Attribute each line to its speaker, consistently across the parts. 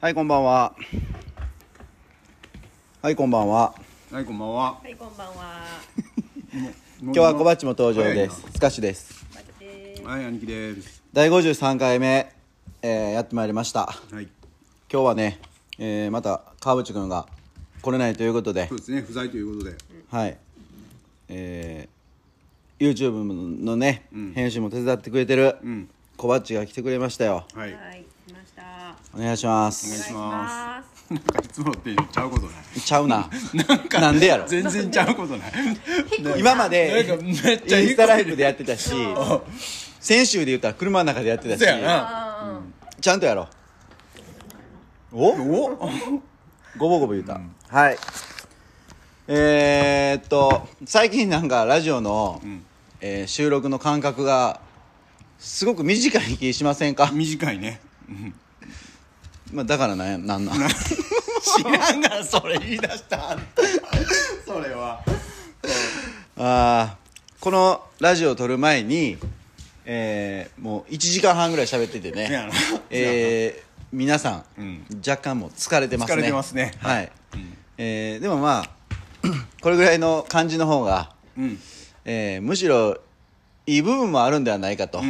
Speaker 1: はい、こんばんは。はい、こんばんは。
Speaker 2: はい、こんばんは。
Speaker 3: はい、こんばんは。
Speaker 2: 今
Speaker 1: 今日は小鉢も登場です。スカシです。
Speaker 3: またでーす。
Speaker 2: はい、兄貴です。
Speaker 1: 第53回目、えーやってまいりました。
Speaker 2: はい。
Speaker 1: 今日はね、えーまた川淵くんが来れないということで
Speaker 2: そ、うですね、不在ということで。
Speaker 1: はい。えー YouTube のね、編集も手伝ってくれてる、
Speaker 2: ん
Speaker 1: 小鉢が来てくれましたよ。
Speaker 2: はい。 お
Speaker 3: はい、来ました。
Speaker 1: お願いしま
Speaker 3: お。
Speaker 1: す。
Speaker 2: 願いしますなんかいつもって言っちゃうことない。
Speaker 1: ち ゃうな。なんでやろ。
Speaker 2: 全然ちゃうことない。
Speaker 1: 今まで
Speaker 2: なんかめっちゃ低い
Speaker 1: インスタライブでやってた し先週で言ったら車の中でやってたし
Speaker 2: そやな。
Speaker 3: あ
Speaker 1: ちゃんとやろうお
Speaker 2: お
Speaker 1: ごぼごぼ言うた、はいえー、っと最近なんかラジオの、えー収録の間隔がすごく短い気しませんか、
Speaker 2: 短いね。
Speaker 1: まあ、だからなんやなんなん
Speaker 2: 知らんが、それ言い出した。それは。
Speaker 1: あーこのラジオを撮る前にえーもう1時間半ぐらい喋ってて
Speaker 2: いやな
Speaker 1: ねえー皆さん、
Speaker 2: うん
Speaker 1: 若干もう疲れてますね
Speaker 2: 疲れてますね
Speaker 1: はい、えーでもまあ これぐらいの感じの方が、
Speaker 2: うん。
Speaker 1: えーむしろいい部分もあるんではないかと、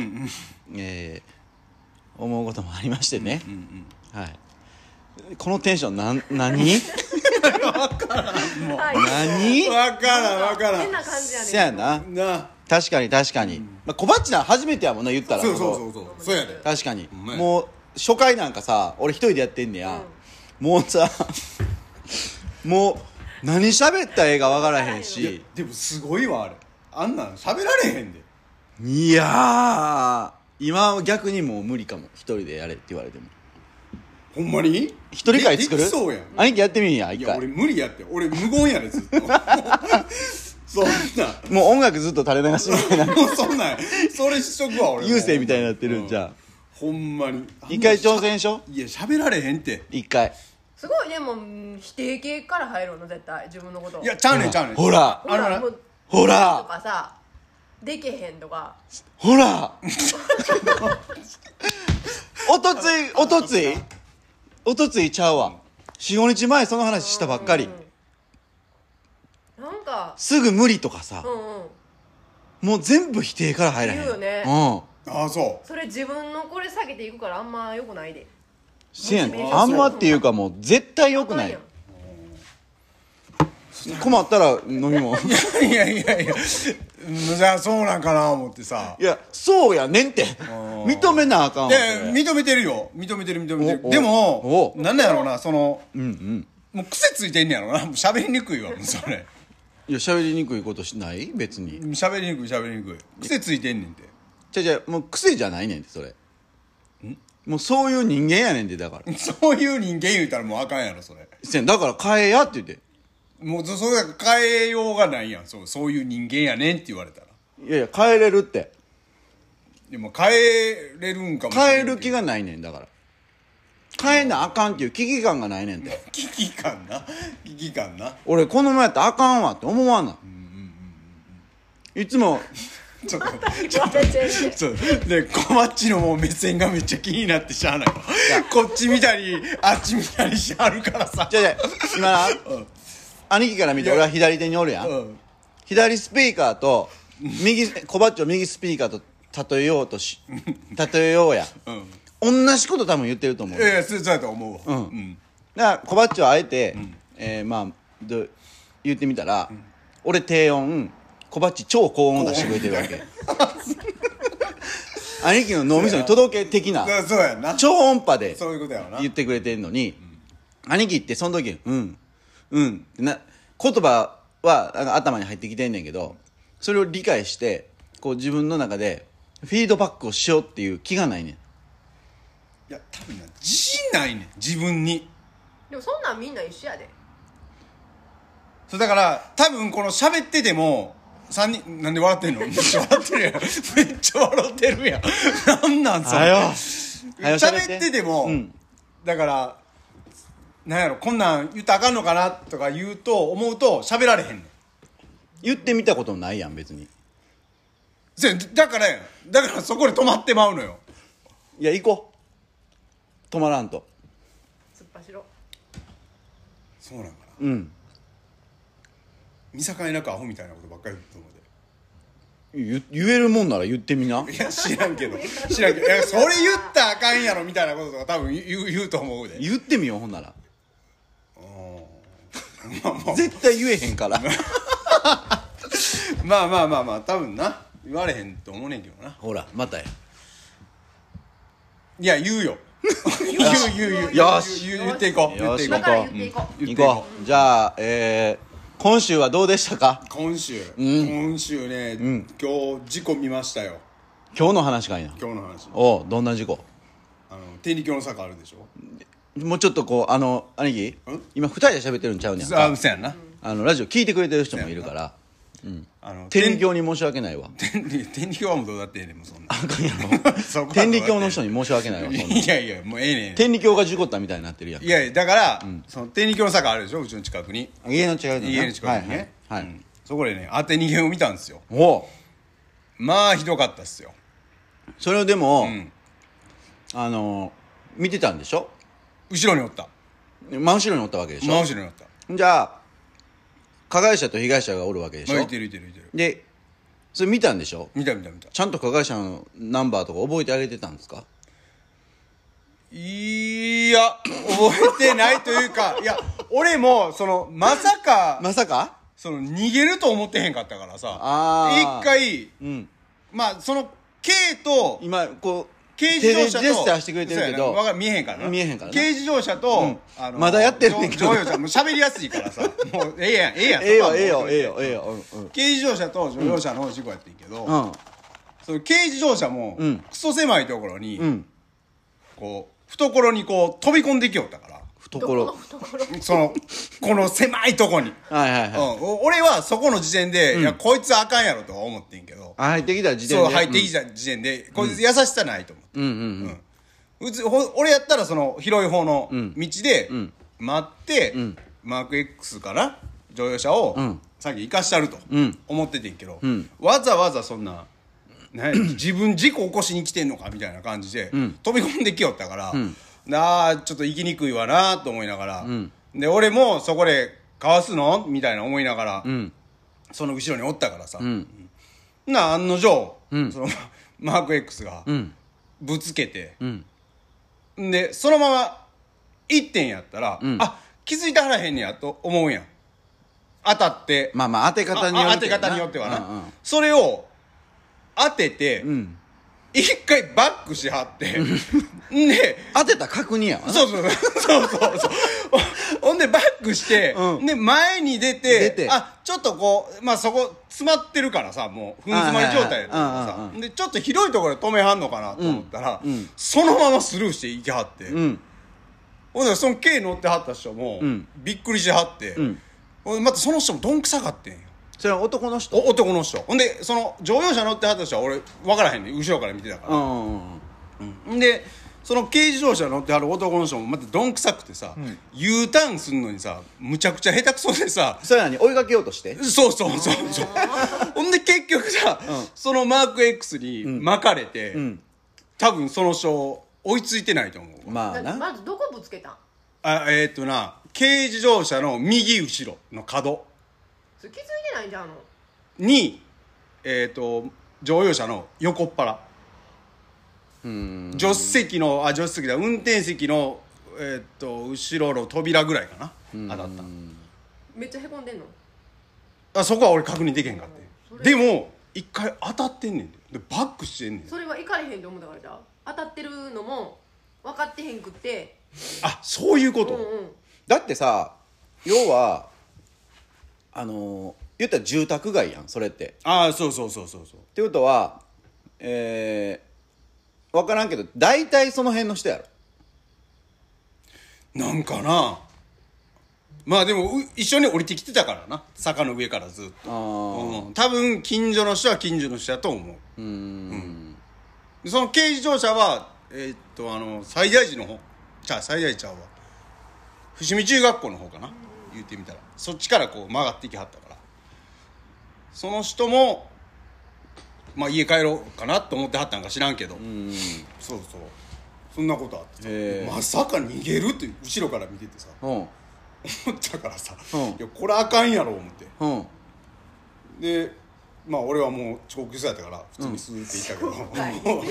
Speaker 1: えー思うこともありましてね、はいこのテンションなん何
Speaker 3: ーはい。
Speaker 1: 何
Speaker 2: わからん、わから
Speaker 3: 変
Speaker 2: ん。
Speaker 3: な感じやね。
Speaker 1: せやな
Speaker 2: な。
Speaker 1: 確かに確かに、まあ、小鉢なん初めてやもんな言ったら
Speaker 2: そうそうそうそう。そうやで。
Speaker 1: 確かに
Speaker 2: ほんまや
Speaker 1: もう初回なんかさ俺一人でやってんねや、もうさもう何喋ったらええか分からへん
Speaker 2: いや
Speaker 1: し、
Speaker 2: でもすごいわ、あれ。あんなん喋られへんで。
Speaker 1: いやー今は逆にもう無理かも一人でやれって言われても
Speaker 2: ほんまに
Speaker 1: 一人会作る
Speaker 2: できそうやん。
Speaker 1: 兄貴やってみんや
Speaker 2: い
Speaker 1: 一
Speaker 2: や
Speaker 1: 回
Speaker 2: 俺無理やって俺無言やでずっとそんな
Speaker 1: もう音楽ずっと垂れ流しみ たいな
Speaker 2: もうそんなんそれしとくわ俺
Speaker 1: 優勢みたいになってるんじゃ
Speaker 2: うんほんまに
Speaker 1: 一回挑戦しょ
Speaker 2: いや喋られへんって
Speaker 1: 一回
Speaker 3: すごいね、もううん否定形から入るの絶対自分のこと。
Speaker 2: いやちゃうねんちゃうねん
Speaker 1: ほら
Speaker 3: ほ
Speaker 2: あ
Speaker 3: ら
Speaker 2: の
Speaker 3: もう
Speaker 1: ほ
Speaker 3: と
Speaker 1: ら
Speaker 3: かさ、でけへんとか。
Speaker 1: ほ らおとついおとついおとついちゃうわ45日前その話したばっかり
Speaker 3: うん。なんか、
Speaker 1: すぐ無理とかさ
Speaker 3: うんうん。
Speaker 1: もう全部否定から入らへん
Speaker 3: 言うよね
Speaker 1: う
Speaker 2: ああそ
Speaker 3: それ自分のこれ下げていくからあんま良くないで。
Speaker 1: んせやねん
Speaker 3: あ
Speaker 1: あんまっていうかもう絶対よくな
Speaker 3: あ
Speaker 1: い
Speaker 3: かん
Speaker 1: 困ったら飲みも
Speaker 2: ういやいやいやじゃあそうなんかな思ってさ
Speaker 1: いやそうやねんって認めなあかんわ
Speaker 2: で
Speaker 1: それ
Speaker 2: 認めてるよ認めてる認めて
Speaker 1: お
Speaker 2: る
Speaker 1: お
Speaker 2: で
Speaker 1: お
Speaker 2: もなんなんやろうなその
Speaker 1: うんうん
Speaker 2: もう癖ついてんねやろうなもう喋りにくいわもうそれ
Speaker 1: いや喋りにくいことしない別に
Speaker 2: 喋りにくい喋りにくい癖ついてんねんて
Speaker 1: じゃじゃもう癖じゃないねんってそれもうそういう人間やねんってだから
Speaker 2: そういう人間言うたらもうあかんやろそれ
Speaker 1: せんだから変えやって言って
Speaker 2: もうそそれ変えようがないやんそうそういう人間やねんって言われたら
Speaker 1: いやいや変えれるって
Speaker 2: でも変えれるんかもしれん
Speaker 1: 変え
Speaker 2: けど
Speaker 1: る気がないねんだから変えなあかんっていう危機感がないねんて
Speaker 2: 危機感な危機感な
Speaker 1: 俺このままやったらあかんわって思わないいつも
Speaker 2: ちょっと
Speaker 3: 言われてる
Speaker 2: ちょっとでこっちのもう目線がめっちゃ気になってしゃあないわこっち見たりあっち見たりしはるからさ
Speaker 1: じゃあじゃあ今な兄貴から見て俺は左手におるやん、
Speaker 2: うん
Speaker 1: 左スピーカーと右小鉢を右スピーカーと例えようとし例えようや
Speaker 2: うん
Speaker 1: 同じこと多分言ってると思う
Speaker 2: いやいやそうそうやと思うわ
Speaker 1: うん
Speaker 2: うん
Speaker 1: だから小バッチをあえて、えーまあどう言ってみたら、俺低音小バッチ超高音を出してくれてるわ け兄貴の脳みそに届け的な
Speaker 2: そうそうやんな
Speaker 1: 超音波で
Speaker 2: そういうことやろな
Speaker 1: 言ってくれてるのに、兄貴ってその時「うんうん」ってな言葉はなんか頭に入ってきてんねんけどそれを理解してこう自分の中でフィードバックをしようっていう気がないねん
Speaker 2: いや多分な自信ないねん自分に
Speaker 3: でもそんなんみんな一緒やで。
Speaker 2: そうだから多分この喋ってても三人なんで笑ってんのめっちゃ笑ってるやんめっちゃ笑ってるやんなんなんそれ
Speaker 1: はよ
Speaker 2: 喋ってても、
Speaker 1: うん
Speaker 2: だからなんやろこんなん言ったらあかんのかなとか言うと思うと喋られへんの
Speaker 1: 言ってみたことないやん別に
Speaker 2: せやだからやんだからそこで止まってまうのよ
Speaker 1: いや行こう止まらんと
Speaker 3: 突っ走ろ
Speaker 2: そうなんかな
Speaker 1: うん
Speaker 2: 見境なくアホみたいなことばっかり言ってるので
Speaker 1: 言言えるもんなら言ってみない
Speaker 2: や知らんけど知らんけどいやそれ言ったらあかんやろみたいなこととか多分言う言うと思うで
Speaker 1: 言ってみようほんなら
Speaker 2: うんまあまあ
Speaker 1: 絶対言えへん から
Speaker 2: まあまあまあまあ多分な言われへんと思うねんけどな
Speaker 1: ほらまたや
Speaker 2: いや言うよ言う言う言う
Speaker 1: よし
Speaker 2: 言う言う言っていこう言
Speaker 1: よ
Speaker 2: って
Speaker 1: し
Speaker 2: いこ
Speaker 3: だ
Speaker 2: う
Speaker 3: から言っていこう
Speaker 1: 行こうじゃあえー、今週はどうでしたか
Speaker 2: 今週、今週ね、今日事故見ましたよ
Speaker 1: 今日の話かいな
Speaker 2: 今日の話
Speaker 1: おうどんな事故
Speaker 2: あの天理教の坂あるでしょ
Speaker 1: もうちょっとこうあの兄貴今二人で喋ってるんちゃうねん
Speaker 2: あ
Speaker 1: か
Speaker 2: 嘘やんな、
Speaker 1: あのラジオ聞いてくれてる人もいるから
Speaker 2: あの
Speaker 1: 天理教に申し訳ないわ
Speaker 2: 天理天理教はもうどうだってええねんもうそんな
Speaker 1: あかんやろ
Speaker 2: そこは
Speaker 1: 天理教の人に申し訳ないわそんない
Speaker 2: やいやもうええねん
Speaker 1: 天理教が事故ったみたいになってるやん
Speaker 2: いやいやだから、その天理教の坂あるでしょうちの近くに
Speaker 1: 家の違う
Speaker 2: 家の近くにね、
Speaker 1: はい、はい
Speaker 2: うんそこでね当て逃げを見たんですよ
Speaker 1: おおう
Speaker 2: まあひどかったっすよ
Speaker 1: それをでも、
Speaker 2: ん
Speaker 1: あの見てたんでしょ
Speaker 2: 後ろにおった
Speaker 1: 真後ろにおったわけでし
Speaker 2: 真
Speaker 1: ょ
Speaker 2: 後ろにおった
Speaker 1: じゃあ加害者と被害者がおるわけでし
Speaker 2: まあ
Speaker 1: ょ
Speaker 2: いてるいてるいてる
Speaker 1: でそれ見たんでしょ
Speaker 2: 見た見た見た
Speaker 1: ちゃんと加害者のナンバーとか覚えてあげてたんですか
Speaker 2: いや覚えてないとい うかいや俺もそのまさか、
Speaker 1: まさか
Speaker 2: その逃げると思ってへんかったからさ
Speaker 1: あー
Speaker 2: 一回
Speaker 1: うん
Speaker 2: まあその軽と
Speaker 1: 今こう
Speaker 2: 軽自動車と
Speaker 1: 手でジェスチャーしてくれてるけ
Speaker 2: そうや
Speaker 1: ど
Speaker 2: なわかる見えへんからな
Speaker 1: 見えへんからな
Speaker 2: 軽自動車と、
Speaker 1: んまだやってんねんけど
Speaker 2: 乗乗用車もう喋りやすいからさもうええやんええやん
Speaker 1: ええよ
Speaker 2: そこはもう
Speaker 1: ええよええよええようんうん
Speaker 2: 軽自動車と乗用車の事故やってんけど、
Speaker 1: うん
Speaker 2: その軽自動車も、
Speaker 1: うん
Speaker 2: クソ狭いところに、
Speaker 1: うん
Speaker 2: こう懐にこう飛び込んできよったから
Speaker 3: うどこの
Speaker 1: 懐
Speaker 3: 懐
Speaker 2: そのこの狭いとこに、
Speaker 1: はいはいはい、
Speaker 2: うんお俺はそこの時点で、いやこいつあかんやろとは思ってんけど
Speaker 1: あ入ってきた時点で
Speaker 2: そう入ってきた時点で、こいつ優しさないと思って。
Speaker 1: うんうんうん
Speaker 2: うつほ俺やったらその広い方の道で待って、マーク X かな乗用車を
Speaker 1: ん
Speaker 2: さっき行かしたると
Speaker 1: ん
Speaker 2: 思っててんけど、
Speaker 1: ん
Speaker 2: わざわざそんな、ね、自分事故起こしに来てんのかみたいな感じで、飛び込んできよったから、なあちょっと行きにくいわなと思いながら、で俺もそこでかわすのみたいな思いながら、
Speaker 1: ん
Speaker 2: その後ろにおったからさ、
Speaker 1: ん
Speaker 2: なあ案の定、そのマーク X が
Speaker 1: ん
Speaker 2: ぶつけて。
Speaker 1: うん
Speaker 2: でそのまま1点やったら、あ気づいてはらへんねやと思うやん当たって、
Speaker 1: まあまあ当て方によ
Speaker 2: あ
Speaker 1: っ
Speaker 2: あ当て
Speaker 1: てはな
Speaker 2: 方によってはな、
Speaker 1: うんうん
Speaker 2: それを当てて、
Speaker 1: ん
Speaker 2: 一回バックしはってで
Speaker 1: 当てた確認やわな
Speaker 2: そうそうそうそうそうそうほんでバックして、
Speaker 1: うん
Speaker 2: で前に出て
Speaker 1: 出て
Speaker 2: あちょっとこうまあそこ詰まってるからさもう踏ん詰まり状態やったから
Speaker 1: はいはいはいうん
Speaker 2: さ
Speaker 1: うん
Speaker 2: でちょっと広いところで止めはんのかなと思ったら、
Speaker 1: うんうん
Speaker 2: そのままスルーしていきはって、
Speaker 1: うん
Speaker 2: ほんでその軽乗ってはった人も、
Speaker 1: うん
Speaker 2: びっくりしてはって、
Speaker 1: ん
Speaker 2: ほんでまたその人もどんくさかってんよ
Speaker 1: それは男の人
Speaker 2: お男の人ほんでその乗用車乗ってはった人は俺分からへんねん後ろから見てたか
Speaker 1: う
Speaker 2: ら、
Speaker 1: んうんうん
Speaker 2: ん、でその軽自動車乗ってはる男の人もまたどんくさくてさ、U ターンすんのにさむちゃくちゃ下手くそでさ
Speaker 1: それなに追いかけようとして
Speaker 2: そうそうそうそう ほんで結局さ、そのマーク X に巻かれて、
Speaker 1: ん
Speaker 2: 多分その人追いついてないと思う
Speaker 1: ま
Speaker 2: わ、
Speaker 1: あ
Speaker 3: だって
Speaker 1: な
Speaker 3: まずどこぶつけたん
Speaker 2: あえーっ、とな軽自動車の右後ろの角
Speaker 3: それ気づいてないんじゃんの
Speaker 2: に、えー、と乗用車の横っ腹
Speaker 1: うん
Speaker 2: 助手席のあ助手席だ運転席の、えー、と後ろの扉ぐらいかな当たっ
Speaker 3: めっちゃへこんでんの
Speaker 2: たあそこは俺確認できへんかっ
Speaker 3: そ
Speaker 2: て
Speaker 3: れ
Speaker 2: でも一回当たってんねんででバックしてんねん
Speaker 3: それは行かれへんと思ったからじゃう当たってるのも分かってへんくって
Speaker 2: あそういうこ
Speaker 3: うんう
Speaker 2: と、
Speaker 3: ん
Speaker 1: だってさ要はあのー言ったら住宅街やんそれって
Speaker 2: ああそうそうそうそうそう
Speaker 1: ってことはえー、分からんけど大体その辺の人やろ
Speaker 2: なんかなまあでもう一緒に降りてきてたからな坂の上からずっと、
Speaker 1: あ
Speaker 2: うん、多分近所の人は近所の人だと思う
Speaker 1: あうんん
Speaker 2: でその軽自動車はえーっとあの最大寺の方じゃあ最大寺ちゃうわ伏見中学校の方かな言ってみたらそっちからこう曲がってきはったからその人もまあ家帰ろうかなと思ってはったんか知らんけど、そうそうそんなことあってさ、
Speaker 1: へえ
Speaker 2: まさか逃げるって後ろから見ててさ
Speaker 1: うん
Speaker 2: 思ったからさ、
Speaker 1: うん
Speaker 2: いやこれあかんやろ思って
Speaker 1: うん
Speaker 2: でまあ俺はもう遅刻しそうやったから普通にスーって言ったけど、 い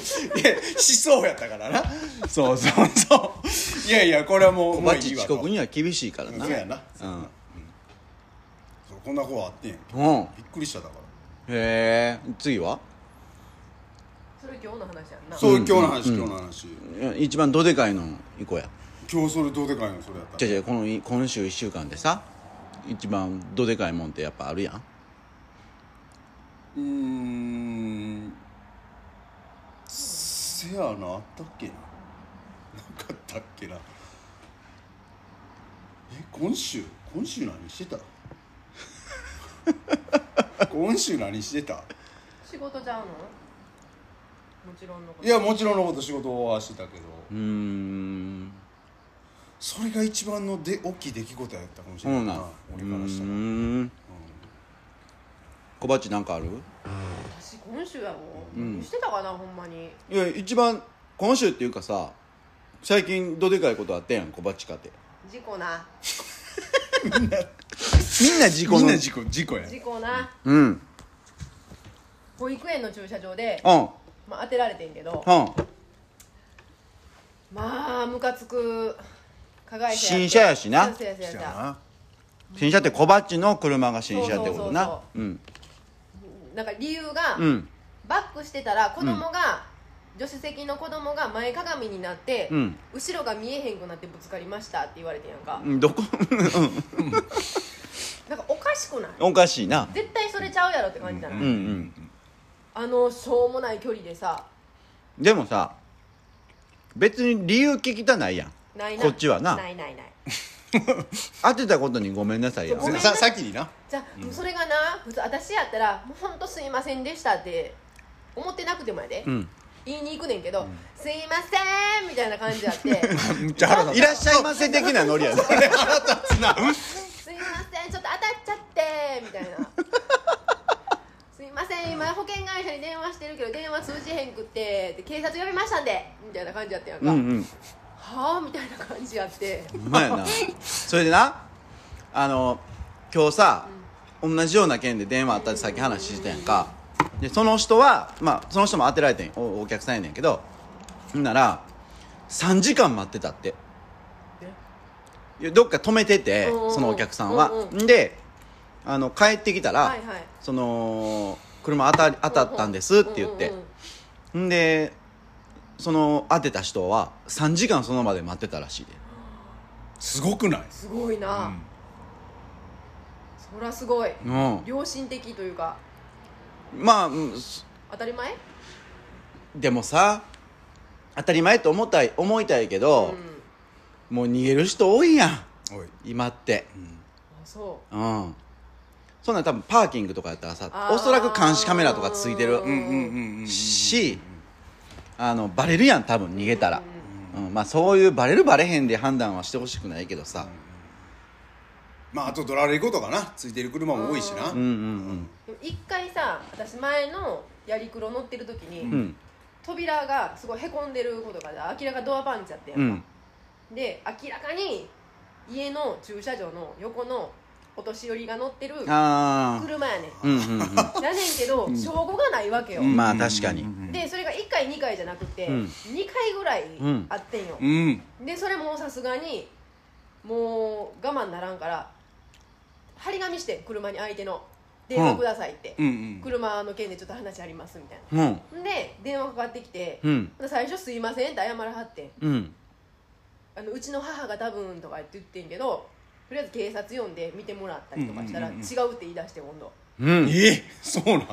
Speaker 2: やしそうやったからなそうそう そういやいやこれはもう
Speaker 1: 小
Speaker 2: もうい
Speaker 1: 鉢
Speaker 2: いわ
Speaker 1: 遅
Speaker 2: と
Speaker 1: 刻には厳しいからな
Speaker 2: そうやな
Speaker 1: うん
Speaker 2: そうこんな子はあってんやんけ
Speaker 1: うんへ
Speaker 2: びっくりしただから
Speaker 1: え次は
Speaker 3: それ今日の話やんな
Speaker 2: そう今日の話、今日の話
Speaker 1: いや一番どでかいの行こうや
Speaker 2: 今日それどうでかいのそれやった
Speaker 1: じゃ
Speaker 2: ら
Speaker 1: じゃこのい今週1週間でさ一番どでかいもんってやっぱあるやん
Speaker 2: うーんせやなあったっけななかったっけなえ今週今週何して た今週何してた
Speaker 3: 仕事ちゃうのもちろんのこと
Speaker 2: いやもちろんのこと仕事はしてたけど
Speaker 1: うーん
Speaker 2: それが一番ので大きい出来事やったかもし
Speaker 1: そ
Speaker 2: れな
Speaker 1: う
Speaker 2: い
Speaker 1: な
Speaker 2: なん俺からし
Speaker 1: う
Speaker 2: たら
Speaker 1: ーん小鉢なんかある
Speaker 3: 私今週やろ、何してたかなほんまに
Speaker 1: いや一番今週っていうかさ最近どでかいことあってやん小鉢家って
Speaker 3: 事故な
Speaker 1: みんな事故
Speaker 2: みん
Speaker 1: の
Speaker 2: な事故事故や
Speaker 3: 事故な
Speaker 1: うんうん
Speaker 3: 保育園の駐車場で、
Speaker 1: うん
Speaker 3: まあ、当てられてんけどまあムカつく加害者
Speaker 1: 新車やしな
Speaker 3: そうそうそう
Speaker 2: せ
Speaker 3: そう
Speaker 2: やな
Speaker 1: 新車って小鉢の車が新車ってことな
Speaker 3: そう
Speaker 1: うん
Speaker 3: なんか理由が、
Speaker 1: うん
Speaker 3: バックしてたら子供が、助手席の子供が前かがみになって、
Speaker 1: うん
Speaker 3: 後ろが見えへんくなってぶつかりましたって言われてんやんか、
Speaker 1: うんどこ
Speaker 3: なんかおかしくない
Speaker 1: おかしいな
Speaker 3: 絶対それちゃうやろって感じだな、
Speaker 1: うんうん
Speaker 3: あのしょうもない距離でさ
Speaker 1: でもさ別に理由聞きたないやん
Speaker 3: ないな
Speaker 1: こっちはな
Speaker 3: ないないない
Speaker 1: 当てたことにごめんなさいやん
Speaker 3: ごめんな
Speaker 2: さ先に な
Speaker 3: じゃあ、それがな普通私やったら「もうほんとすいませんでした」って思ってなくてもやで、
Speaker 1: うん
Speaker 3: 言いに行くねんけど「すいません」みたいな感じやって
Speaker 2: むっちゃ腹立つ
Speaker 1: いらっしゃいませ的なノリやね
Speaker 3: すいませんちょっと当たっちゃってみたいな すいません今保険会社に電話してるけど電話通じへんくってで警察呼びましたんでみたいな感じやったやん
Speaker 1: う
Speaker 3: か、
Speaker 1: んうん
Speaker 3: はあみたいな感じやって
Speaker 1: ほんまやなそれでなあの今日さ、同じような件で電話あったってさっき話してたやんかでその人はまあその人も当てられてんおお客さんやねんけどほんなら3時間待ってたっていやどっか止めてて
Speaker 3: うんうんうん
Speaker 1: そのお客さんは、
Speaker 3: うん
Speaker 1: んであの帰ってきたら、
Speaker 3: はいはい
Speaker 1: その車当たり当たったんですって言って、
Speaker 3: うんうんうん
Speaker 1: んでその当てた人は3時間その場で待ってたらしいです
Speaker 2: ごくない
Speaker 3: すごいな、そりゃすごい
Speaker 1: うん
Speaker 3: 良心的というか
Speaker 1: まあうんす
Speaker 3: 当たり前
Speaker 1: でもさ当たり前と思ったい思いたいけど、
Speaker 3: うん
Speaker 1: もう逃げる人多いやん
Speaker 2: おい
Speaker 1: 今って
Speaker 3: あそう
Speaker 1: うんそんなん多分パーキングとかやったらさ
Speaker 3: あー
Speaker 1: おそらく監視カメラとかついてる
Speaker 3: うんうんうん
Speaker 2: うん
Speaker 1: しあのバレるやん多分逃げたら、うんまあ、そういうバレるバレへんで判断はしてほしくないけどさ、
Speaker 2: まああとドラレコとかなついてる車も多いしな
Speaker 1: うん、うん
Speaker 3: でも一回さ私前のやりくろ乗ってる時に、
Speaker 1: うんうん
Speaker 3: 扉がすごいへこんでることが明らかドアパンチやってや
Speaker 1: うん
Speaker 3: か、
Speaker 1: ん
Speaker 3: で明らかに家の駐車場の横のお年寄りが乗ってる
Speaker 1: ああ
Speaker 3: 車やねん
Speaker 1: うんうん
Speaker 3: だねんけど証拠がないわけよ、
Speaker 1: うんまあ確かに
Speaker 3: でそれが1回2回じゃなくて、
Speaker 1: うん
Speaker 3: 2回ぐらいあってんよ、
Speaker 2: うん
Speaker 3: でそれもさすがにもう我慢ならんから張り紙して車に相手の電話くださいって、
Speaker 2: うんうん
Speaker 3: 車の件でちょっと話ありますみたいな
Speaker 1: うん
Speaker 3: で電話かかってきて、
Speaker 1: うん
Speaker 3: 最初「すいません」って謝らはってん
Speaker 1: うん
Speaker 3: あのうちの母が多分とか言って言ってんけどとりあえず警察呼んで見てもらったりとかしたら、
Speaker 2: うんうんうん
Speaker 3: 違うって言い出して今度、
Speaker 1: うん
Speaker 2: えそうなん
Speaker 3: うん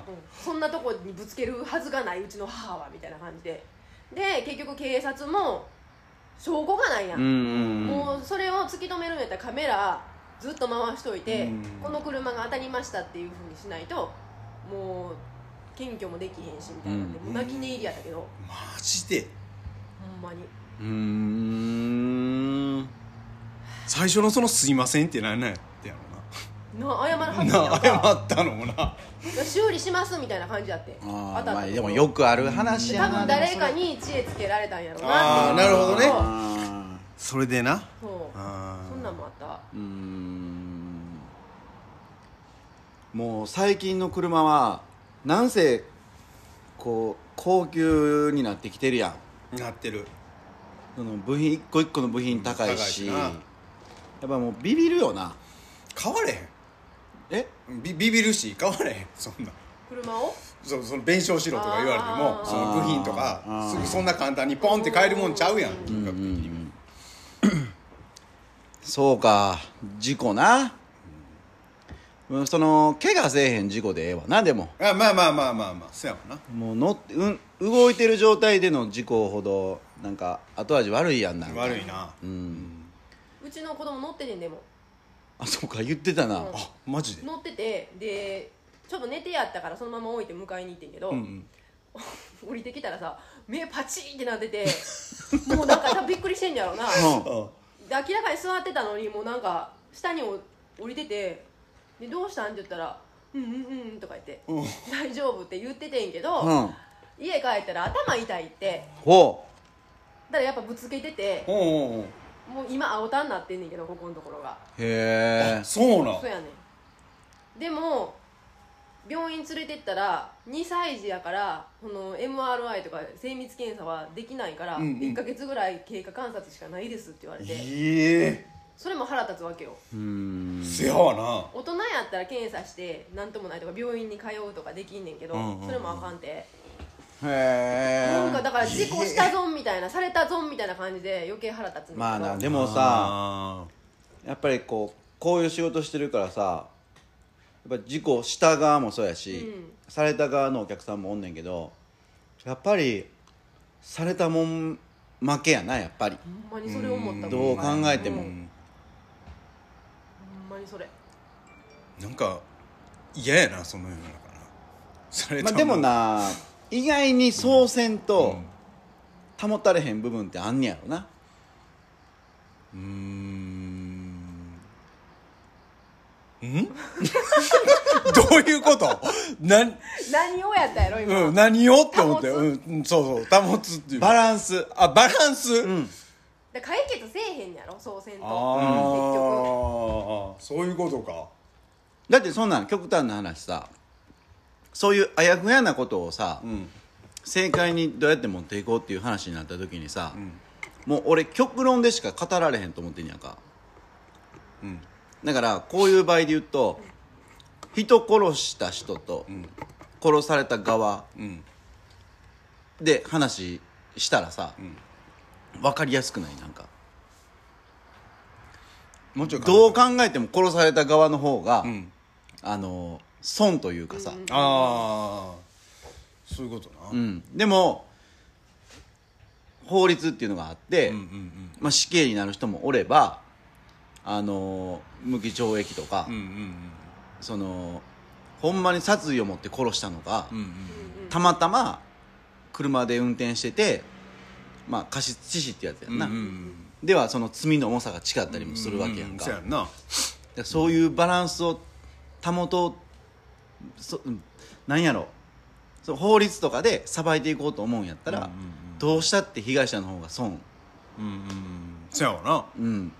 Speaker 3: そんなとこにぶつけるはずがないうちの母はみたいな感じでで結局警察も証拠がないや
Speaker 1: うんうんうん
Speaker 3: もうそれを突き止めるんやったらカメラずっと回しといて、
Speaker 2: うん
Speaker 3: この車が当たりましたっていうふうにしないともう検挙もできへんしみたいなんで、
Speaker 2: うん
Speaker 3: もう泣き寝入りやったけどほ
Speaker 2: マジで
Speaker 3: んまに
Speaker 1: うーん
Speaker 2: 最初のその「すいません」ってなんなんやってやろうな
Speaker 3: な謝らは
Speaker 2: な
Speaker 3: ったんやんか
Speaker 2: 謝ったのもな
Speaker 3: 修理しますみたいな感じやって
Speaker 1: あー
Speaker 3: 当たった
Speaker 1: まあ
Speaker 3: とこ
Speaker 1: でもよくある話や
Speaker 3: 多
Speaker 1: な
Speaker 3: 分誰かに知恵つけられたんやろうな
Speaker 2: あーなるほどね
Speaker 3: そう
Speaker 1: あ
Speaker 2: それでな
Speaker 3: そう
Speaker 2: あー
Speaker 3: そんなんもあった
Speaker 1: ーうーんもう最近の車はなんせこう高級になってきてるやん
Speaker 2: なってる
Speaker 1: その部品一個一個の部品高いし
Speaker 2: 高いしな
Speaker 1: やっぱもうビビるよな
Speaker 2: 変われへ
Speaker 1: え
Speaker 2: んビビビるし変われへんそんな
Speaker 3: 車を
Speaker 2: そその弁償しろとか言われて
Speaker 3: あ
Speaker 2: も
Speaker 3: ー
Speaker 2: その部品と
Speaker 1: あ
Speaker 2: か
Speaker 1: ー
Speaker 2: すぐそんな簡単にポンって買えるもんちゃうやん本格的に
Speaker 1: そうか事故な、うん、その怪我せえへん事故でええわなでも
Speaker 2: あまあまあまあまあまあそうや
Speaker 1: も
Speaker 2: もんな
Speaker 1: う乗って、うん、動いてる状態での事故ほどなんか後味悪いやんなんか
Speaker 2: 悪いな
Speaker 1: うん
Speaker 3: うちの子供乗っててんでも
Speaker 1: あそうか言ってたな、
Speaker 3: うん
Speaker 2: あマジで
Speaker 3: 乗っててでちょっと寝てやったからそのまま置いて迎えに行ってんけど、
Speaker 2: うん
Speaker 3: 降りてきたらさ目パチンってなってて もうなんか多分びっくりしてんだろうな
Speaker 1: うん
Speaker 2: あ
Speaker 3: で明らかに座ってたのにもうなんか下にお降りててで「どうしたん?」って言ったら「うんうんうん」とか言って
Speaker 2: うん
Speaker 3: 「大丈夫」って言っててんけど、
Speaker 1: うん
Speaker 3: 家帰ったら頭痛いって
Speaker 1: ほ
Speaker 3: だからやっぱぶつけてて
Speaker 2: おうおうおう
Speaker 3: もう今青たになってんねんけどここのところが
Speaker 1: うへえ
Speaker 2: そうなん
Speaker 3: そうやねんでも病院連れてったら2歳児やからこの MRI とか精密検査はできないから、
Speaker 2: うんうん
Speaker 3: 1か月ぐらい経過観察しかないですって言われて
Speaker 2: え
Speaker 3: それも腹立つわけよ
Speaker 1: うん
Speaker 2: えせやわ
Speaker 3: 大人やったら検査して何ともないとか病院に通うとかできんねんけど、
Speaker 2: うんうんうん
Speaker 3: それもあかんて
Speaker 1: へえ
Speaker 3: なんかだから事故したぞんみたいな、されたぞんみたいな感じで余計腹立つねんけど
Speaker 1: まあなで
Speaker 2: な
Speaker 1: もさ
Speaker 2: あ
Speaker 1: やっぱりこうこういう仕事してるからさやっぱ事故した側もそうやし、
Speaker 3: うん
Speaker 1: された側のお客さんもおんねんけどやっぱりされたもん負けやなやっぱり
Speaker 3: ほんまにそれ思った
Speaker 2: うん
Speaker 1: どう考えて
Speaker 2: ー
Speaker 1: も
Speaker 3: う
Speaker 2: うんん
Speaker 3: ほんまにそれ
Speaker 2: なんか嫌やなその世の中なそれ
Speaker 1: まあ
Speaker 2: と
Speaker 1: でもな意外にそうせん
Speaker 2: う
Speaker 1: と
Speaker 2: ん
Speaker 1: 保たれへん部分ってあんねやろな
Speaker 2: うーんん どういうことなん、
Speaker 3: 何をやったやろ今、
Speaker 2: うん、何をって思って、
Speaker 3: 保つ
Speaker 2: うん、そうそう保つっていう
Speaker 1: バランス
Speaker 2: あバランス、
Speaker 1: うん
Speaker 3: だから解決せえへんやろそうせんと
Speaker 2: あ
Speaker 3: 結
Speaker 2: あ
Speaker 3: 局
Speaker 2: そういうことか
Speaker 1: だってそんなん極端な話さそういうあやふやなことをさ、
Speaker 2: うん
Speaker 1: 正解にどうやって持っていこうっていう話になった時にさ、
Speaker 2: ん
Speaker 1: もう俺極論でしか語られへんと思ってんやんか
Speaker 2: うん
Speaker 1: だからこういう場合で言うと人殺した人と
Speaker 2: ん
Speaker 1: 殺された側
Speaker 2: うん
Speaker 1: で話したらさ、
Speaker 2: ん
Speaker 1: 分かりやすくないなんか
Speaker 2: もうちょい
Speaker 1: どう
Speaker 2: か
Speaker 1: 考えても殺された側の方が、
Speaker 2: うん
Speaker 1: あの損というかさ、
Speaker 2: ああそういうことな、
Speaker 1: うんでも法律っていうのがあって、
Speaker 2: うんうん
Speaker 1: まあ、死刑になる人もおればあの無期懲役とか、
Speaker 2: うんうんうん
Speaker 1: そのほんまに殺意を持って殺したのか、
Speaker 2: うんうん
Speaker 1: たまたま車で運転してて、まあ、過失致死ってやつやんな、
Speaker 2: うんうん
Speaker 1: ではその罪の重さが違ったりもするわけやんか、
Speaker 2: そうやんな
Speaker 1: だからそういうバランスを保とうそうんなんやろそう法律とかで裁いていこうと思うんやったら、
Speaker 2: うんうんうん
Speaker 1: どうしたって被害者の方が損、
Speaker 2: うんうんうんそうやわな
Speaker 1: うん、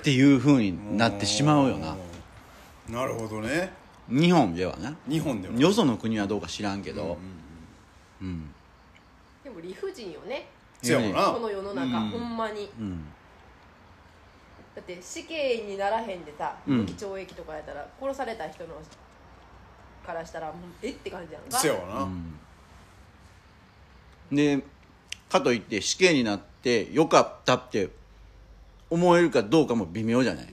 Speaker 1: っていうふうになってしまうよな
Speaker 2: なるほどね
Speaker 1: 日本ではな
Speaker 2: 日本では
Speaker 1: よその国はどうか知らんけ
Speaker 2: うんう
Speaker 1: ど
Speaker 2: ん、
Speaker 1: うん
Speaker 3: でも理不尽よね
Speaker 2: そうやわな
Speaker 3: この世の中、
Speaker 2: うん
Speaker 3: ほんまに
Speaker 1: うん
Speaker 3: だって死刑にならへんでさ
Speaker 1: うん
Speaker 3: 無期懲役とかやったら殺された人のからしたらもうえって感じやんか
Speaker 2: そうやわな
Speaker 1: でかといって死刑になってよかったって思えるかどうかも微妙じゃない、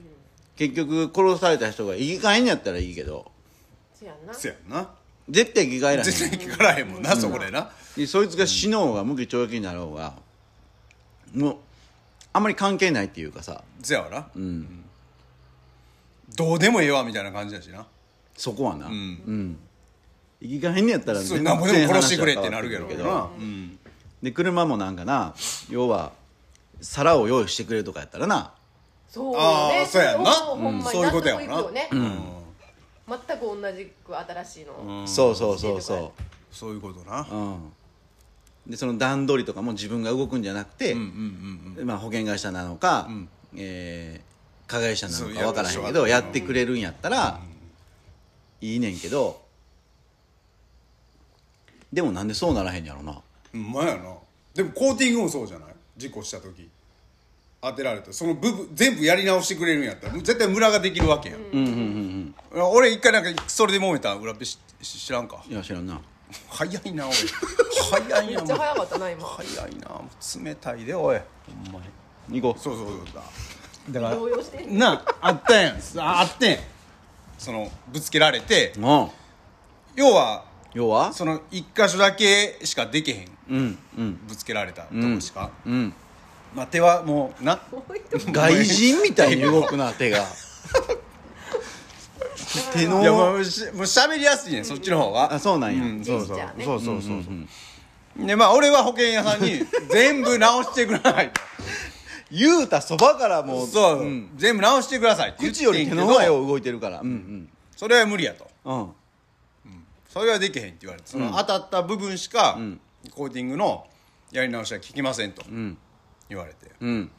Speaker 1: 結局殺された人が生き返んやったらいいけど
Speaker 3: そうやんな
Speaker 2: そうやんな
Speaker 1: 絶対生き返らへん
Speaker 2: 絶対聞からへんもんなそこでな
Speaker 1: でそいつが死のうが無期懲役になろうがもうあんまり関係ないっていうかさ
Speaker 2: そうやわなどうでもええわみたいな感じだしな
Speaker 1: そこはな、うん生き返んやったら
Speaker 2: そう
Speaker 1: 全
Speaker 2: なんぼで
Speaker 1: 然
Speaker 2: も殺し
Speaker 1: 話
Speaker 2: て
Speaker 1: は変
Speaker 2: くれっ
Speaker 1: わ
Speaker 2: て
Speaker 1: っ
Speaker 2: な
Speaker 1: て
Speaker 2: る
Speaker 1: く
Speaker 2: け
Speaker 1: る
Speaker 2: ど
Speaker 1: け
Speaker 2: な
Speaker 1: ど
Speaker 2: うん
Speaker 1: で車もなんかな要は皿を用意してくれるとかやったらな
Speaker 3: そう
Speaker 2: あ
Speaker 3: ね
Speaker 2: あそうやんな
Speaker 3: ほんまに
Speaker 2: そういうことや
Speaker 3: 納
Speaker 2: ん
Speaker 3: 得い
Speaker 2: な
Speaker 3: くよね
Speaker 2: うん
Speaker 3: 全く同じく新しいの
Speaker 1: そうそうそうそ
Speaker 2: そういうことな
Speaker 1: う、うん、でその段取りとかも自分が動くんじゃなくて、
Speaker 2: うんうんうん
Speaker 1: まあ、保険会社なのか、
Speaker 2: ん
Speaker 1: えー加害者なの
Speaker 2: そう
Speaker 1: か分からへんけどや
Speaker 2: や
Speaker 1: っ
Speaker 2: ってて
Speaker 1: くれるんやったら、いいねんけどでもなんでそうならへんやろな
Speaker 2: うんまやなでもコーティングもそうじゃない事故した時当てられたその部分全部やり直してくれるんやったら絶対ムラができるわけやん俺一回なんかそれで揉めた裏っぺしし知らんか
Speaker 1: いや知らんな
Speaker 2: 早いなおい早い
Speaker 3: め
Speaker 2: な
Speaker 3: っ
Speaker 2: もう
Speaker 3: ちゃ早かったな今
Speaker 2: 早いなもう冷たいでおいほんまに
Speaker 1: 行こ
Speaker 2: そうそうそうだだ
Speaker 3: 動揺してん
Speaker 2: なああったやんああってんそのぶつけられて
Speaker 1: ううん
Speaker 2: 要は
Speaker 1: 要は
Speaker 2: その一箇所だけしかできへん
Speaker 1: うんうん
Speaker 2: ぶつけられたと
Speaker 1: うん
Speaker 2: こしか、
Speaker 1: うん
Speaker 2: まあ手はもうな
Speaker 3: どういうこと
Speaker 1: 外人みたいに動くな手 が手の
Speaker 2: いやもうしもう喋りやすいねんそっちの方が
Speaker 1: あそうなんや
Speaker 2: うん、そうそう
Speaker 3: ジェスチャーね
Speaker 2: そうそうそう
Speaker 1: うんうん
Speaker 2: そうでまあ俺は保険屋さんに全部直してくださいと
Speaker 1: 言うたそばからもう
Speaker 2: そう、
Speaker 1: ん
Speaker 2: 全部直してくださいって言っ
Speaker 1: 口
Speaker 2: てん
Speaker 1: より
Speaker 2: け
Speaker 1: 手
Speaker 2: ど
Speaker 1: の方がよう動いてるからうん
Speaker 2: それは無理やと
Speaker 1: うんうん
Speaker 2: それはできへんって言われてその当たった部分しか、コーティングのやり直しは聞きませんと
Speaker 1: ん
Speaker 2: 言われて、
Speaker 1: うん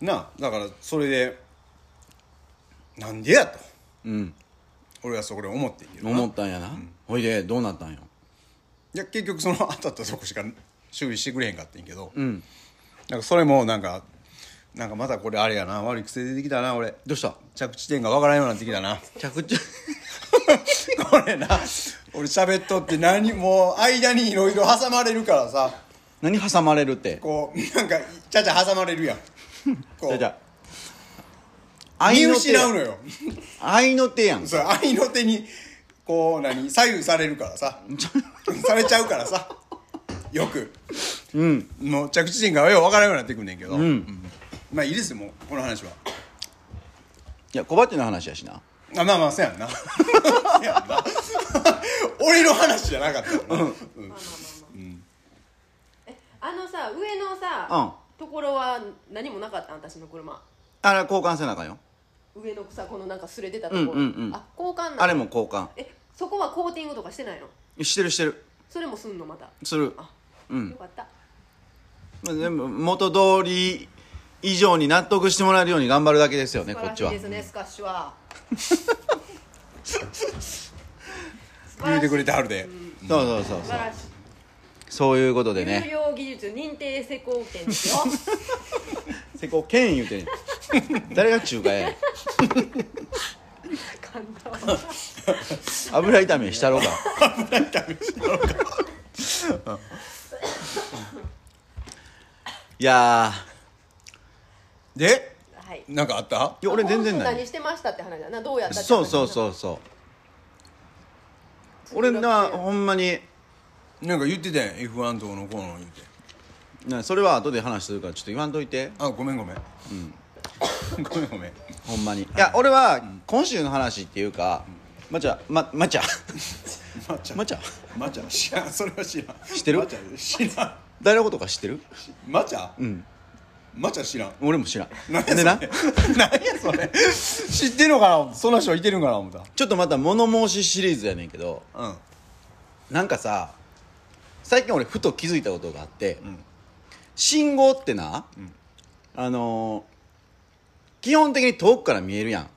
Speaker 2: なあだからそれでなんでやと
Speaker 1: うん
Speaker 2: 俺はそこで思ってんけどな
Speaker 1: 思ったんやな、ほいでどうなったんよ
Speaker 2: いや結局その当たったとこしか修理してくれへんかってんけど、
Speaker 1: ん
Speaker 2: なんかそれもなんかなんかまたこれあれやな悪い癖出てきたな俺
Speaker 1: どうした
Speaker 2: 着地点がわからんようになってきたな
Speaker 1: 着 地
Speaker 2: これな俺喋っとって何もう間にいろいろ挟まれるからさ
Speaker 1: 何挟まれるって
Speaker 2: こうなんかちゃちゃ挟まれるやん
Speaker 1: じ
Speaker 2: こ
Speaker 1: ゃ
Speaker 2: う
Speaker 1: あじゃあ
Speaker 2: 見
Speaker 1: 愛の手
Speaker 2: 失うのよ
Speaker 1: 愛の手やん
Speaker 2: そう愛の手にこう何左右されるか らさされちゃうからさよく、もう着地点がよう分からんようになってくんねんけど、うんまあいいですよもうこの話はい
Speaker 1: や小鉢の話やしな
Speaker 2: あまあまあそうやんな そうやんな俺の話じゃなかったよな、うん
Speaker 3: まあまあまあまあえあのさ上のさ、
Speaker 1: う
Speaker 3: ところは何もなかったん私の車
Speaker 1: あれ交換せなあかんよ
Speaker 3: 上のさこのなんか擦れてたところ、
Speaker 1: うんうんうん
Speaker 3: あ交換なの
Speaker 1: あれも交換
Speaker 3: えそこはコーティングとかしてないの
Speaker 1: してるしてる
Speaker 3: それもすんのまた
Speaker 1: する
Speaker 3: あ、
Speaker 1: うん
Speaker 3: よかった
Speaker 1: まあ全部元通り以上に納得してもらえるように頑張るだけですよね
Speaker 3: 素
Speaker 1: こ
Speaker 3: 晴
Speaker 1: っ
Speaker 3: ら
Speaker 1: ち
Speaker 3: しい
Speaker 1: は
Speaker 3: ですねスカッシュは
Speaker 2: 言う
Speaker 3: 素晴らしてい
Speaker 2: くれてはるで、
Speaker 1: そうそうそう
Speaker 3: 素
Speaker 1: そう
Speaker 3: 晴らしい
Speaker 1: そういうことで
Speaker 3: 有
Speaker 1: ね
Speaker 3: 料技術認定施工権ですよ
Speaker 1: 施工権言うてんねん誰が中華やねん
Speaker 3: 簡単
Speaker 1: 油炒めしたろうかいや
Speaker 2: で
Speaker 3: はい
Speaker 2: なんかあっ た
Speaker 1: ーいや俺全然な
Speaker 3: 本当
Speaker 1: い
Speaker 3: 何してましたって話だなどうやったって話
Speaker 1: そうそうそうそう俺なほんまに
Speaker 2: なんか言ってたやん F1 とこのこうの言うて
Speaker 1: なそれは後で話するからちょっと言わんといて
Speaker 2: あごめんごめん、 ごめんごめん
Speaker 1: ほんまにいや俺は今週の話っていうかまちゃまま ちゃ
Speaker 2: 抹茶
Speaker 1: まちゃ
Speaker 2: 抹茶知らんそれは知らん知
Speaker 1: ってる
Speaker 2: 抹茶知らん
Speaker 1: 誰のことか知ってる
Speaker 2: 抹茶
Speaker 1: うん
Speaker 2: 抹茶知らん
Speaker 1: 俺も知らん
Speaker 2: 何
Speaker 1: でな
Speaker 2: やそれ何やそれ知ってんのかなそんな人いてるんかな思った
Speaker 1: ちょっとまた物申しシリーズやねんけど
Speaker 2: うん
Speaker 1: なんかさ最近俺ふと気づいたことがあって、信号ってな、あのー基本的に遠くから見えるやん、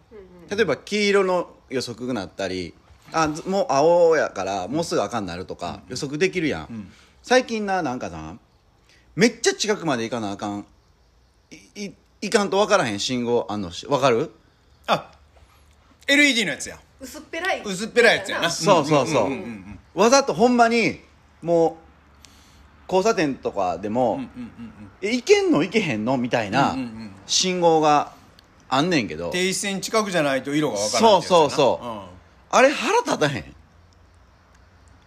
Speaker 1: 例えば黄色の予測がなったりあずもう青やからもうすぐ赤になるとか予測できるやん、最近ななんかなめっちゃ近くまで行かなあかんいいいかんと分からへん信号あんのし分かる、
Speaker 2: あ LED のやつや
Speaker 3: 薄っぺらい
Speaker 2: 薄っぺらいやつやな
Speaker 1: そうそうそう,、
Speaker 2: んんんん
Speaker 1: わざとほんまにもう交差点とかでも、
Speaker 2: うんうんうんうん
Speaker 1: え行けんの行けへんのみたいな
Speaker 2: うんうんうん
Speaker 1: 信号があんねんけど、
Speaker 2: 定位置線近くじゃないと色が分からんってやつや
Speaker 1: そう
Speaker 2: な
Speaker 1: そうあれ腹立たへん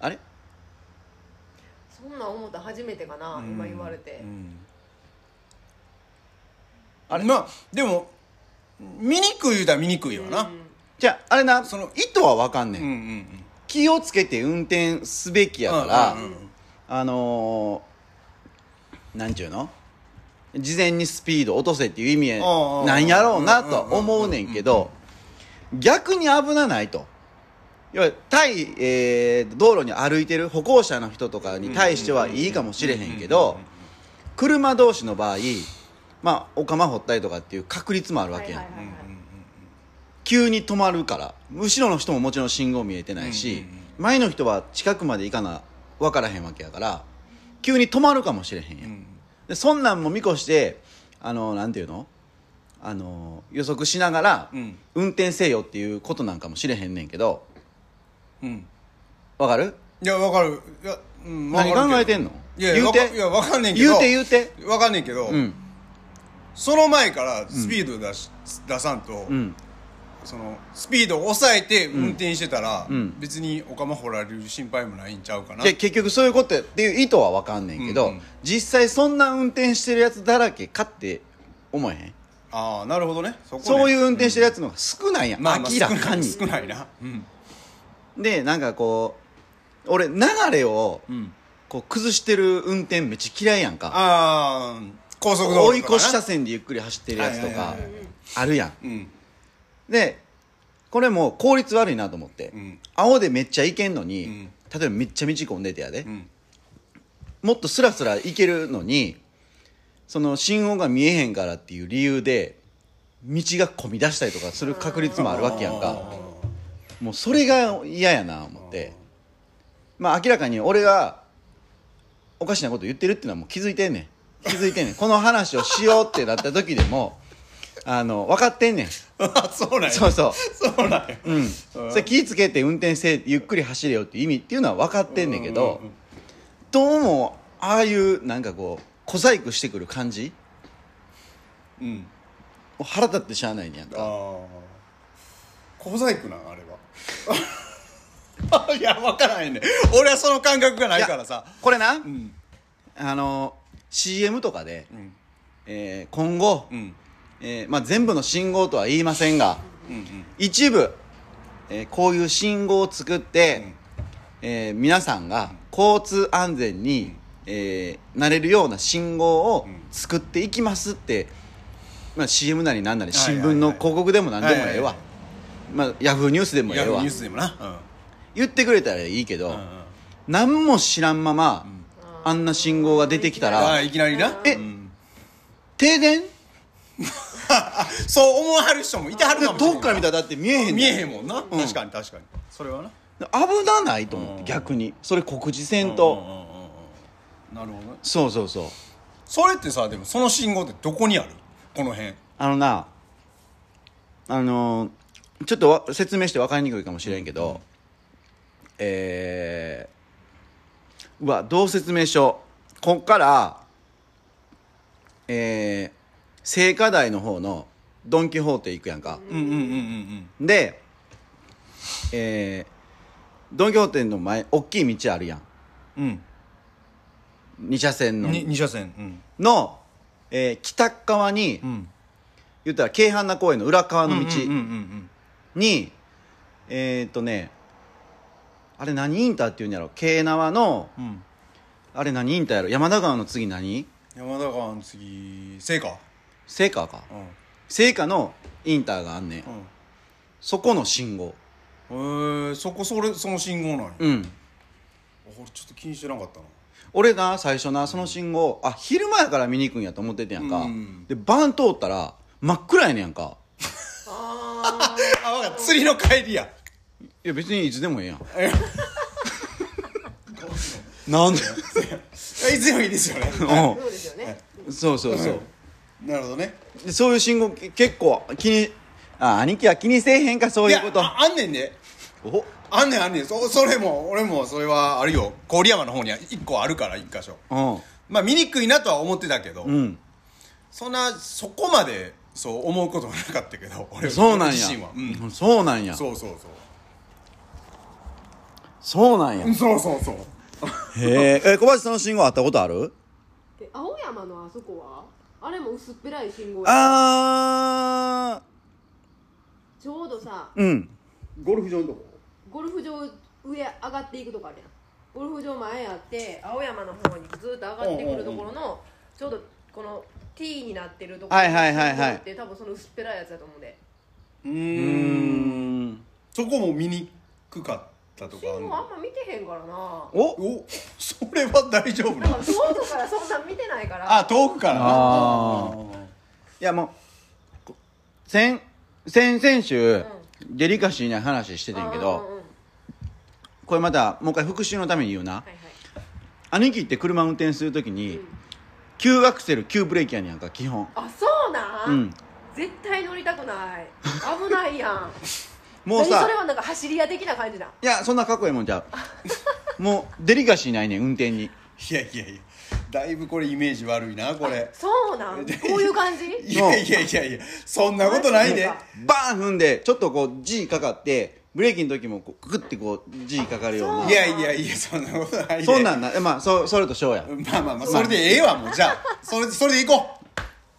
Speaker 1: あれ
Speaker 3: そんなん思った初めてかな、
Speaker 2: うん
Speaker 3: 今言われて、
Speaker 2: うんあれまあでも見にくい言うたら見にくいわな
Speaker 3: うん
Speaker 1: じゃああれなそ
Speaker 2: そ
Speaker 1: の
Speaker 2: の
Speaker 1: 意図は分かんね、
Speaker 2: うんんうんうん
Speaker 1: 気をつけて運転すべきやから、
Speaker 2: うんうんうん
Speaker 1: あのー、なんちゅうの事前にスピード落とせっていう意味へ
Speaker 2: ああ
Speaker 1: なんやろうなとは思うねんけど逆に危なないと要は対、えー道路に歩いてる歩行者の人とかに対してはいいかもしれへんけど車同士の場合まあお釜掘ったりとかっていう確率もあるわ
Speaker 3: はい
Speaker 1: け
Speaker 3: はい
Speaker 1: やん、
Speaker 3: はいはい
Speaker 1: 急に止まるから後ろの人ももちろん信号見えてないし、前の人は近くまで行かな分からへんわけやから急に止まるかもしれへんやん、でそんなんも見越してあのなんていうのあの予測しながら、
Speaker 2: うん
Speaker 1: 運転せよっていうことなんかもしれへんねんけど
Speaker 2: うん
Speaker 1: わかる
Speaker 2: いやわかるいや、うん、わ
Speaker 1: 何
Speaker 2: かるけど
Speaker 1: 考えてんの
Speaker 2: いやい
Speaker 1: 言う
Speaker 2: やわか
Speaker 1: て
Speaker 2: いやわかんねんけど
Speaker 1: 言うて言うて
Speaker 2: わかんねんけど、
Speaker 1: うん
Speaker 2: その前からスピード出し、出さんと、
Speaker 1: うん
Speaker 2: そのスピードを抑えて運転してたら、
Speaker 1: うん
Speaker 2: 別にお釜掘られる心配もないんちゃうかな
Speaker 1: け結局そういうことやっていう意図はわかんねんけど、
Speaker 2: うんうん
Speaker 1: 実際そんな運転してるやつだらけかって思えへん
Speaker 2: ああなるほどねそこね
Speaker 1: そういう運
Speaker 2: うん
Speaker 1: 転してるやつの方が少ないやん、
Speaker 2: まあまあ
Speaker 1: 明らかに
Speaker 2: 少ない少ないなうん
Speaker 1: でなんかこう俺流れを
Speaker 2: うん
Speaker 1: こう崩してる運転めっちゃ嫌いやんか
Speaker 2: ああ高速道
Speaker 1: 追い
Speaker 2: 路とかな
Speaker 1: 越し車線でゆっくり走ってるやつと
Speaker 2: は
Speaker 1: か
Speaker 2: いはいはいはい
Speaker 1: あるやん
Speaker 2: うん
Speaker 1: でこれも効率悪いなと思って、
Speaker 2: うん
Speaker 1: 青でめっちゃ行けんのに、
Speaker 2: うん
Speaker 1: 例えばめっちゃ道混んでてやで、
Speaker 2: うん
Speaker 1: もっとスラスラ行けるのにその信号が見えへんからっていう理由で道が混み出したりとかする確率もあるわけやんかもうそれが嫌やな思ってまあ明らかに俺がおかしなこと言ってるっていうのはもう気づいてんねん気づいてんねんこの話をしようってなった時でもあの分かってんねん
Speaker 2: あそうなんや
Speaker 1: そうそう
Speaker 2: そうなんや
Speaker 1: うん、それ気ぃつけて運転せゆっくり走れよっていう意味っていうのは分かってんねんけど、
Speaker 2: うんうん
Speaker 1: どうもああいうなんかこう小細工してくる感じ
Speaker 2: うん
Speaker 1: もう腹立ってしゃあないねやん
Speaker 2: あ
Speaker 1: か
Speaker 2: あ小細工なんあれはいや分からへんね俺はその感覚がないからさ
Speaker 1: いやこれな、
Speaker 2: うん
Speaker 1: あの CM とかで、
Speaker 2: うん
Speaker 1: えー今後、
Speaker 2: うん
Speaker 1: えーまあ、全部の信号とは言いませんが
Speaker 2: うんうん
Speaker 1: 一部、えーこういう信号を作って、えー皆さんが交通安全に、えーなれるような信号を
Speaker 2: ん
Speaker 1: 作っていきますって、まあ、CM なりなんなり
Speaker 2: はいは
Speaker 1: 新
Speaker 2: いはい
Speaker 1: 聞の広告でも何でもええ
Speaker 2: は
Speaker 1: わ
Speaker 2: いは
Speaker 1: まあヤフーニュースでもえ
Speaker 2: ヤ
Speaker 1: え
Speaker 2: フー
Speaker 1: わ
Speaker 2: ニュースでもな
Speaker 1: 言ってくれたらいいけど、
Speaker 2: うんうん
Speaker 1: 何も知らんまま、あんな信号が出てきた
Speaker 2: あ
Speaker 1: ら
Speaker 2: あいきなりな
Speaker 1: え
Speaker 2: うん
Speaker 1: 停電
Speaker 2: そう思わはる人もいてはるかもしれん
Speaker 1: 遠くから見たらだって見えへんね
Speaker 2: 見えへんもんな確かに確かにそれはな
Speaker 1: 危なないと思っ
Speaker 2: う
Speaker 1: て
Speaker 2: ん
Speaker 1: 逆にそれ告示せん
Speaker 2: うん
Speaker 1: と
Speaker 2: うんうんうんなるほどね
Speaker 1: そうそうそう
Speaker 2: それってさでもその信号ってどこにあるこの辺
Speaker 1: あのなあのーちょっとわ説明して分かりにくいかもしれんけど、えーうわどう説明しようこっからえー、聖火台の方のドン・キホーテ行くやんか、
Speaker 2: うんうんうんうん
Speaker 1: でえー、ドン・キホーテの前大きい道あるやん
Speaker 2: うん
Speaker 1: 2車線
Speaker 2: う
Speaker 1: の
Speaker 2: んに二車線うん
Speaker 1: の、えー北っ側に、
Speaker 2: うん
Speaker 1: 言ったら京阪な公園の裏側の道、
Speaker 2: うんうんうん
Speaker 1: にえーっとねあれ何インターっていうんやろ京奈和の
Speaker 2: うんうん
Speaker 1: あれ何インターやろ山田川の次何
Speaker 2: 山田川の次聖火
Speaker 1: 聖火か
Speaker 2: うん
Speaker 1: 聖火のインターがあんねんそこの信号
Speaker 2: うんへえそこそれその信号なんや
Speaker 1: うん
Speaker 2: 俺ちょっと気にしてなかったな
Speaker 1: 俺な最初なその信号あ昼前から見に行くんやと思っててやんか、
Speaker 2: うん
Speaker 1: でバーン通ったら真っ暗やねんやんか
Speaker 3: あ
Speaker 2: あわかった釣りの帰りや
Speaker 1: いや別にいつでもええやん なんで
Speaker 2: いつでもいいですよね
Speaker 1: う
Speaker 3: あそうですよね
Speaker 1: んそうそうそう、
Speaker 2: なるほどね
Speaker 1: でそういう信号け結構気にあ兄貴は気にせえへんかそうい
Speaker 2: い
Speaker 1: う
Speaker 2: や
Speaker 1: こと
Speaker 2: ああんねんね
Speaker 1: お
Speaker 2: あんねんあんねんそそれも俺もそれはあるよ郡山の方には1個あるから1箇所
Speaker 1: うん
Speaker 2: まあ見にくいなとは思ってたけど、
Speaker 1: うん
Speaker 2: そんなそこまでそう思うことはなかったけ ど俺
Speaker 1: そうなん
Speaker 2: 俺
Speaker 1: や
Speaker 2: 自身は、うん、
Speaker 1: そうなんや
Speaker 2: そうそうそう
Speaker 1: そうなんや
Speaker 2: うんそうそうそう
Speaker 1: へえ小林さんの信号あったことある
Speaker 3: で青山のあそこはあれも薄っぺらい信号や
Speaker 1: あ
Speaker 3: ちょうどさ
Speaker 1: ーうん
Speaker 2: ゴルフ場のとこ
Speaker 3: ゴルフ場上上がっていくとこあるやんゴルフ場前あって青山の方にずっと上がってくるところのちょうどこの T になってるとこ
Speaker 1: はいはいはいはい
Speaker 3: って多分その薄っぺらいやつだと思うんで
Speaker 2: う
Speaker 1: う
Speaker 2: ーん
Speaker 1: ーん
Speaker 2: そこも見にくかったとかあ
Speaker 3: 私
Speaker 2: る
Speaker 3: もあ
Speaker 2: の
Speaker 3: んま見てへんからな
Speaker 1: お
Speaker 2: おそれは大丈夫な
Speaker 3: だか
Speaker 2: の
Speaker 3: ら遠くからそんなん見てないから
Speaker 2: あ遠くからな
Speaker 1: あいやもうこ先先々週、デリカシーな話しててんけど、
Speaker 3: うんうんうん
Speaker 1: これまたもう一回復習のために言うな、
Speaker 3: はいはい
Speaker 1: 兄貴って車運転するときに、
Speaker 3: うん
Speaker 1: 急アクセル急ブレーキやねんやんか基本
Speaker 3: あそうな、
Speaker 1: うんん
Speaker 3: 絶対乗りたく ない危ないやん
Speaker 1: もう
Speaker 3: 何
Speaker 1: さ
Speaker 3: それはなんか走り屋的な感じだ
Speaker 1: いやそんなかっこいいもんじゃうもうデリカシーないねん運転に
Speaker 2: いやいやいやだいぶこれイメージ悪いなこれ
Speaker 3: そうなんこういう感じ
Speaker 2: いやいやいやいやそんなことないで、
Speaker 1: バーン踏んでちょっとこう G かかってブレーキの時もこうグッてこう G かかるよう
Speaker 3: あ
Speaker 1: な
Speaker 2: いうやいやいやそんなことないで
Speaker 1: そんなんなまあそそれとしようや
Speaker 2: まあまあまあそれでええわもうじゃあそれでそれで行こ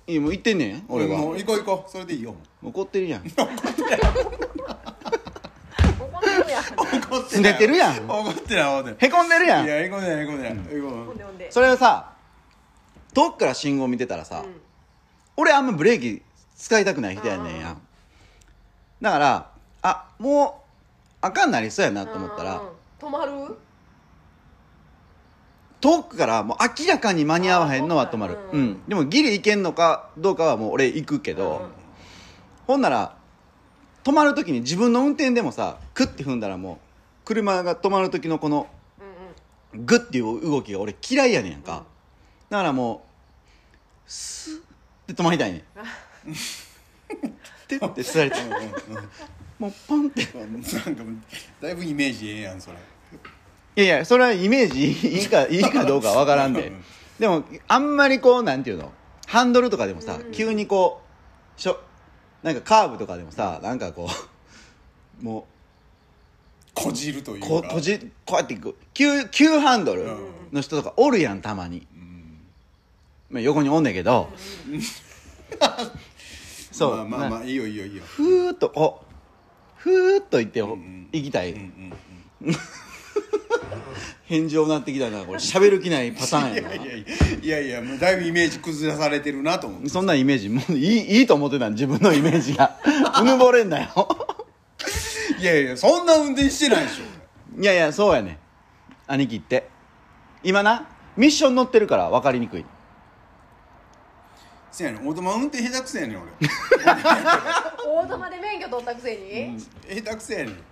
Speaker 2: う
Speaker 1: いやもう言ってんねん俺は
Speaker 2: もう行こう行こうそれでいいよもう
Speaker 1: 怒ってるやん
Speaker 3: 怒ってるやん
Speaker 2: 怒っ
Speaker 1: 拗ねてるやん
Speaker 2: 怒ってない怒って
Speaker 1: へこんでるや
Speaker 2: ないい
Speaker 1: ん
Speaker 2: やへこんでないへこんでないへこん
Speaker 3: ほ
Speaker 2: で
Speaker 3: ん
Speaker 2: ない
Speaker 3: でほんで
Speaker 1: それはさ遠くから信号見てたらさ、
Speaker 3: うん
Speaker 1: 俺あんまブレーキ使いたくない人やねんやだからあもうあかんなりそうやなと思ったら
Speaker 3: うんうん止まる
Speaker 1: 遠くからもう明らかに間に合わへんのは止まる
Speaker 3: あーそう
Speaker 1: う
Speaker 3: か
Speaker 1: ん、でもギリ行けんのかどうかはもう俺行くけど、
Speaker 3: うん
Speaker 1: ほんなら止まる時に自分の運転でもさクッて踏んだらもう車が止まる時のこの
Speaker 3: うんうん
Speaker 1: グッていう動きが俺嫌いやねんやんか、だからもうスッて止まりたいねん てって座りたいもうポンって
Speaker 2: うんうんうんなんかだいぶイメージええやんそれ
Speaker 1: いやいやそれはイメー ジいいかいいかどうかわからんででもあんまりこうなんていうのハンドルとかでもさ、
Speaker 3: うん
Speaker 1: 急にこうしょなんかカーブとかでもさなんかこう も
Speaker 2: こじるといううか
Speaker 1: こうこじこうやってこう急急ハンドル
Speaker 2: うん
Speaker 1: の人とかおるやんたまに、まあ、横におんねんけ ど、そう、
Speaker 2: まあまあま
Speaker 1: な
Speaker 2: あいいよいいよいいよ
Speaker 1: ふーっとこうふーっと行って、
Speaker 2: う
Speaker 1: お
Speaker 2: んうん
Speaker 1: 行きたい、
Speaker 2: うんうん
Speaker 1: 返事をなってきたなこれ喋る気ないパターン
Speaker 2: い
Speaker 1: や
Speaker 2: や
Speaker 1: ない
Speaker 2: やいやいやいやもうだいぶイメージ崩されてるなと思って
Speaker 1: そんなイメージもうい いいいと思ってたん自分のイメージ がうぬぼれんなよ
Speaker 2: いやいやそんな運転してないでしょ
Speaker 1: いやいやそうやね兄貴って今なミッション乗ってるから分かりにくい
Speaker 2: せやねんオートマ運転下手くそやねん俺
Speaker 3: 大玉で免許取ったくせに、
Speaker 2: 下手くそやねん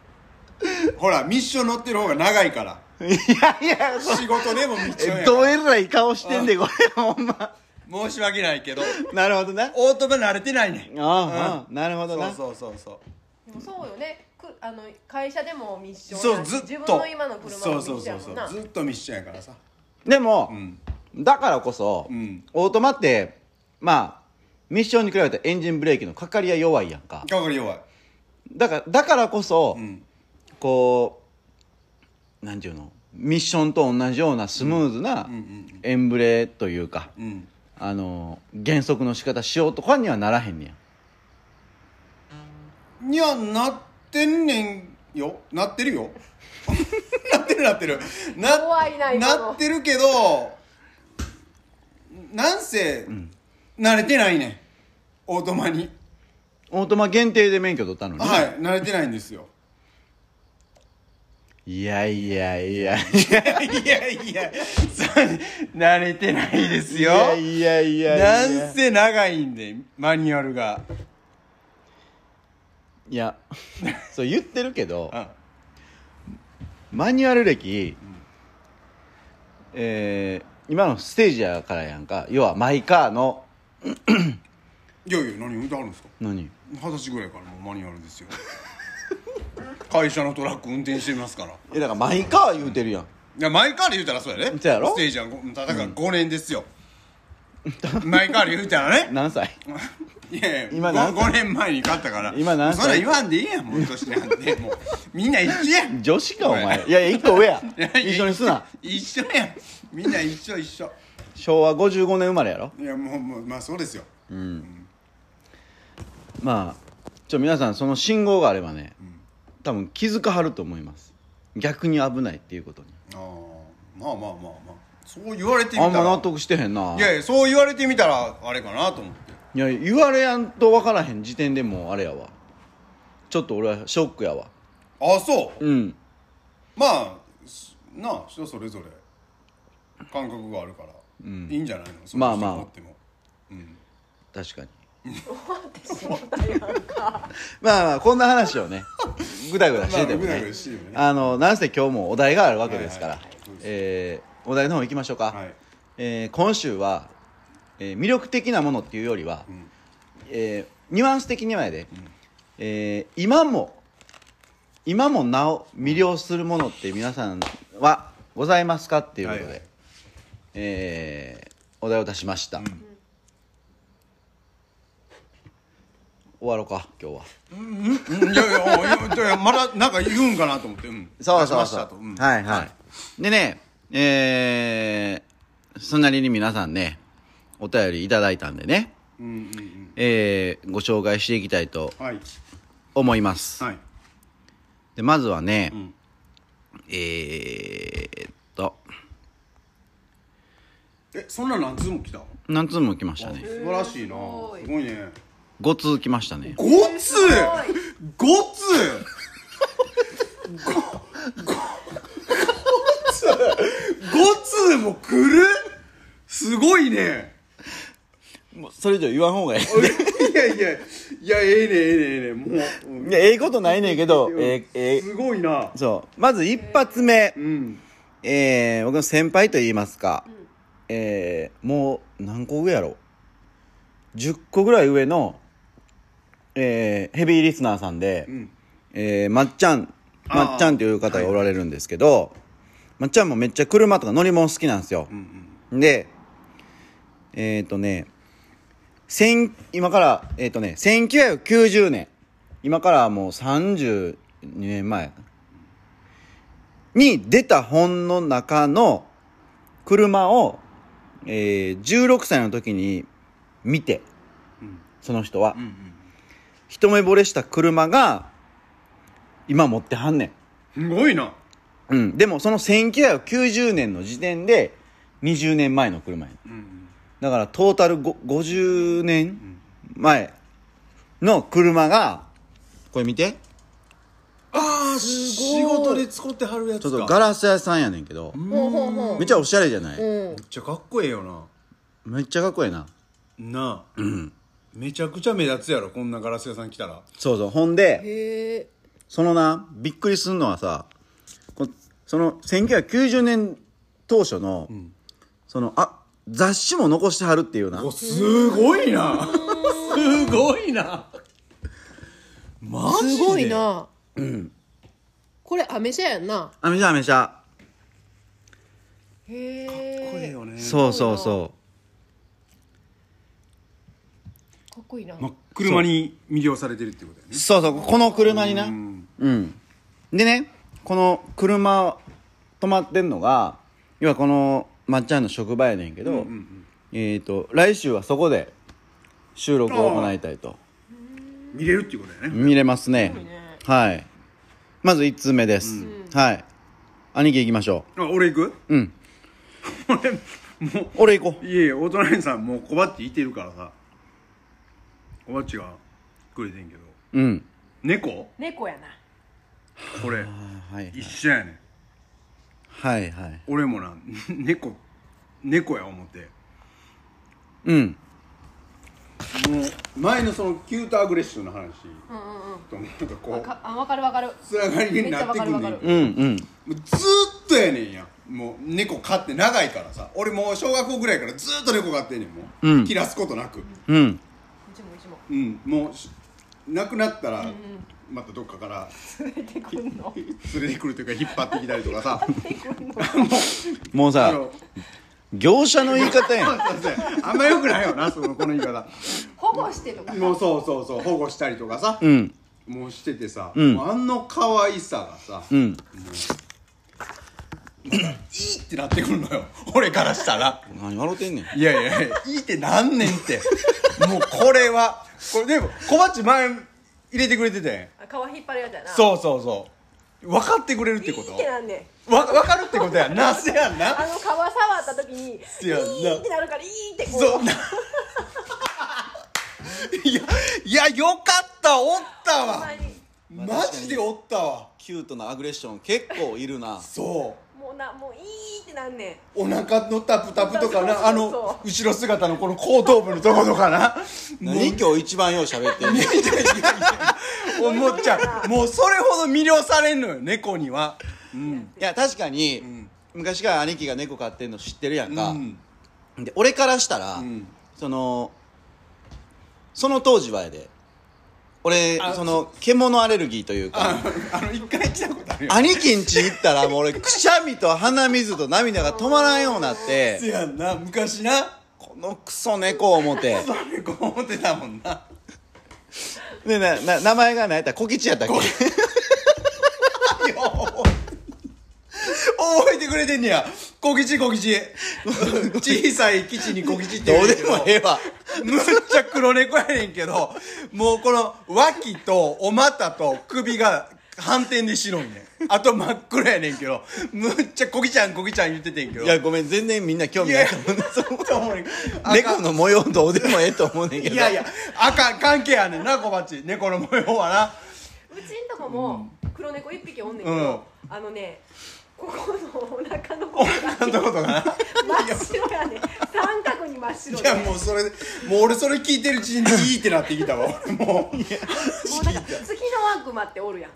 Speaker 2: ほらミッション乗ってる方が長いから
Speaker 1: いやいやそ
Speaker 2: 仕事でもミッション
Speaker 1: え
Speaker 2: やか
Speaker 1: ど
Speaker 2: ら
Speaker 1: えらい顔してんでこれほんま
Speaker 2: 申し訳ないけど
Speaker 1: なるほどなあ
Speaker 2: オートマ慣れてないねん
Speaker 1: あ、なるほどな
Speaker 2: そうそうそうそう
Speaker 3: でもそうよねくあの会社でもミッション
Speaker 2: そう
Speaker 3: やし
Speaker 2: ずっと
Speaker 3: 自分の今の車も
Speaker 2: そ
Speaker 3: ミ
Speaker 2: うそ
Speaker 3: ッ
Speaker 2: う
Speaker 3: シ
Speaker 2: そ
Speaker 3: ョ
Speaker 2: う
Speaker 3: ン
Speaker 2: そ
Speaker 3: やもんな
Speaker 2: うずっとミッションやからさ
Speaker 1: でも
Speaker 2: う、ん
Speaker 1: だからこそ、
Speaker 2: うん
Speaker 1: オートマってまあミッションに比べてエンジンブレーキのかかりは弱いやんか
Speaker 2: かかり弱い
Speaker 1: だからだからこそ、
Speaker 2: うん
Speaker 1: こうなんていうのミッションと同じようなスムーズな
Speaker 2: うんうん
Speaker 1: エンブレというか、
Speaker 2: うん
Speaker 1: あの減速の仕方しようとかにはならへんねや
Speaker 2: いやなってんねんよなってるよなってるなってるな
Speaker 3: 怖いな今の
Speaker 2: なってるけどなんせ、慣れてないねんオートマに
Speaker 1: オートマ限定で免許取ったのに、
Speaker 2: はい慣れてないんですよ
Speaker 1: い、やいやいやい
Speaker 2: いやいやいやそ慣れてないですよ
Speaker 1: やいやいやいや
Speaker 2: なんせ長いんでマニュアルが、
Speaker 1: いやそう言ってるけど
Speaker 2: うん
Speaker 1: マニュアル歴、えー今のステージやからやんか要はマイカーの
Speaker 2: いやいや何運転あるんですか
Speaker 1: 何
Speaker 2: 二十歳ぐらいからもうマニュアル ですよ会社のトラック運転してますから
Speaker 1: えだからマイカー言うてるやん
Speaker 2: いや前から言うたらそうやね
Speaker 1: そうやろ
Speaker 2: ステージはごだから5年ですよ、 前から言うたらね
Speaker 1: 何歳
Speaker 2: いやいや
Speaker 1: 今
Speaker 2: 今
Speaker 1: 何
Speaker 2: 5,
Speaker 1: 歳
Speaker 2: 年前に勝ったから
Speaker 1: 今何歳
Speaker 2: そんなん言わんでいいやんもう年なんてもう みんな一緒や ん
Speaker 1: 女子かお前
Speaker 2: お
Speaker 1: いや いや一個上や
Speaker 2: いや
Speaker 1: 一緒にすな
Speaker 2: 一緒やんみんな一緒一緒
Speaker 1: 昭和55年生まれやろ
Speaker 2: いやもうもうまあそうですよ
Speaker 1: まあちょ皆さんその信号があればね、多分気づかはると思います逆に危ないっていうことに
Speaker 2: ああまあまあまあまあそう言われてみたら
Speaker 1: あんま納得してへんない
Speaker 2: やいやそう言われてみたらあれかなと思って
Speaker 1: いや言われやんと分からへん時点でもうあれやわちょっと俺はショックやわ
Speaker 2: あそう
Speaker 1: うん
Speaker 2: まあすなあ人それぞれ感覚があるから、いいんじゃないのその
Speaker 1: まあまあ
Speaker 2: 人にとっても
Speaker 1: 確かに
Speaker 3: 終わってしまったやんか
Speaker 1: まあまあこんな話を ねぐだぐだしてても
Speaker 2: ぐだ
Speaker 1: ね
Speaker 2: ぐだしてるよね
Speaker 1: あのなんせ今日もお題があるわけですから、
Speaker 2: はいはいはいそうです
Speaker 1: えーお題の方行きましょうか、
Speaker 2: はい
Speaker 1: えー今週は、えー魅力的なものっていうよりは、
Speaker 2: ん
Speaker 1: えーニュアンス的にはやで、えー今も今もなお魅了するものって皆さんはございますかっていうことで、
Speaker 2: はいはい
Speaker 1: えーお題を出しました、終わろうか今日は
Speaker 2: うんいやいやおいやいやまだなんか言うんかなと思ってうん
Speaker 1: そう
Speaker 2: 出し
Speaker 1: そう
Speaker 2: まし
Speaker 1: そ
Speaker 2: た
Speaker 1: う
Speaker 2: と、うん
Speaker 1: はいはいでねえー、そんなりに皆さんねお便りいただいたんでね
Speaker 2: うんうん
Speaker 1: えーご紹介していきたいと
Speaker 2: うんはい
Speaker 1: 思います、
Speaker 2: はい
Speaker 1: でまずはね、
Speaker 2: ん
Speaker 1: えーっと
Speaker 2: えそんな何通も来た
Speaker 1: 何通も来ましたね
Speaker 2: 素晴らしいな
Speaker 3: すごい
Speaker 2: すごいね
Speaker 1: 5通来ましたね
Speaker 2: 五通
Speaker 3: すごい
Speaker 2: 五通ごごご通五通も来るすごいね
Speaker 1: それ以上言わん方がいい
Speaker 2: いやいやいやええねええねええねもう、うん
Speaker 1: いやええことないねんけどえーえー
Speaker 2: すごいな
Speaker 1: そうまず一発目、
Speaker 2: うん
Speaker 1: えー僕の先輩と言いますか、えーもう何個上やろ10個ぐらい上の、えーヘビーリスナーさんで、
Speaker 2: うん
Speaker 1: えーまっちゃん
Speaker 2: あー
Speaker 1: まっちゃんという方がおられるんですけど、まっちゃんもめっちゃ車とか乗り物好きなんですよ、
Speaker 2: うん
Speaker 1: でえっ、とね千今からえっ、とね1990年今からもう32年前に出た本の中の車を、えー16歳の時に見て
Speaker 2: うん
Speaker 1: その人は、
Speaker 2: うんうん
Speaker 1: 一目惚れした車が今持ってはんねん
Speaker 2: すごいな
Speaker 1: うん、でもその1990年の時点で20年前の車やねん
Speaker 2: うん
Speaker 1: だからトータルご50年前の車がこれ見て
Speaker 2: ああ仕事で使ってはるやつ
Speaker 1: ちょ
Speaker 2: か
Speaker 1: っとガラス屋さんやねんけど
Speaker 3: ほうほうほう
Speaker 1: めっちゃおしゃれじゃない、
Speaker 3: うん
Speaker 2: めっちゃかっこええよな
Speaker 1: めっちゃかっこええな
Speaker 2: なあ、めちゃくちゃ目立つやろこんなガラス屋さん来たら
Speaker 1: そうそうほんで
Speaker 3: へえ
Speaker 1: そのなびっくりすんのはさこその1990年当初の、そのあ雑誌も残してはるっていうな
Speaker 2: おすごいなすごいなマジです
Speaker 3: ごいなこれアメ車やんな
Speaker 1: あめちゃめちゃ、
Speaker 3: へ
Speaker 2: これ
Speaker 3: え
Speaker 2: よね
Speaker 1: そうそうそう
Speaker 3: かっこいいな
Speaker 2: ま車に魅了されてるってことだよね
Speaker 1: そうそう、この車にな。
Speaker 2: う
Speaker 1: うん
Speaker 2: ん。
Speaker 1: でね、この車、止まってんのが、要はこの、まっちゃんの職場やねんけど、えっ、と、来週はそこで収録を行いたいと。
Speaker 2: 見れるっていうことだよね
Speaker 1: 見れますね。
Speaker 3: いね
Speaker 1: はい。まず1通目です。はい。兄貴行きましょ
Speaker 2: あ俺行く
Speaker 1: う。うん。
Speaker 2: 俺も
Speaker 1: 俺行こ
Speaker 2: ういえいえ大人さんもう小バッチいてるからさ小バッチがくれてんけど
Speaker 1: う。うん。
Speaker 2: 猫
Speaker 3: 猫やな
Speaker 2: これ
Speaker 1: あはいはい。
Speaker 2: 一緒やねん
Speaker 1: はいはい。
Speaker 2: 俺もな猫猫や思って
Speaker 1: うん。
Speaker 2: もう前のそのキュートアグレッシブの話
Speaker 3: うんうんうん
Speaker 2: となんかこ
Speaker 3: わ
Speaker 2: う
Speaker 3: かあ分かる分かる
Speaker 2: つながりになってくんね
Speaker 3: めっちゃわかるわ
Speaker 2: ん
Speaker 3: か
Speaker 2: も
Speaker 1: うんうん。
Speaker 2: うずーっとやねんやもう猫飼って長いからさ俺もう小学校ぐらいからずーっと猫飼ってんねんもう、
Speaker 1: うん
Speaker 2: 切らすことなく
Speaker 1: うん。
Speaker 3: うちもうちも
Speaker 2: うんもうし亡くなったら、またどっかから
Speaker 3: 連れてくんの
Speaker 2: 連れてくるというか引っ張ってきたりとかさ
Speaker 1: もう
Speaker 2: あ
Speaker 1: さ、
Speaker 2: の
Speaker 1: 業者の言い方や ん。
Speaker 2: そうそうあんまよくないよなそのこの言い方
Speaker 3: 保護してとか
Speaker 2: もうそうそうそう保護したりとかさ、
Speaker 1: うん。
Speaker 2: もうしててさ、
Speaker 1: ん
Speaker 2: もうあの可愛さがさ、
Speaker 1: うん。
Speaker 2: いいってなってくるのよ俺からしたら
Speaker 1: 何笑ってんねん。
Speaker 2: いやいやいやいいってなんねんってもうこれはこれでも小鉢前入れてくれてて
Speaker 3: あ皮引っ張るやつやな
Speaker 2: そうそうそう分かってくれるってこと
Speaker 3: いいってなんねん
Speaker 2: わわかるってことやんなせやんな
Speaker 3: あの皮触った時にイ
Speaker 2: やな
Speaker 3: ーってなるからイーってこう
Speaker 2: そうないやいやよかったおった
Speaker 3: ほん
Speaker 2: わ
Speaker 3: まに
Speaker 2: マジでおったわ
Speaker 1: キュートなアグレッション結構いるな
Speaker 2: そう
Speaker 3: もうなもうイーってなんねん
Speaker 2: お腹のタプタプとか
Speaker 3: そうそうそう
Speaker 2: なあの後ろ姿のこの後頭部のとことかなもう
Speaker 1: 何今日一番よう喋ってる
Speaker 2: いやいやいやいや思っちゃうもうそれほど魅了されんのよ猫にはうん
Speaker 1: いや確かに、昔から兄貴が猫飼ってんの知ってるやんか、
Speaker 2: うん
Speaker 1: で俺からしたら、
Speaker 2: うん
Speaker 1: そのその当時はやで俺
Speaker 2: あ
Speaker 1: その獣アレルギーという
Speaker 2: あ
Speaker 1: か
Speaker 2: あの一回来たことあるよ
Speaker 1: 兄貴ん家行ったらもう俺くしゃみと鼻水と涙が止まらんようになって
Speaker 2: せやんな昔な
Speaker 1: このクソ猫を思って
Speaker 2: それこう思ってたもんな
Speaker 1: でなな名前が何やったら小吉やったっけ
Speaker 2: よう覚えてくれてんねや小吉小吉小さい吉に小吉って
Speaker 1: ど
Speaker 2: 言
Speaker 1: う
Speaker 2: うねん
Speaker 1: で
Speaker 2: け
Speaker 1: もええわ
Speaker 2: むっちゃ黒猫やねんけどもうこの脇とお股と首が反転で白いねんあと真っ黒やねんけどむっちゃ小吉ちゃん小吉ちゃん言っててんけど
Speaker 1: いやごめん全然みんな興味ないと思うね
Speaker 2: そう思うねん
Speaker 1: 猫の模様どうでもええと思うねんけ
Speaker 2: 赤
Speaker 1: ど
Speaker 2: いやいや赤関係やねんな小鉢猫の模様はな
Speaker 3: うちんとこも黒猫一匹おんねんけ
Speaker 2: う
Speaker 3: ど
Speaker 2: ん、
Speaker 3: あのねここのお腹の
Speaker 2: お
Speaker 3: ここ
Speaker 2: 腹の
Speaker 3: が
Speaker 2: とことかな
Speaker 3: 真っ白やねん三角に真っ白
Speaker 2: い
Speaker 3: で
Speaker 2: や
Speaker 3: も
Speaker 2: もうそれでもう俺それ聞いてるうちにいいってなってきたわ俺もう
Speaker 3: うなんか月の悪魔っておるやん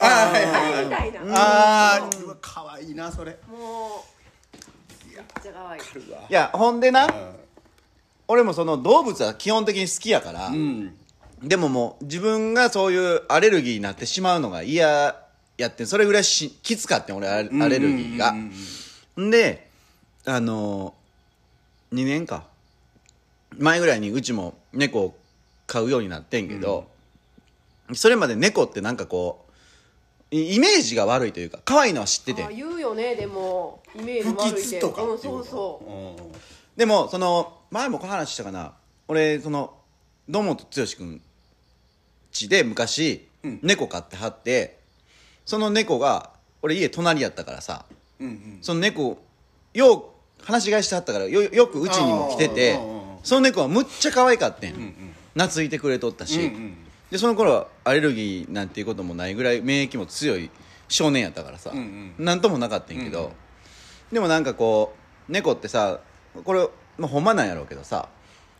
Speaker 2: あーはい
Speaker 3: あ
Speaker 2: は
Speaker 3: れ
Speaker 2: い
Speaker 3: み
Speaker 2: はい
Speaker 3: たいな
Speaker 2: あーうわ可愛いなそれ
Speaker 3: もうめっちゃ可愛い
Speaker 2: るわ
Speaker 1: いやほんでな、
Speaker 2: うん
Speaker 1: 俺もその動物は基本的に好きやから、
Speaker 2: うん
Speaker 1: でももう自分がそういうアレルギーになってしまうのが嫌やってんそれぐらいしきつかってん俺アレアレルギーが
Speaker 2: うんうんうん
Speaker 1: んであのー、2年か前ぐらいにうちも猫を飼うようになってんけど、それまで猫ってなんかこうイイメージが悪いというか可愛いのは知ってて
Speaker 3: あー言うよねでもイメージ
Speaker 2: 不
Speaker 3: 悪いっ
Speaker 2: 吉
Speaker 3: て
Speaker 2: とかっ
Speaker 3: うん
Speaker 2: てい
Speaker 3: そうそう
Speaker 2: う
Speaker 1: でもその前も話したかな俺その堂本剛君家で昔、
Speaker 2: うん
Speaker 1: 猫飼ってはってその猫が俺家隣やったからさ
Speaker 2: うんうん
Speaker 1: その猫よう話し飼いしてはったからよよくうちにも来てて
Speaker 2: あーうんうんうん
Speaker 1: その猫はむっちゃ可愛かってん、
Speaker 2: ん
Speaker 1: 懐いてくれとったし、
Speaker 2: うん
Speaker 1: でその頃はアレルギーなんていうこともないぐらい免疫も強い少年やったからさ、
Speaker 2: う
Speaker 1: なんんともなかったんやけど、でもなんかこう猫ってさこれ、まあ、ほんまなんやろうけどさ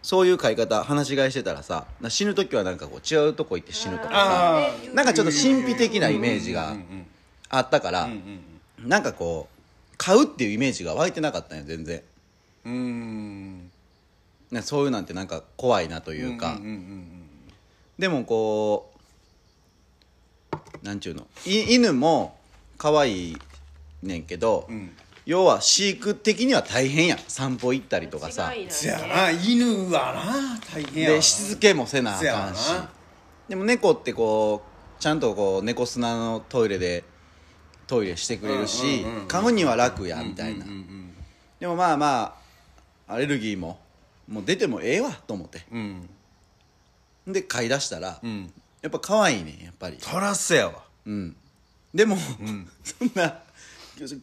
Speaker 1: そういう飼い方話し飼いしてたらさな死ぬ時はなんかこう違うとこ行って死ぬとかさ
Speaker 2: あー
Speaker 1: なんかちょっと神秘的なイメージ
Speaker 2: う
Speaker 1: が
Speaker 2: んうん
Speaker 1: あったから、
Speaker 2: うん
Speaker 1: なんかこう飼うっていうイメージが湧いてなかったんや全然
Speaker 2: うんうん
Speaker 1: なそういうなんてなんか怖いなというか、
Speaker 2: んんん
Speaker 1: でもこうなんちゅうのい犬も可愛いねんけど、
Speaker 2: うんうん
Speaker 1: 要は飼育的には大変やん散歩行ったりとかさ
Speaker 3: 間違いない
Speaker 2: せやな犬はな大変やわ
Speaker 1: でしつけもせなあ
Speaker 2: せや
Speaker 1: か
Speaker 2: わ
Speaker 1: ん
Speaker 2: な
Speaker 1: しでも猫ってこうちゃんとこう猫砂のトイレでトイレしてくれるし、
Speaker 2: うんうんうんうん
Speaker 1: 噛むには楽やみたいな、
Speaker 2: うんうん
Speaker 1: でもまあまあアレルギーももう出てもええわと思って
Speaker 2: うんうん
Speaker 1: で飼い出したら、
Speaker 2: うん
Speaker 1: やっぱ可愛いねんやっぱり
Speaker 2: そらせやわ
Speaker 1: うんでも、そんな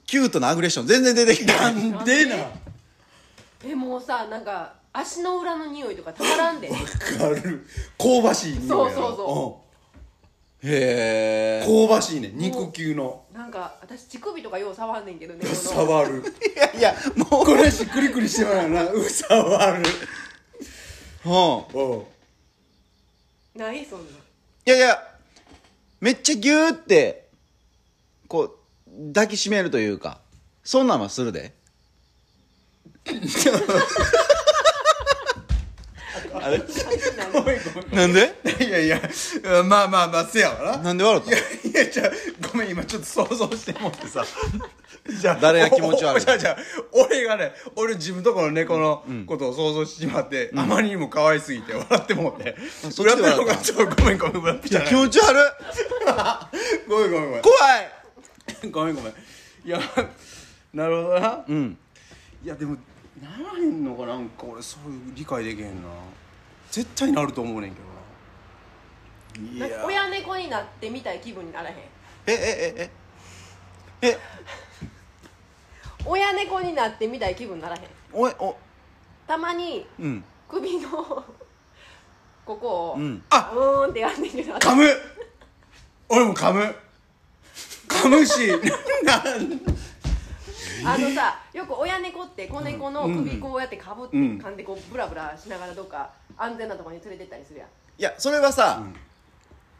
Speaker 1: キュートなアグレッション全然出てきた
Speaker 2: なんでなわ
Speaker 3: えもうさなんか足の裏の匂いとかたま らんで
Speaker 2: かる香ばしい匂いやろ
Speaker 3: そうそうそ
Speaker 1: へえ
Speaker 2: うん香ばしいね肉球の
Speaker 3: なんか私乳首とかよう触んねんけ どね
Speaker 2: 触る
Speaker 1: いやいやもう
Speaker 2: これしクリクリしてもらうなうん触る
Speaker 1: うん
Speaker 2: おう
Speaker 3: ないそんない
Speaker 1: やいやめっちゃギューってこう抱きしめるというかそんなんはするであれ
Speaker 2: ごめんごめん
Speaker 1: なんで
Speaker 2: いやいや、うんまあまあまあ、せやわな。
Speaker 1: なんで笑っ
Speaker 2: い
Speaker 1: た
Speaker 2: やいや、じゃあごめん、今ちょっと想像してもってさ。じゃあ
Speaker 1: 誰が気持ち悪い
Speaker 2: おおじゃあじゃあ俺がね、俺自分とこの猫のことを想像してしまって、あまりにも可愛すぎて笑ってもうて。
Speaker 1: そっちで笑った
Speaker 2: 裏がちょっとごめんごめん、裏ピじゃない
Speaker 1: 気持ち悪い
Speaker 2: ごめんごめんごめん。
Speaker 1: 怖い
Speaker 2: ごめんごめん。いや、 なるほどな。
Speaker 1: うん
Speaker 2: いや、でも、ならへんのかなんか俺、そういう理解できへんな。絶対なると思うねんけどな。
Speaker 3: なんか親猫になってみたい気分にならへん
Speaker 1: えええええ
Speaker 3: 親猫になってみたい気分ならへん
Speaker 1: おいお
Speaker 3: たまに
Speaker 1: うん
Speaker 3: 首のここを、
Speaker 1: うん
Speaker 2: あ
Speaker 3: うーんってやんねんけど
Speaker 2: 噛む俺も噛む噛むしなん
Speaker 3: あのさよく親猫って子猫の首こうやってかぶって噛んでこうブラブラしながらどっか安全なところに連れてったりするやん
Speaker 1: いやそれはさ、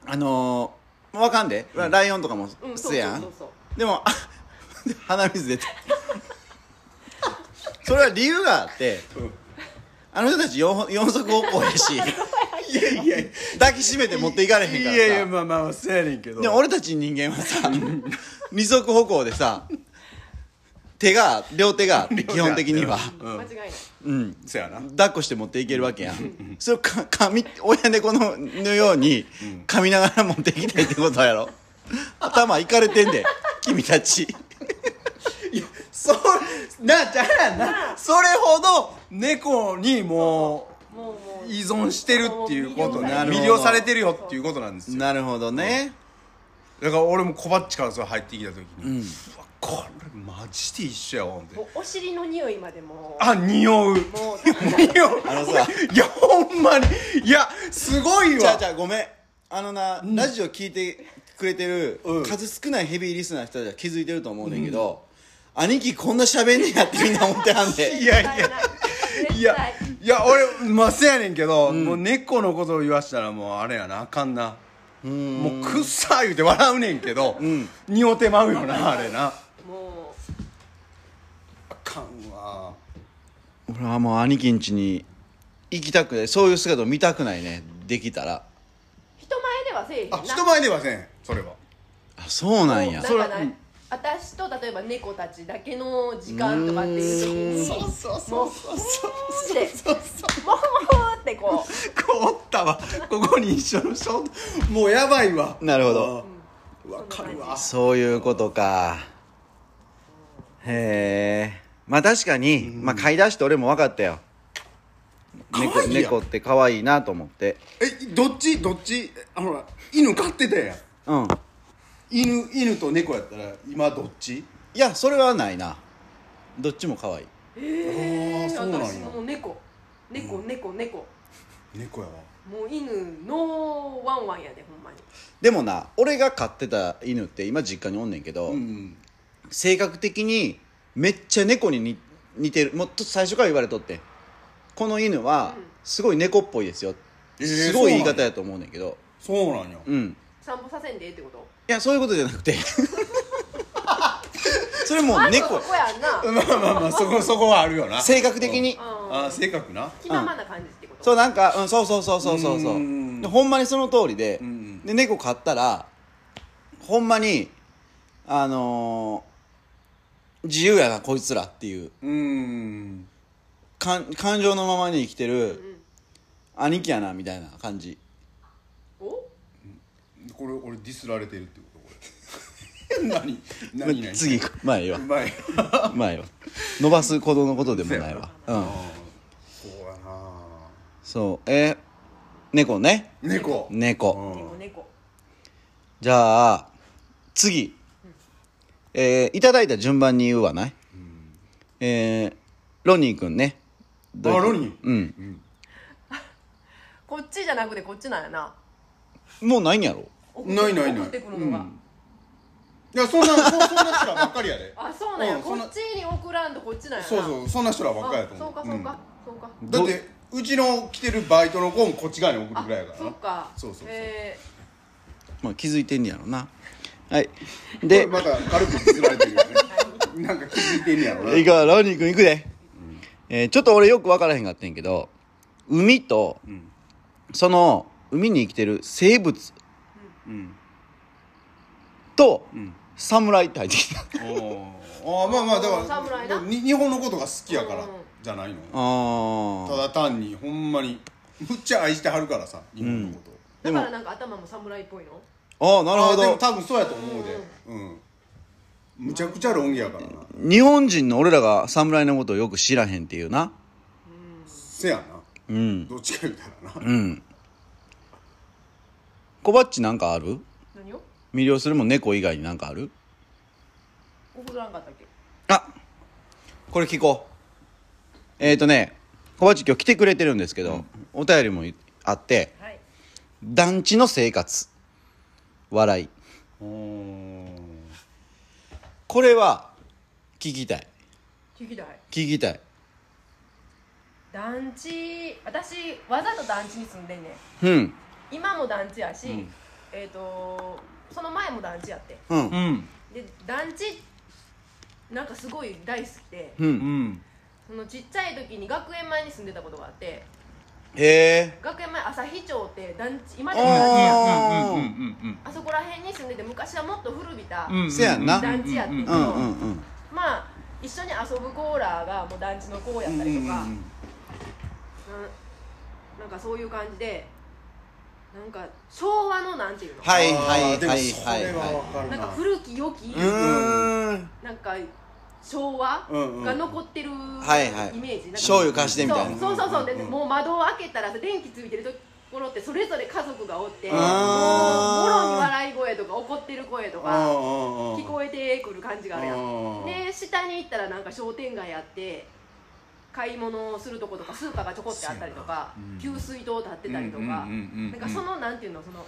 Speaker 1: あのー、わかんで、ライオンとかも
Speaker 3: うんそ
Speaker 1: そうう
Speaker 3: そう
Speaker 1: や
Speaker 3: そ
Speaker 1: ん
Speaker 3: うそう
Speaker 1: でも あ鼻水出てそれは理由があってあの人たち四四足歩行やし
Speaker 2: いやいやい
Speaker 1: 抱きしめて持っていかれへんからさ
Speaker 2: いやいやまあまあそうやねんけど
Speaker 1: でも俺たち人間はさ二足歩行でさ手が両手があって基本的には
Speaker 2: うん
Speaker 3: 間違いない
Speaker 1: うん
Speaker 2: そうやな
Speaker 1: 抱っこして持っていけるわけやんそれをか髪親猫ののように噛みながら持っていきたいってことやろ頭いかれてんで君たち
Speaker 2: いやそなじゃあなそれほど猫にも
Speaker 3: もうも
Speaker 2: う
Speaker 3: う
Speaker 2: 依存してるっていうことね
Speaker 1: なるほど
Speaker 2: 魅了されてるよっていうことなんですよ
Speaker 1: なるほどね
Speaker 2: だから俺も小バッチからそれ入ってきた時に、うわこれマジで一緒やわほんで
Speaker 3: もうお尻の匂いまでもう
Speaker 2: あ匂う匂う
Speaker 3: もう
Speaker 1: あのさ
Speaker 2: いやほんまにいやすごい
Speaker 1: じゃあ
Speaker 2: わ
Speaker 1: じゃあごめんあのな、ラジオ聞いてくれてる
Speaker 2: うん
Speaker 1: 数少ないヘビーリスナーの人たちは気づいてると思うねんけど、兄貴こんな喋んねやってみんな思ってはん
Speaker 2: い
Speaker 1: で
Speaker 2: やい
Speaker 3: 絶対
Speaker 2: や
Speaker 3: ない
Speaker 2: い
Speaker 3: 絶
Speaker 2: や
Speaker 3: 対
Speaker 2: いや俺まあせやねんけど、もう猫のことを言わしたらもうあれやなあかんなもうくっさー言うて笑うねんけど、匂ってまうよなあれな
Speaker 3: も
Speaker 2: あかんわ
Speaker 1: 俺はもう兄貴ん家に行きたくないそういう姿を見たくないねできたら
Speaker 3: う人前ではせえへんな
Speaker 2: あ人前ではせんそれは
Speaker 1: あそうなんや
Speaker 3: だ
Speaker 2: そ
Speaker 3: か
Speaker 2: れ
Speaker 3: ら
Speaker 2: はうん
Speaker 3: 私と例えば猫たちだけの時間とかっていう時に
Speaker 2: そうそうそうそうそう
Speaker 3: で
Speaker 2: そうそう
Speaker 3: もうってこう
Speaker 2: 凍ったわここに一緒の人もうやばいわ
Speaker 1: なるほど
Speaker 2: うんわかるわ
Speaker 1: そういうことかへえまあ確かに、まあ買い出して俺も分かったよ
Speaker 2: 可愛い
Speaker 1: 猫
Speaker 2: やん
Speaker 1: 猫って可愛いなと思って
Speaker 2: えどっちどっちあほら犬飼ってたやん
Speaker 1: うん
Speaker 2: 犬犬と猫やったら今どっち
Speaker 1: いやそれはないなどっちも可愛い
Speaker 2: ああ
Speaker 3: で
Speaker 2: そうなんや
Speaker 3: 私もう猫猫猫猫
Speaker 2: 猫やわ
Speaker 3: もう犬のワンワンやでほんまに
Speaker 1: でもな俺が飼ってた犬って今実家におんねんけど、
Speaker 2: うん
Speaker 1: 性格的にめっちゃ猫に似似てるもっと最初から言われとってんこの犬は
Speaker 3: うん
Speaker 1: すごい猫っぽいですよ、
Speaker 2: えー
Speaker 1: すごい言い
Speaker 2: そうなん
Speaker 1: 方
Speaker 2: や
Speaker 1: やと思うねんけど
Speaker 2: そうなんや
Speaker 1: うん
Speaker 3: 散歩させんでええってこと
Speaker 1: いやそういうことじゃなくてそれもう
Speaker 3: あ
Speaker 1: 猫
Speaker 3: そこやんな
Speaker 2: まあまあまあそこそこはあるよな
Speaker 1: 性格的に
Speaker 2: あ
Speaker 3: う
Speaker 2: あ
Speaker 3: ん
Speaker 2: 性格な
Speaker 3: 気ままな感じってこと
Speaker 1: そうなんか、うん、そうそうそうそうそうそうう
Speaker 2: ーん
Speaker 1: でほんまにその通りで,、
Speaker 2: うん
Speaker 1: で猫飼ったらほんまにあのー自由やなこいつらっていう
Speaker 2: うん
Speaker 1: 感感情のままに生きて
Speaker 3: う
Speaker 1: る
Speaker 3: ん
Speaker 1: 兄貴やなみたいな感じ
Speaker 3: お
Speaker 2: これ俺ディスられてるっ てことこれ何何何
Speaker 1: 次まあええ わ
Speaker 2: うまい
Speaker 1: まあええわ伸ばすほどのことでもないわうん
Speaker 2: そうやな
Speaker 1: そうえー猫ね
Speaker 2: 猫
Speaker 1: 猫、
Speaker 3: 猫猫
Speaker 1: じゃあ次、えーいただいた順番に言うわない、えーロニーくんねどういう
Speaker 2: あロニー
Speaker 1: うん
Speaker 3: こっちじゃなくてこっちなんやな
Speaker 1: もうないんやろ
Speaker 3: 送って
Speaker 2: ないないない
Speaker 3: 送ってくるのが
Speaker 2: うんいやそんな そそんな人らばっかりやで
Speaker 3: あそうなんや
Speaker 2: うんそ
Speaker 3: こ
Speaker 2: んな
Speaker 3: っちに送らんとこっちなんやな
Speaker 2: そうそうそんな人らばっかりや
Speaker 3: あ
Speaker 2: と思
Speaker 3: そううかそうかそうか
Speaker 2: うんだってうちの来てるバイトの子もこっち側に送る
Speaker 3: あ
Speaker 2: ぐらいやから
Speaker 3: そうか
Speaker 2: そうそうそう
Speaker 3: へ
Speaker 1: まあ気づいてんねやろな はい
Speaker 2: で
Speaker 1: で
Speaker 2: また軽くディスられてるよねなんか気づいてんねやろない
Speaker 1: くわロニーくんいくで、えーちょっと俺よく分からへんかってんけど海と、
Speaker 2: ん
Speaker 1: その海に生きてる生物
Speaker 2: うん
Speaker 1: と、
Speaker 2: ん
Speaker 1: 侍って入って きた
Speaker 2: あーあーまあまあだから
Speaker 3: 侍な
Speaker 2: に日本のことが好きやから
Speaker 3: うん
Speaker 2: じゃないの
Speaker 1: あ
Speaker 2: た
Speaker 1: あ
Speaker 2: だ単にほんまにむっちゃ愛してはるからさ日本のことを
Speaker 3: えだからなんか頭も侍っぽいの
Speaker 1: ああなる
Speaker 2: あ
Speaker 1: ほ
Speaker 2: ーでも
Speaker 1: ど
Speaker 2: 多分そうやと思うでうんむちゃくちゃ論議やからな
Speaker 1: 日本人の俺らが侍のことをよく知らへんっていうな
Speaker 2: せやな
Speaker 1: うん
Speaker 2: どっちか言うたらな
Speaker 1: うんコバッチなんかある
Speaker 3: 何を
Speaker 1: 魅了するもん猫以外になんかある
Speaker 3: 送らんかったっけ
Speaker 1: あこれ聞こうえっ、ー、とね小鉢今日来てくれてるんですけど、お便りもいあって
Speaker 3: はい
Speaker 1: 「団地の生活」笑いこれは聞きたい
Speaker 3: 聞きたい
Speaker 1: 聞きたい
Speaker 3: 団地私わざと団地に住んでんねん
Speaker 1: うん
Speaker 3: 今も団地やし、えっ、とその前も団地やって
Speaker 1: う
Speaker 2: うんん
Speaker 3: で団地なんかすごい大好きで
Speaker 1: う
Speaker 2: うんん
Speaker 3: そのちっちゃい時に学園前に住んでたことがあって
Speaker 1: へえ
Speaker 3: 学園前朝日町って団地今でも団地やん
Speaker 1: あ
Speaker 2: うんうん
Speaker 1: ー
Speaker 2: うん
Speaker 3: あそこら辺に住んでて昔はもっと古びた、
Speaker 2: うんうん
Speaker 1: せやんな
Speaker 3: 団地やって
Speaker 2: うんうん
Speaker 1: う
Speaker 2: う
Speaker 1: ん
Speaker 2: ん
Speaker 1: うんうん
Speaker 3: まあ一緒に遊ぶコーラがもう団地の子やったりとか、うんなんかそういう感じでなんか昭和のなんていうの、
Speaker 1: はい
Speaker 2: あー
Speaker 1: はい
Speaker 2: でも
Speaker 1: はい
Speaker 2: そ
Speaker 1: はい
Speaker 2: れはわ
Speaker 1: は
Speaker 2: かる
Speaker 3: なんか
Speaker 2: な
Speaker 3: 古き良き、
Speaker 1: いうーん
Speaker 3: なんか昭和
Speaker 2: うんうん
Speaker 3: が残ってるイメ
Speaker 1: はいはい
Speaker 3: ージなんか
Speaker 1: 醤油貸してみたいな
Speaker 3: そうそうそうそうで
Speaker 2: うんうんうん
Speaker 3: もう窓を開けたらさ電気ついてるところってそれぞれ家族がおってもうも
Speaker 1: あー
Speaker 3: ろに笑い声とか怒ってる声と
Speaker 2: あ
Speaker 3: か
Speaker 2: ー
Speaker 3: 聞こえてくる感じがあるやん
Speaker 2: あー
Speaker 3: で下に行ったらなんか商店街あって買い物をするとことかスーパーがちょこってあったりとか、給水塔立ってたりとか、
Speaker 2: うんうんうんうんうん
Speaker 3: なんかそのなんていうのその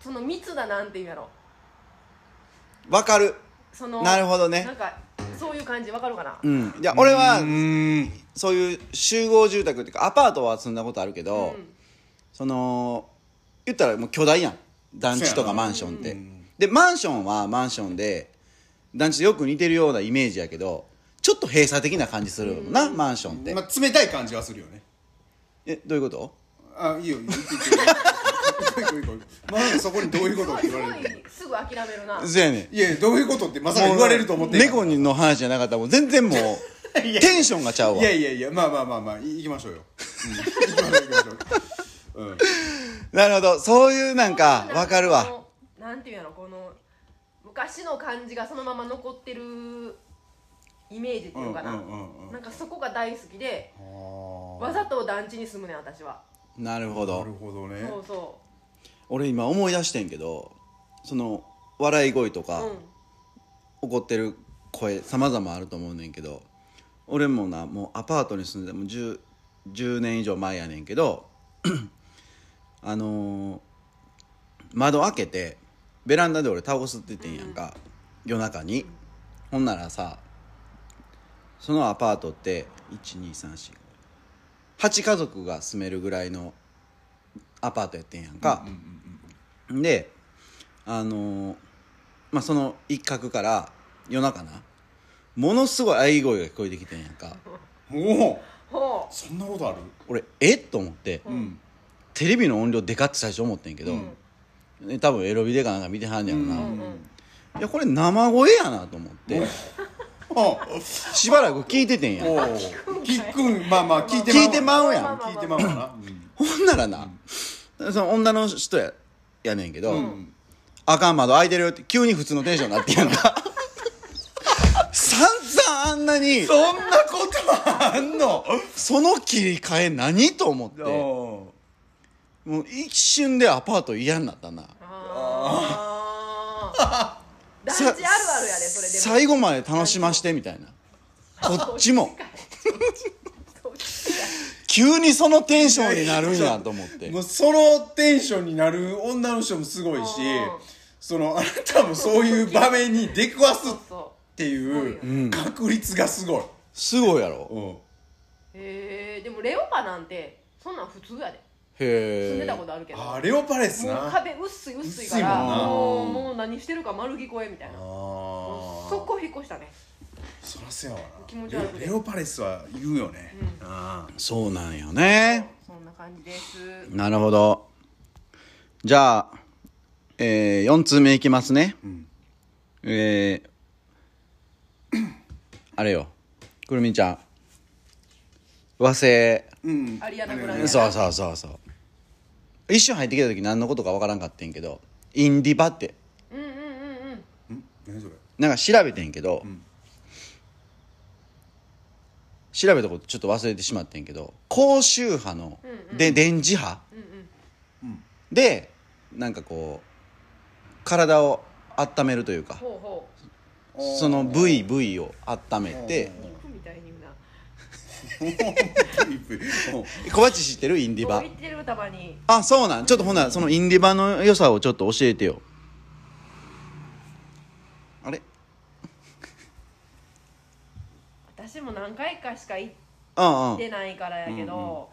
Speaker 3: その密だなんていうんやろ
Speaker 1: わかる
Speaker 3: その
Speaker 1: なるほど
Speaker 3: な
Speaker 1: ね
Speaker 3: んかそういう感じわかるかな、
Speaker 1: うんいや俺は
Speaker 2: うん
Speaker 1: そういう集合住宅っていうかアパートは住んだことあるけど、
Speaker 3: うん
Speaker 1: その言ったらもう巨大やん団地とかマンションって、でマンションはマンションで団地とよく似てるようなイメージやけどちょっと閉鎖的な感じするもんな、マンションって、
Speaker 2: まあ冷たい感じはするよね
Speaker 1: えどういうこと
Speaker 2: あいいよいいよいいよいいよいいよいいよいいよいいよまずそこにどういうことって
Speaker 3: す
Speaker 2: 言
Speaker 3: ご
Speaker 2: われ
Speaker 3: い
Speaker 2: る
Speaker 3: すごいすぐ諦めるな
Speaker 1: そやねん
Speaker 2: いやどういうことってまさか言われると思ってんから
Speaker 1: 猫の話じゃなかったらもう全然もう
Speaker 2: いや
Speaker 1: テンションがちゃうわ
Speaker 2: いやいやいやまあまあまあまあい行きましょうよ、うん、行きましょう行きましょう、うん、
Speaker 1: なるほどそういうなんか
Speaker 3: そういう
Speaker 1: わかるわ
Speaker 3: このなんていうんやろこの昔の感じがそのまま残ってるイメージっていうかな、
Speaker 2: うんうんうんうん
Speaker 3: なんかそこが大好きで
Speaker 2: あ
Speaker 3: わざと団地に住むねん私は
Speaker 1: なるほ
Speaker 2: ーなる
Speaker 1: ど
Speaker 2: ほどね
Speaker 3: そうそ
Speaker 1: 俺今思い出してんけどその笑い声と
Speaker 3: う
Speaker 1: か、
Speaker 3: うん
Speaker 1: 怒ってる声様々あると思うねんけど俺もなもうアパートに住んでもう 10, 10年以上前やねんけど あのー窓開けてベランダで俺タバコ吸っててんやんか、夜中にほんならさそのアパートって12348家族が住めるぐらいのアパートやってんやんか、であのーまあ、その一角から夜中なものすごい喘い声が聞こえてきてんやんか
Speaker 2: おお
Speaker 3: ほ
Speaker 2: そんなことある
Speaker 1: 俺えっと思って
Speaker 3: う、うん
Speaker 1: テレビの音量でかって最初思ってんけど、ね多分エロビデかなんか見てはんねやろな、
Speaker 2: う
Speaker 3: う
Speaker 1: い
Speaker 3: んうん
Speaker 1: やこれ生声やなと思って
Speaker 2: あ
Speaker 1: しばらく聞いててんやん
Speaker 2: おお聞くんまあまあ聞いて
Speaker 1: 聞いてまうやん
Speaker 3: まあまあ
Speaker 2: 聞いてまうわなうん
Speaker 1: ほんならな、その女の人ややねんけど、
Speaker 2: ん
Speaker 1: あかん窓開いてるよって急に普通のテンションになってんやんか散々あんなに
Speaker 2: そんなことあんの
Speaker 1: その切り替え何と思って
Speaker 2: お
Speaker 1: もう一瞬でアパート嫌になったな
Speaker 3: ああ 団地あるあるやでそれでも
Speaker 1: 最後まで楽しましてみたいなこっちも
Speaker 3: そう近
Speaker 1: 急にそのテンションになるんやと思って
Speaker 2: もうそのテンションになる女の人もすごいし
Speaker 3: うん
Speaker 2: そのあなたもそういう場面に出くわす
Speaker 3: い
Speaker 2: っ
Speaker 3: そうそう
Speaker 2: ていう確率がすごい、
Speaker 1: すごいやろ
Speaker 2: うん
Speaker 3: へえでもレオパなんてそんなん普通やで住ん
Speaker 1: へ
Speaker 3: でたこ
Speaker 1: え
Speaker 3: とあるけど
Speaker 2: あレオパレス
Speaker 3: もう
Speaker 2: な
Speaker 3: 壁薄い薄いから
Speaker 2: 薄いもんな
Speaker 3: もうもう何してるか丸聞こえみたいな
Speaker 2: あ
Speaker 3: そこ引っ越したね
Speaker 2: そらせやわな
Speaker 3: 気持ち悪くて
Speaker 2: レオレオパレスは言うよね、ああ
Speaker 1: そうなんよね
Speaker 3: そんな感じです
Speaker 1: なるほどじゃあ、え4通目いきますね、えーあれよくるみちゃん和製
Speaker 2: うん
Speaker 3: アリアナグランデ
Speaker 1: そうそうそうそう一瞬入ってきた時何のことかわからんかってんけどインディバって
Speaker 3: うんうんうんうん
Speaker 2: 何それ
Speaker 1: なんか調べてんけど、調べたことちょっと忘れてしまってんけど高周波の、で電磁波、でなんかこう体を温めるというか
Speaker 3: ほうほ
Speaker 2: あ
Speaker 1: その部位部位を温めて
Speaker 3: 肉みたいに言うな
Speaker 1: 小鉢知ってるインディバ
Speaker 3: 言ってるたまに
Speaker 1: あそうなんちょっとほなそのインディバの良さをちょっと教えてよあれ
Speaker 3: 私も何回かしか行っ
Speaker 1: うんうん
Speaker 3: てないからやけど、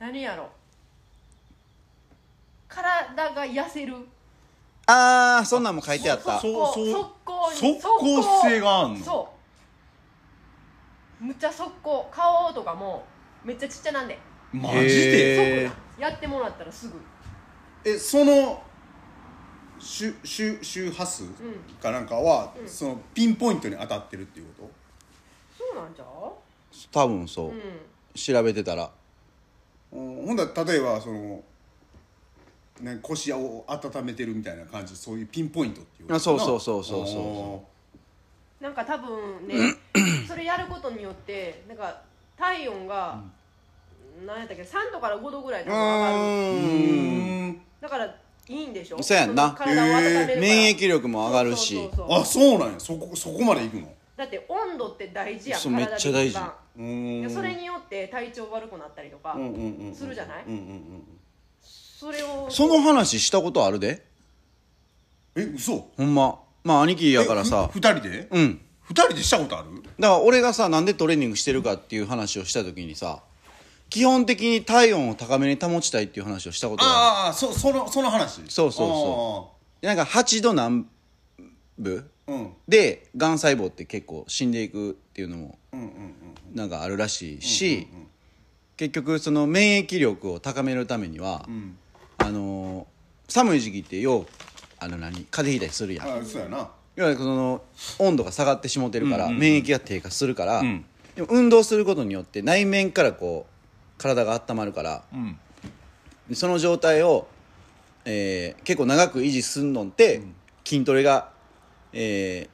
Speaker 3: 何やろ体が痩せる
Speaker 1: ああそんなんも書いてあった
Speaker 2: そう
Speaker 3: こ
Speaker 2: そう
Speaker 3: 速攻に
Speaker 2: 速攻性があんの
Speaker 3: そうむっちゃ速攻顔とかもめっちゃちっちゃなんで
Speaker 2: マジで
Speaker 1: へー
Speaker 3: 即やってもらったらすぐ
Speaker 2: えその周周周波数かなんかは、そのピンポイントに当たってるっていうこ
Speaker 3: そうなんじゃう
Speaker 1: 多分そう、
Speaker 3: うん
Speaker 1: 調べてたら
Speaker 2: と、うん、ほんだら例えばその、ね、腰を温めてるみたいな感じそういうピンポイントっていうこと
Speaker 1: あそうそうそうそうそう
Speaker 3: なんか多分ね それやることによってなんか体温が、なんやったっけ3度から5度ぐらい多分上がる
Speaker 2: うーん
Speaker 3: だからいいんでしょ
Speaker 1: そうやんな
Speaker 3: その体を温めるから、
Speaker 1: 免疫力も上がるし
Speaker 3: そうそうそう
Speaker 2: あそうなんやそこそこまでいくの
Speaker 3: だって温度って大事やん
Speaker 1: そうめっちゃ大事
Speaker 3: 体で一番
Speaker 2: うーん
Speaker 3: でそれによって体調悪くなったりとか、
Speaker 2: うんうんうんうん
Speaker 3: するじゃない
Speaker 2: うんうんうん
Speaker 3: それを
Speaker 1: その話したことあるで
Speaker 2: え嘘
Speaker 1: ほんままあ兄貴やからさ
Speaker 2: えふ二人で
Speaker 1: うん
Speaker 2: 二人でしたことある
Speaker 1: だから俺がさなんでトレーニングしてるかっていう話をした時にさ基本的に体温を高めに保ちたいっていう話をしたことがあ
Speaker 2: ああそそのその話
Speaker 1: そうそうそるなんか8度南部
Speaker 2: ううん
Speaker 1: でがん細胞って結構死んでいくっていうのも
Speaker 2: うんうんうん
Speaker 1: なんかあるらしいし、結局その免疫力を高めるためには、
Speaker 2: ん
Speaker 1: あのー寒い時期ってようあの何風邪ひいたりするやん、
Speaker 2: あそうやな
Speaker 1: 要はその温度が下がってしもてるから、免疫が低下するから、
Speaker 2: うん
Speaker 1: でも運動することによって内面からこう体が温まるから
Speaker 2: うん
Speaker 1: でその状態を、えー結構長く維持すんのって、筋トレが、え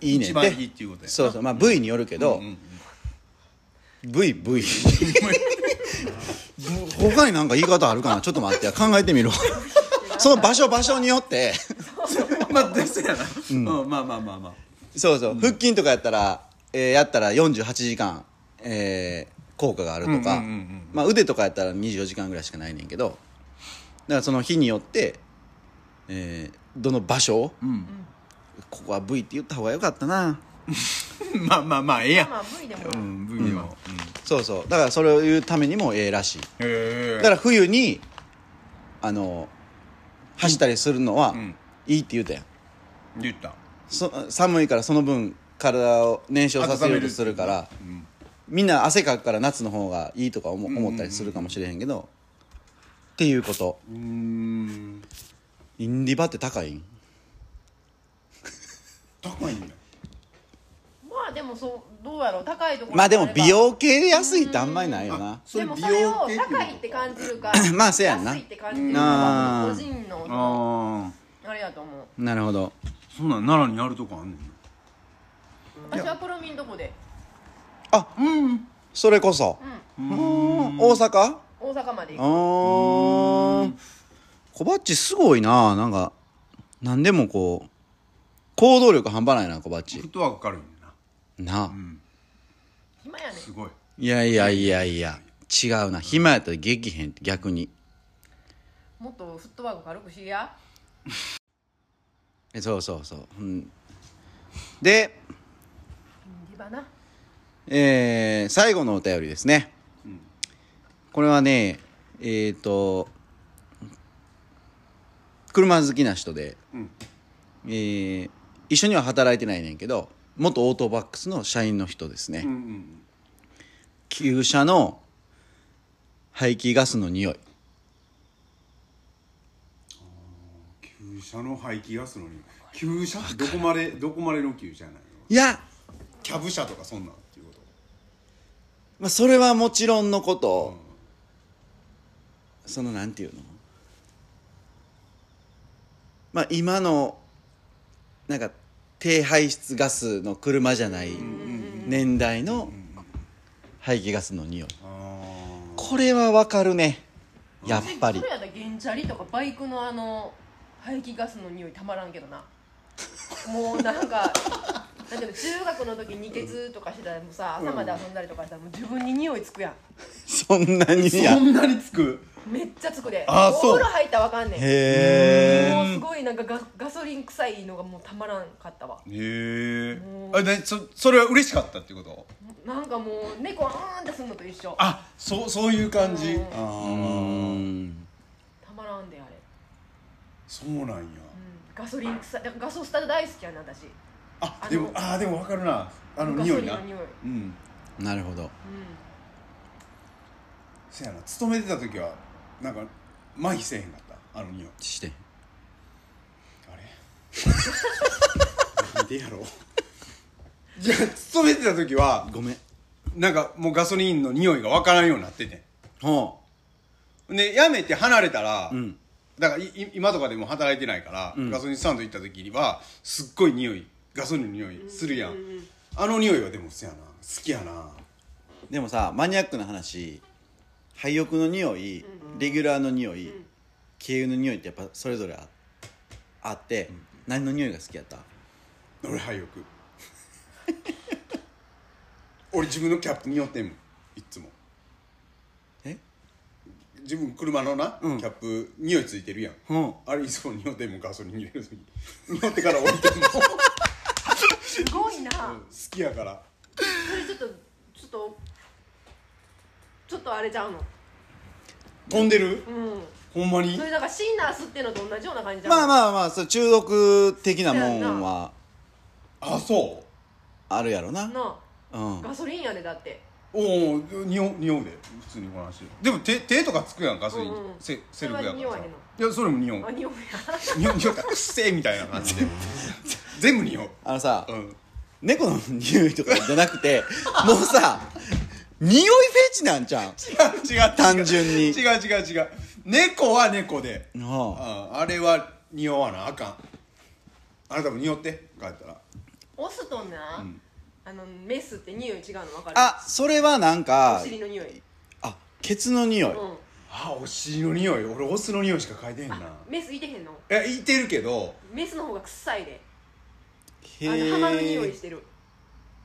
Speaker 1: ーいいねんて
Speaker 2: 一番いいっていうことや
Speaker 1: そうそうまあ部位によるけど、
Speaker 2: うんうん
Speaker 1: ブ イブイぶ他になんか言い方あるかなちょっと待ってや考えてみるわその場所場所によって
Speaker 2: まあですやな、うん、まあまあまあまあ
Speaker 1: そうそう、腹筋とかやったら、えーやったら48時間、えー効果があるとか、
Speaker 2: うんうんうんうん
Speaker 1: まあ、腕とかやったら24時間ぐらいしかないねんけどだからその日によって、えーどの場所、
Speaker 2: ん
Speaker 1: ここは V って言った方がよかったな
Speaker 2: まあまあまあええやん
Speaker 3: まあ無理でもない、
Speaker 2: うん部位は、うん
Speaker 1: そうそうだからそれを言うためにもええらしい
Speaker 2: へ
Speaker 1: だ
Speaker 2: え
Speaker 1: から冬にあの走ったりするのは、
Speaker 2: ん
Speaker 1: いいって言うたやん
Speaker 2: 言った
Speaker 1: そ寒いからその分体を燃焼させようとするから
Speaker 2: うん
Speaker 1: みんな汗かくから夏の方がいいとか思思ったりするかもしれへんけど、っていうこと
Speaker 2: うーん
Speaker 1: インディバって高いん
Speaker 2: 高いんだ
Speaker 3: まあでもそうどうやろう高いところ
Speaker 1: まあでも
Speaker 3: れば
Speaker 1: 美容系で安いってあんまりないよな
Speaker 2: そ
Speaker 3: で
Speaker 2: れ
Speaker 3: も
Speaker 2: 美
Speaker 3: それを
Speaker 2: 容系
Speaker 3: 高いって感じるか
Speaker 1: まあせやんな
Speaker 3: 安いって感じるか
Speaker 1: うん
Speaker 3: は個人のその
Speaker 2: ああ
Speaker 3: あれやと思う
Speaker 1: なるほど
Speaker 2: そうなん奈良にあるとこあんねん
Speaker 3: 私はプロミンどこで
Speaker 2: うん
Speaker 1: それこそ、うん大阪
Speaker 3: 大阪まで
Speaker 1: あ
Speaker 3: 行く
Speaker 1: ー小バッチすごいななんか何でもこう行動力半端ないな小バッチ
Speaker 2: フットワーク軽いねんな
Speaker 1: なあ
Speaker 3: 暇やね
Speaker 2: すごい
Speaker 1: いやいやいやいや違うな暇やったら激変って逆に
Speaker 3: もっとフットワーク軽くしや
Speaker 1: えそうそうそう、うん、で、
Speaker 3: インディバな
Speaker 1: えー最後のお便りですね、これはねえっ、と車好きな人で、
Speaker 2: うん
Speaker 1: えー一緒には働いてないねんけど元オートバックスの社員の人ですね、
Speaker 2: うんうん
Speaker 1: 旧車の排気ガスの匂い
Speaker 2: 旧車の排気ガスの匂い旧車ってどこまでどこまでの旧車なの
Speaker 1: いや
Speaker 2: キャブ車とかそんなんっていうこと
Speaker 1: まあ、それはもちろんのこと、そのなんていうのまあ今のなんか低排出ガスの車じゃない年代の排気ガスの匂い
Speaker 2: あ
Speaker 1: これはわかるねやっぱり
Speaker 3: それやったら原チャリとかバイクのあの排気ガスの匂いたまらんけどなもうなん かなんていうの中学の時二血とかしてたらもうさ朝まで遊んだりとかしたらもう自分に匂いつくやん
Speaker 1: そんなにや
Speaker 2: そんなにつく
Speaker 3: めっちゃつくで
Speaker 2: あー
Speaker 3: お
Speaker 2: そう
Speaker 3: 風呂入ったらわかんねん
Speaker 1: へ
Speaker 3: もう
Speaker 1: え
Speaker 3: すごいなんかガガソリン臭いのがもうたまらんかったわ
Speaker 2: へえあでそそれは嬉しかったってこと
Speaker 3: なんかもう猫あーんってすんのと一緒
Speaker 2: あそうそういう感じ
Speaker 3: うん
Speaker 2: あー
Speaker 3: たまらんであれ、
Speaker 2: そうなんや
Speaker 3: うん、ガソリン臭いだからガソスタ大好きやな私
Speaker 2: あ
Speaker 3: あの
Speaker 2: でもあーでも分かるなあの
Speaker 3: ガ
Speaker 2: 匂
Speaker 3: ソ
Speaker 2: い
Speaker 3: リン
Speaker 2: な
Speaker 3: の匂い
Speaker 2: うん
Speaker 1: なるほど
Speaker 3: う
Speaker 2: せやな勤めてた時はなんか麻痺せえへんかったあの匂い
Speaker 1: して
Speaker 2: あれ なんでやろうじゃあ勤めてた時は
Speaker 1: ごめん
Speaker 2: なんかもうガソリンの匂いが分からんようになってて
Speaker 1: ほ
Speaker 2: で辞めて離れたら、
Speaker 1: ううん
Speaker 2: だからいい今とかでも働いてないから、
Speaker 1: ん
Speaker 2: ガソリンスタンド行った時にはすっごい匂いガソリンの匂いするやん、
Speaker 3: うんうん
Speaker 2: あの匂いはでもせやな好きやな
Speaker 1: でもさマニアックな話廃浴の匂いレギュラーの匂い
Speaker 3: ん
Speaker 1: 軽油の匂いってやっぱそれぞれああって何の匂いが好きやった
Speaker 2: 俺廃浴俺自分のキャップ匂ってんもんいっつも
Speaker 1: え
Speaker 2: 自分車のな、
Speaker 1: うん
Speaker 2: キャップ匂いついてるやん
Speaker 1: うん
Speaker 2: あれいつも匂ってんもんガソリン入れる時 に匂ってから置いてんもん
Speaker 3: んすごいな
Speaker 2: うん好きやから
Speaker 3: それちょっとちょっとちょっとあれちゃうの
Speaker 2: 飛んでる
Speaker 3: うん
Speaker 2: ほんまに
Speaker 3: それなんかシンナー吸ってんのと同じような感じじゃん
Speaker 1: まあまあまあそう中毒的なもんは
Speaker 2: あそう
Speaker 1: あるやろな
Speaker 3: な
Speaker 1: うん
Speaker 3: あガソリンやねだって
Speaker 2: おお匂う匂うで普通にこの話でも手手とかつくやんガソリン、
Speaker 3: うんうん
Speaker 2: セセルフやから
Speaker 3: それは匂わ
Speaker 2: さ
Speaker 3: へんの
Speaker 2: いやそれも匂 う
Speaker 3: あ匂いや
Speaker 2: 匂う匂ったらうっせえみたいな感じで 全部匂う
Speaker 1: あのさ
Speaker 2: うん
Speaker 1: 猫の匂いとかじゃなくてもうさ匂いフェチなんじゃん
Speaker 2: 違う 違う違う
Speaker 1: 単純に
Speaker 2: 違う違う違う猫は猫で、
Speaker 1: な
Speaker 2: う
Speaker 1: あ
Speaker 2: ん、あれは匂わなあかんあなたも匂って帰ったら
Speaker 3: オスとな、あのメスって匂い違うの分かる
Speaker 1: あそれはなん
Speaker 3: お
Speaker 1: か
Speaker 3: 尻の匂い、
Speaker 1: あケツの匂い、
Speaker 3: うん、
Speaker 2: あお尻の匂い俺オスの匂いしか嗅いで へんな
Speaker 3: あメスいてへんの
Speaker 2: いやいてるけど
Speaker 3: メスの方が臭いであ
Speaker 1: へ
Speaker 3: の浜の匂い
Speaker 1: え
Speaker 3: してる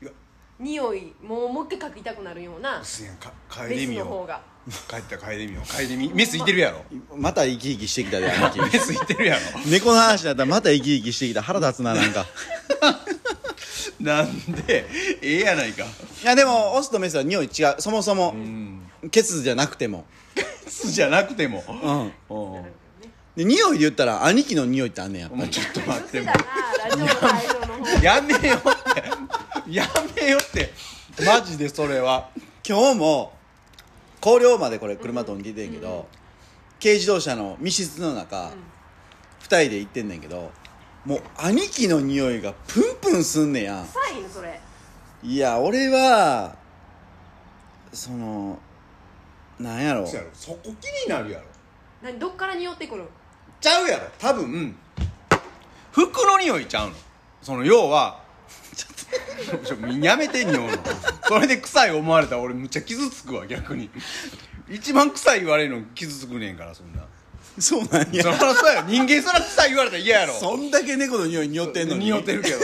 Speaker 2: いや
Speaker 3: 匂いもうもう一回嗅ぎたくなるような
Speaker 2: オスやんか嗅い
Speaker 3: メ
Speaker 2: で
Speaker 3: ス
Speaker 2: みよ
Speaker 3: の方
Speaker 2: う
Speaker 3: が
Speaker 2: 帰ったら嗅いでみよう嗅いでみメスいてるやろ
Speaker 1: また生き生きしてきたで兄貴
Speaker 2: メスいてるやろ
Speaker 1: 猫の話だったらまた生き生きしてきた腹立つななんか
Speaker 2: なんでええやないか
Speaker 1: いやでもオスとメスは匂い違うそもそもケツじゃなくても
Speaker 2: スじゃなくても
Speaker 1: うん
Speaker 2: お
Speaker 3: な
Speaker 2: う
Speaker 3: るほどね
Speaker 1: で匂いで言ったら兄貴の匂いってあんねんやっぱ
Speaker 2: もうちょっと待
Speaker 3: 言
Speaker 2: っ
Speaker 3: ってて
Speaker 2: も
Speaker 3: たなラジオの最初の方
Speaker 2: うやめよってやめよってマジでそれは
Speaker 1: 今日も高陵までこれ車飛んでてんけど、軽自動車の密室の中、二人で行ってんねんけどもう兄貴の匂いがプンプンすんねや
Speaker 3: 臭いのそれ
Speaker 1: んいや俺はそのなんやろ
Speaker 2: そやろそこ気になるやろ
Speaker 3: 何どっから匂ってくるの
Speaker 2: ちゃうやろ多分服の匂いちゃうのその要はちょっとちょもうやめて匂うのそれで臭い思われたら俺むっちゃ傷つくわ逆に一番臭い言われるの傷つくねんからそんな
Speaker 1: そうなんや
Speaker 2: そりゃそうやろ人間そら臭い言われたら嫌やろ
Speaker 1: そんだけ猫の匂い匂ってんのに
Speaker 2: 匂ってるけど、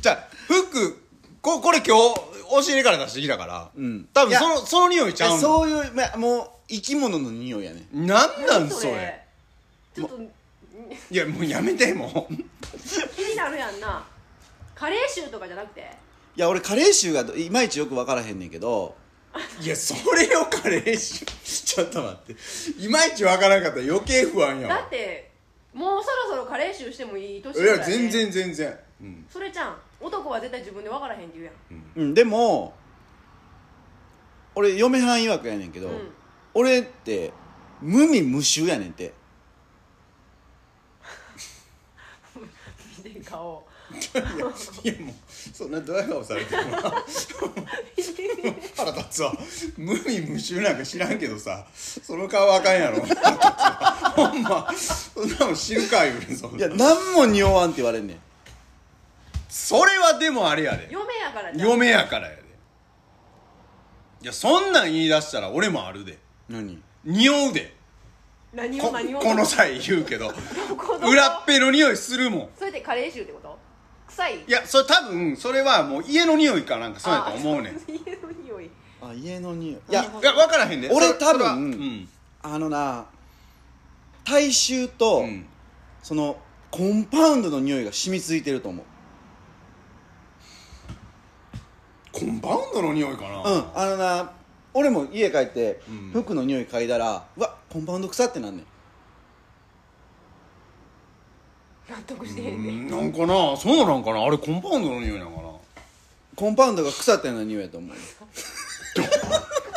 Speaker 2: じゃあ服ここれ今日押し入れから出してきたから、
Speaker 1: ん
Speaker 2: 多分そのその匂いちゃうの
Speaker 1: そういう、ま、もう生き物の匂いやね
Speaker 2: なんなん
Speaker 3: 何
Speaker 2: それ
Speaker 3: ちょっと
Speaker 2: いやもうやめてもう
Speaker 3: 気になるやんなカレー臭とかじゃなくて
Speaker 1: いや俺カレー臭がいまいちよく分からへんねんけど
Speaker 2: いやそれよカレー臭ちょっと待っていまいちわからんかったら余計不安や
Speaker 3: だっ
Speaker 2: わ
Speaker 3: てもうそろそろカレー臭してもいい年
Speaker 2: い
Speaker 3: だ
Speaker 2: や
Speaker 3: から、ね、
Speaker 2: 全然全然、うん、
Speaker 3: それじゃん男は絶対自分で分からへんって言うやん
Speaker 1: うん、でも俺嫁はん曰くやねんけど、
Speaker 3: うん
Speaker 1: 俺って無味無臭やねんって
Speaker 3: 見て顔
Speaker 2: いやもうそんなドヤ顔されてもな腹立つわ無味無臭なんか知らんけどさその顔あかんやろほんまそんなの知るか言うねんそん
Speaker 1: い
Speaker 2: な
Speaker 1: や何も匂わんって言われんねん
Speaker 2: それはでもあれやで
Speaker 3: 嫁やからじゃん
Speaker 2: 嫁やからやでいやそんなん言い出したら俺もあるで
Speaker 1: 何
Speaker 2: 匂うで
Speaker 3: 何を
Speaker 2: こ
Speaker 3: 何を
Speaker 2: この際言うけ ど
Speaker 3: どこどこ
Speaker 2: 裏っぺの匂いするもん
Speaker 3: それでカレー臭ってこと臭い
Speaker 2: いやそれ多分それはもう家の匂いかなんかそうやと思うねんい
Speaker 3: あ家の匂い
Speaker 1: あ家の匂いい
Speaker 2: や
Speaker 1: や
Speaker 2: 分からへんで
Speaker 1: 俺
Speaker 2: それそれは
Speaker 1: 多分
Speaker 2: うん
Speaker 1: あのな大衆と、
Speaker 2: うん
Speaker 1: そのコンパウンドの匂いが染みついてると思う
Speaker 2: コンパウンドの匂いか
Speaker 1: うん
Speaker 2: な
Speaker 1: あのな俺も家帰って
Speaker 2: うん
Speaker 1: 服の匂い嗅いだら、うわコンパウンド臭ってなんねん
Speaker 3: 納得してへ
Speaker 2: うん
Speaker 3: ね
Speaker 2: んなんかなそうなんかなあれコンパウンドの匂いなんか な
Speaker 1: コンパウンドが腐ったような匂いやと思う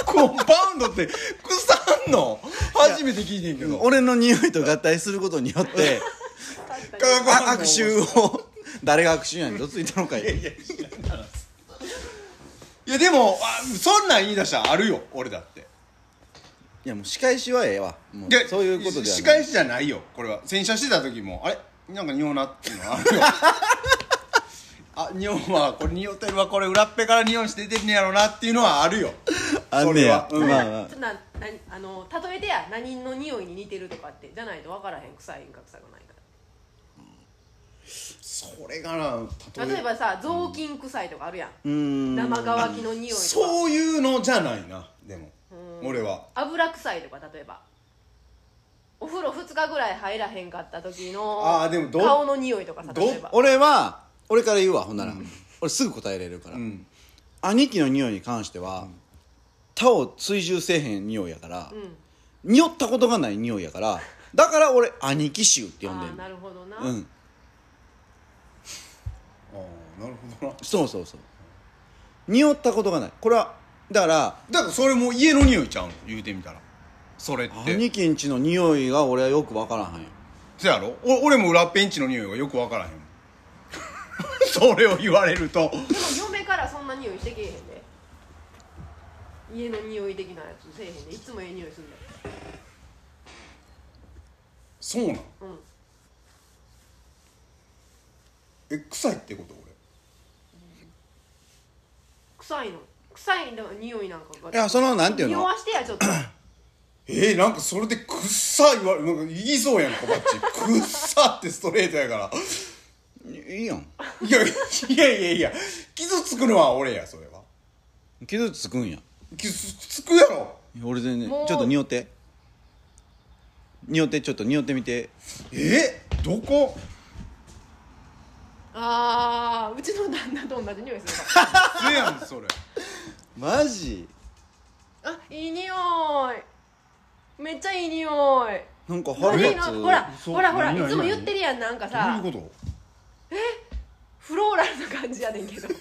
Speaker 2: コンパウンドって腐んの初めて聞いてんけど
Speaker 1: 俺の匂いと合体することによ って
Speaker 3: 確か
Speaker 2: 化
Speaker 1: あ悪臭を 誰が悪臭やねんどついたのかい
Speaker 2: いやでもあそんなん言い出したらあるよ俺だって
Speaker 1: いやもう仕返しはええわもう
Speaker 2: で
Speaker 1: そういうことではない
Speaker 2: 仕返しじゃないよこれは洗車してた時もあれなんか匂うなっていう のはあるよあ匂うわこれ匂ってるわこれ裏っぺから匂いして出てんねやろなっていうのはあるよ
Speaker 1: あんねや、
Speaker 2: それはうん
Speaker 1: まあまあ
Speaker 3: にちょっとな何あの例えてや何の匂いに似てるとかってじゃないと分からへん臭いんか臭くないか
Speaker 2: それがな
Speaker 3: 例えばさ雑巾臭いとかあるやん、
Speaker 1: うーん
Speaker 3: 生乾きの匂いとか
Speaker 2: そういうのじゃないなでも
Speaker 3: うん
Speaker 2: 俺は
Speaker 3: 油臭いとか例えばお風呂2日ぐらい入らへんかった時の
Speaker 2: あーでもど
Speaker 3: 顔の匂いとかさ
Speaker 2: ど
Speaker 3: 例えば
Speaker 1: 俺は俺から言うわほんなら、俺すぐ答えれるから、
Speaker 2: うん
Speaker 1: 兄貴の匂いに関しては、他を追従せえへん匂いやから
Speaker 3: う、ん
Speaker 1: 匂ったことがない匂いやからだから俺兄貴臭って呼ん
Speaker 3: あ
Speaker 1: で
Speaker 3: ー
Speaker 1: ん
Speaker 3: な
Speaker 1: の
Speaker 3: るほどな、
Speaker 1: うん
Speaker 2: ああなるほどな
Speaker 1: そうそうそう匂ったことがないこれはだから
Speaker 2: だからそれも家の匂いちゃうの言うてみたらそれって
Speaker 1: 兄貴んちの匂いが俺はよくわからへんよ
Speaker 2: そやろお俺も裏っぺんちの匂いがよくわからへん それを言われると
Speaker 3: でも嫁からそんな匂いしてけえへんで家の匂い的なやつせえへんでいつもええ匂いするんだよ
Speaker 2: そうなん
Speaker 3: うん
Speaker 2: え臭いってこと
Speaker 3: 臭いの臭いの匂いなんかが
Speaker 1: いやそのなんていうの
Speaker 3: 匂わしてやちょっと
Speaker 2: 俺えー、なんかそれで「くっさ」言わなんか言いそうやんかバッチ「くっさ」ってストレートやから
Speaker 1: いいやん
Speaker 2: いやいやいやいや傷つくのは俺やそれは
Speaker 1: 傷つくんや
Speaker 2: 傷つくやろ
Speaker 1: いや俺全然
Speaker 3: もう
Speaker 1: ちょっと匂って匂ってちょっと匂ってみて
Speaker 2: えー、どこ
Speaker 3: あーうちの旦那と同じ匂いするか
Speaker 2: せやんそれ
Speaker 1: マジ
Speaker 3: らあいい匂いめっちゃいい匂い
Speaker 1: なんか
Speaker 3: 何
Speaker 1: 春やつ
Speaker 3: のほら
Speaker 2: 嘘
Speaker 3: ほらほら
Speaker 2: 何何
Speaker 3: いつも言ってるやんなんかさ
Speaker 2: どういうこ
Speaker 3: フローラルな感じやねんけ ど
Speaker 2: と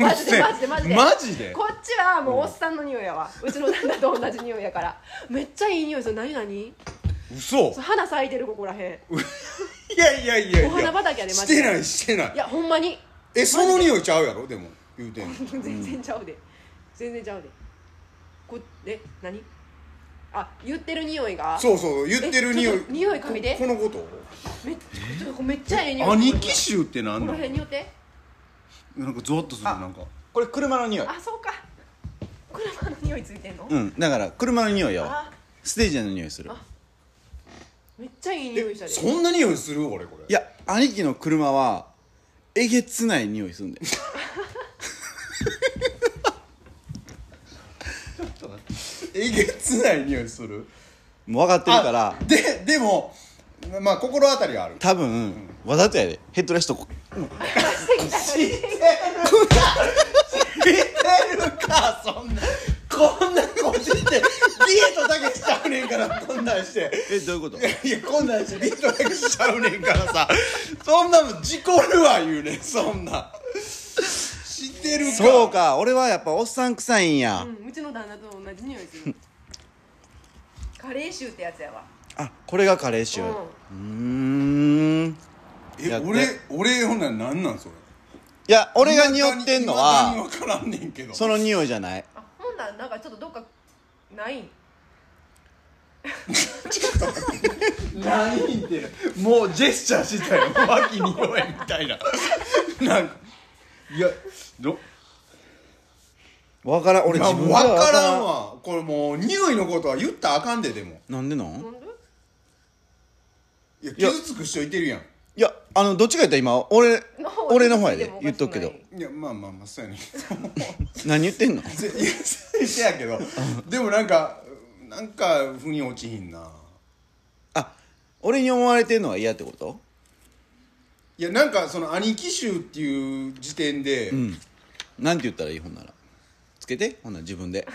Speaker 3: マジで
Speaker 2: うっせえ
Speaker 3: マジでマジで
Speaker 2: マジで
Speaker 3: こっちはもうおっさんの匂いやわうちの旦那と同じ匂いやからめっちゃいい匂いする何何
Speaker 2: 嘘
Speaker 3: そう花咲いてるここらへん
Speaker 2: いやいやいやいや
Speaker 3: お花畑やでマ
Speaker 2: し
Speaker 3: ジで
Speaker 2: てないしてない
Speaker 3: いやほんまに
Speaker 2: えその匂いちゃうやろでも言うてんの
Speaker 3: 全然ちゃうで全然ちゃうでこえ何あ言ってる匂いが
Speaker 2: そうそう言ってる匂
Speaker 3: えちょ
Speaker 2: い
Speaker 3: っと匂い嗅いで
Speaker 2: ここのこと
Speaker 3: めっちょっとめっちゃええ匂い
Speaker 2: 兄貴臭ってな
Speaker 3: こ
Speaker 2: んだ
Speaker 3: の辺によって
Speaker 2: なんかゾワッとするなんか
Speaker 1: これ車の匂い
Speaker 3: あそうか車の匂いついてんの、
Speaker 1: うんだから車の匂いやわ
Speaker 3: あ
Speaker 1: ステージの匂いする
Speaker 3: あめっちゃいい匂いした
Speaker 2: え
Speaker 3: で
Speaker 2: そんな匂いする俺これ
Speaker 1: いや兄貴の車はえげつない匂いすんで
Speaker 2: えげつない匂いする
Speaker 1: もう分かってるから
Speaker 2: あででもまあ心当たりがある
Speaker 1: 多分、わざとやでヘッドレストこ
Speaker 2: 見てるかそんなこんな腰してビエトだけしちゃうねんからこんなんして
Speaker 1: えどういうこと
Speaker 2: いやこんなんしてビートだけしちゃうねんからさそんなもん事故るわ言うねんそんなん知ってるか
Speaker 1: そうか俺はやっぱおっさん臭いんや、
Speaker 3: うん、うちの旦那と同じ匂いするカレー臭ってやつやわ
Speaker 1: あこれがカレー臭うーん
Speaker 2: え
Speaker 1: やって
Speaker 2: 俺俺ほんなら何なんそれ
Speaker 1: いや俺が匂ってんの
Speaker 2: 未だ
Speaker 1: は
Speaker 2: に分からんねんけど
Speaker 1: その匂いじゃない
Speaker 3: あほんなんなんかちょっとどっかないん
Speaker 2: 何言ってるもうジェスチャーしてたよ脇に匂えみたいななんかいやど
Speaker 1: わからん俺
Speaker 2: まあ
Speaker 1: 自
Speaker 2: 分
Speaker 1: 分では
Speaker 2: からんわこれもう匂いのことは言ったらあかんででも
Speaker 1: なんでな
Speaker 3: なんんで
Speaker 2: いや傷つく人いてるやん
Speaker 1: いやあのどっちか言ったら今俺
Speaker 3: の方
Speaker 1: 俺の方や
Speaker 3: で
Speaker 1: で
Speaker 3: もおかしくない
Speaker 1: 言っとくけど
Speaker 2: いやまあまあまあそうやねんけど
Speaker 1: 何言ってんの
Speaker 2: ぜいやせやけどでもなんかなんか腑に落ちひんな
Speaker 1: あ俺に思われてんのは嫌ってこと
Speaker 2: いやなんかその兄貴衆っていう時点で、
Speaker 1: うんなんて言ったらいいほんならつけてほんなら自分で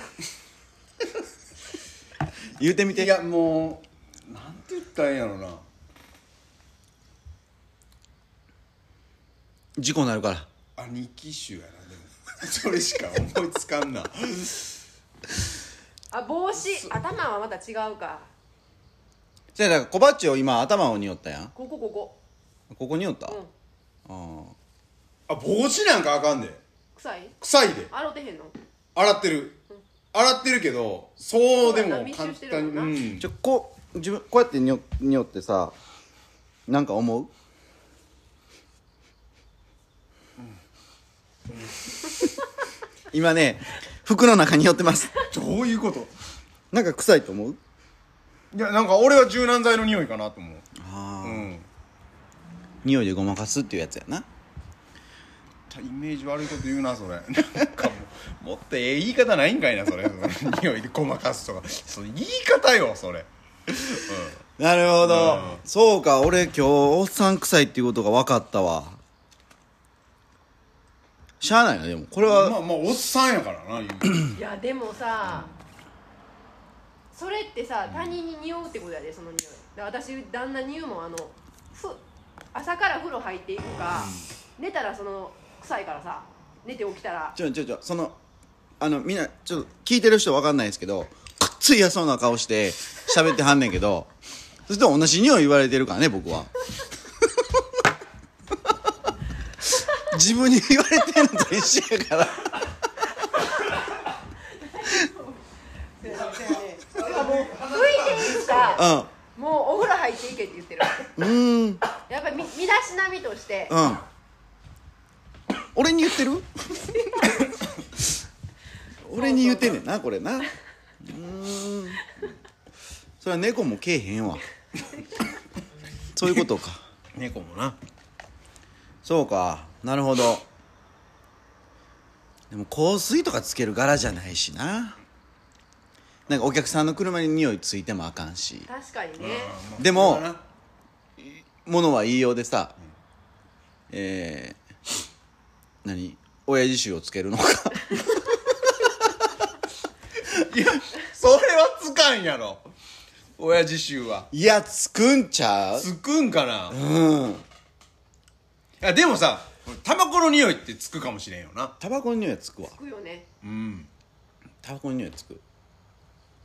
Speaker 1: 言うてみ
Speaker 2: い
Speaker 1: て
Speaker 2: やもうなんて言ったらいいんやろな
Speaker 1: 事故になるから
Speaker 2: 兄貴衆やなでも それしか思いつかんな
Speaker 3: あ帽子頭はまた違うか
Speaker 1: じゃあだから小バッチを今頭をにおったやん
Speaker 3: こここ
Speaker 1: ここにおった、
Speaker 3: こうん
Speaker 1: ああ
Speaker 2: あ帽子なんかあかんで
Speaker 3: 臭い
Speaker 2: 臭いで
Speaker 3: 洗うてへんの
Speaker 2: 洗ってる洗ってるけどそうで
Speaker 3: そう
Speaker 2: も
Speaker 3: やな密
Speaker 2: 簡
Speaker 3: 集してる
Speaker 2: 単に、
Speaker 3: も
Speaker 2: うん
Speaker 3: な
Speaker 1: じゃあこう自分こうやってにおにおってさなんか思う、今ね服の中に寄ってます
Speaker 2: どういうこと
Speaker 1: なんか臭いと思う
Speaker 2: いやなんか俺は柔軟剤の匂いかなと思う
Speaker 1: あ
Speaker 2: う
Speaker 1: あ、
Speaker 2: ん
Speaker 1: 匂いでごまかすっていうやつやな
Speaker 2: イメージ悪いこと言うなそれ なんかもうもっとええ言い方ないんかいなそれその匂いでごまかすとかその言い方よそれ、
Speaker 1: なるほど、
Speaker 2: うん
Speaker 1: そうか俺今日おっさん臭いっていうことが分かったわしゃあないよでもこれ
Speaker 2: うん、ま
Speaker 1: は
Speaker 2: あまあおっさんやからな言う
Speaker 3: いやでもさそれってさ他人に匂うってことやでその匂いで私旦那に言うもんあのふ朝から風呂入っていくか寝たらその臭いからさ寝て起きたら
Speaker 1: ちょちょちょそのあのみんなちょっと聞いてる人分かんないですけどくっついやそうな顔して喋ってはんねんけど それと同じ匂い言われてるからね僕は自分に言われてるのと一緒やから
Speaker 3: せやねせやねだからもう拭いていくか
Speaker 1: うん
Speaker 3: もうお風呂入っていけって言ってる
Speaker 1: うーん
Speaker 3: やっぱりみ身だしなみとして
Speaker 1: うん俺に言ってる俺に言ってんねんなこれなうーんそれは猫もけえへんわそういうことか
Speaker 2: 猫もな
Speaker 1: そうかなるほどでも香水とかつける柄じゃないしななんかお客さんの車に匂いついてもあかんし
Speaker 3: 確かにね
Speaker 1: でも
Speaker 2: そうだな
Speaker 1: ものは言いようでさ、えー何親父臭をつける のか
Speaker 2: いや それはつかんやろ親父臭はい
Speaker 1: やつくんちゃう
Speaker 2: つくんかな、い
Speaker 1: うん
Speaker 2: やでもさタバコの匂いってつくかもしれんよな
Speaker 1: タバコの匂いはつくわ
Speaker 3: つくよね
Speaker 2: うん
Speaker 1: タバコの匂いつく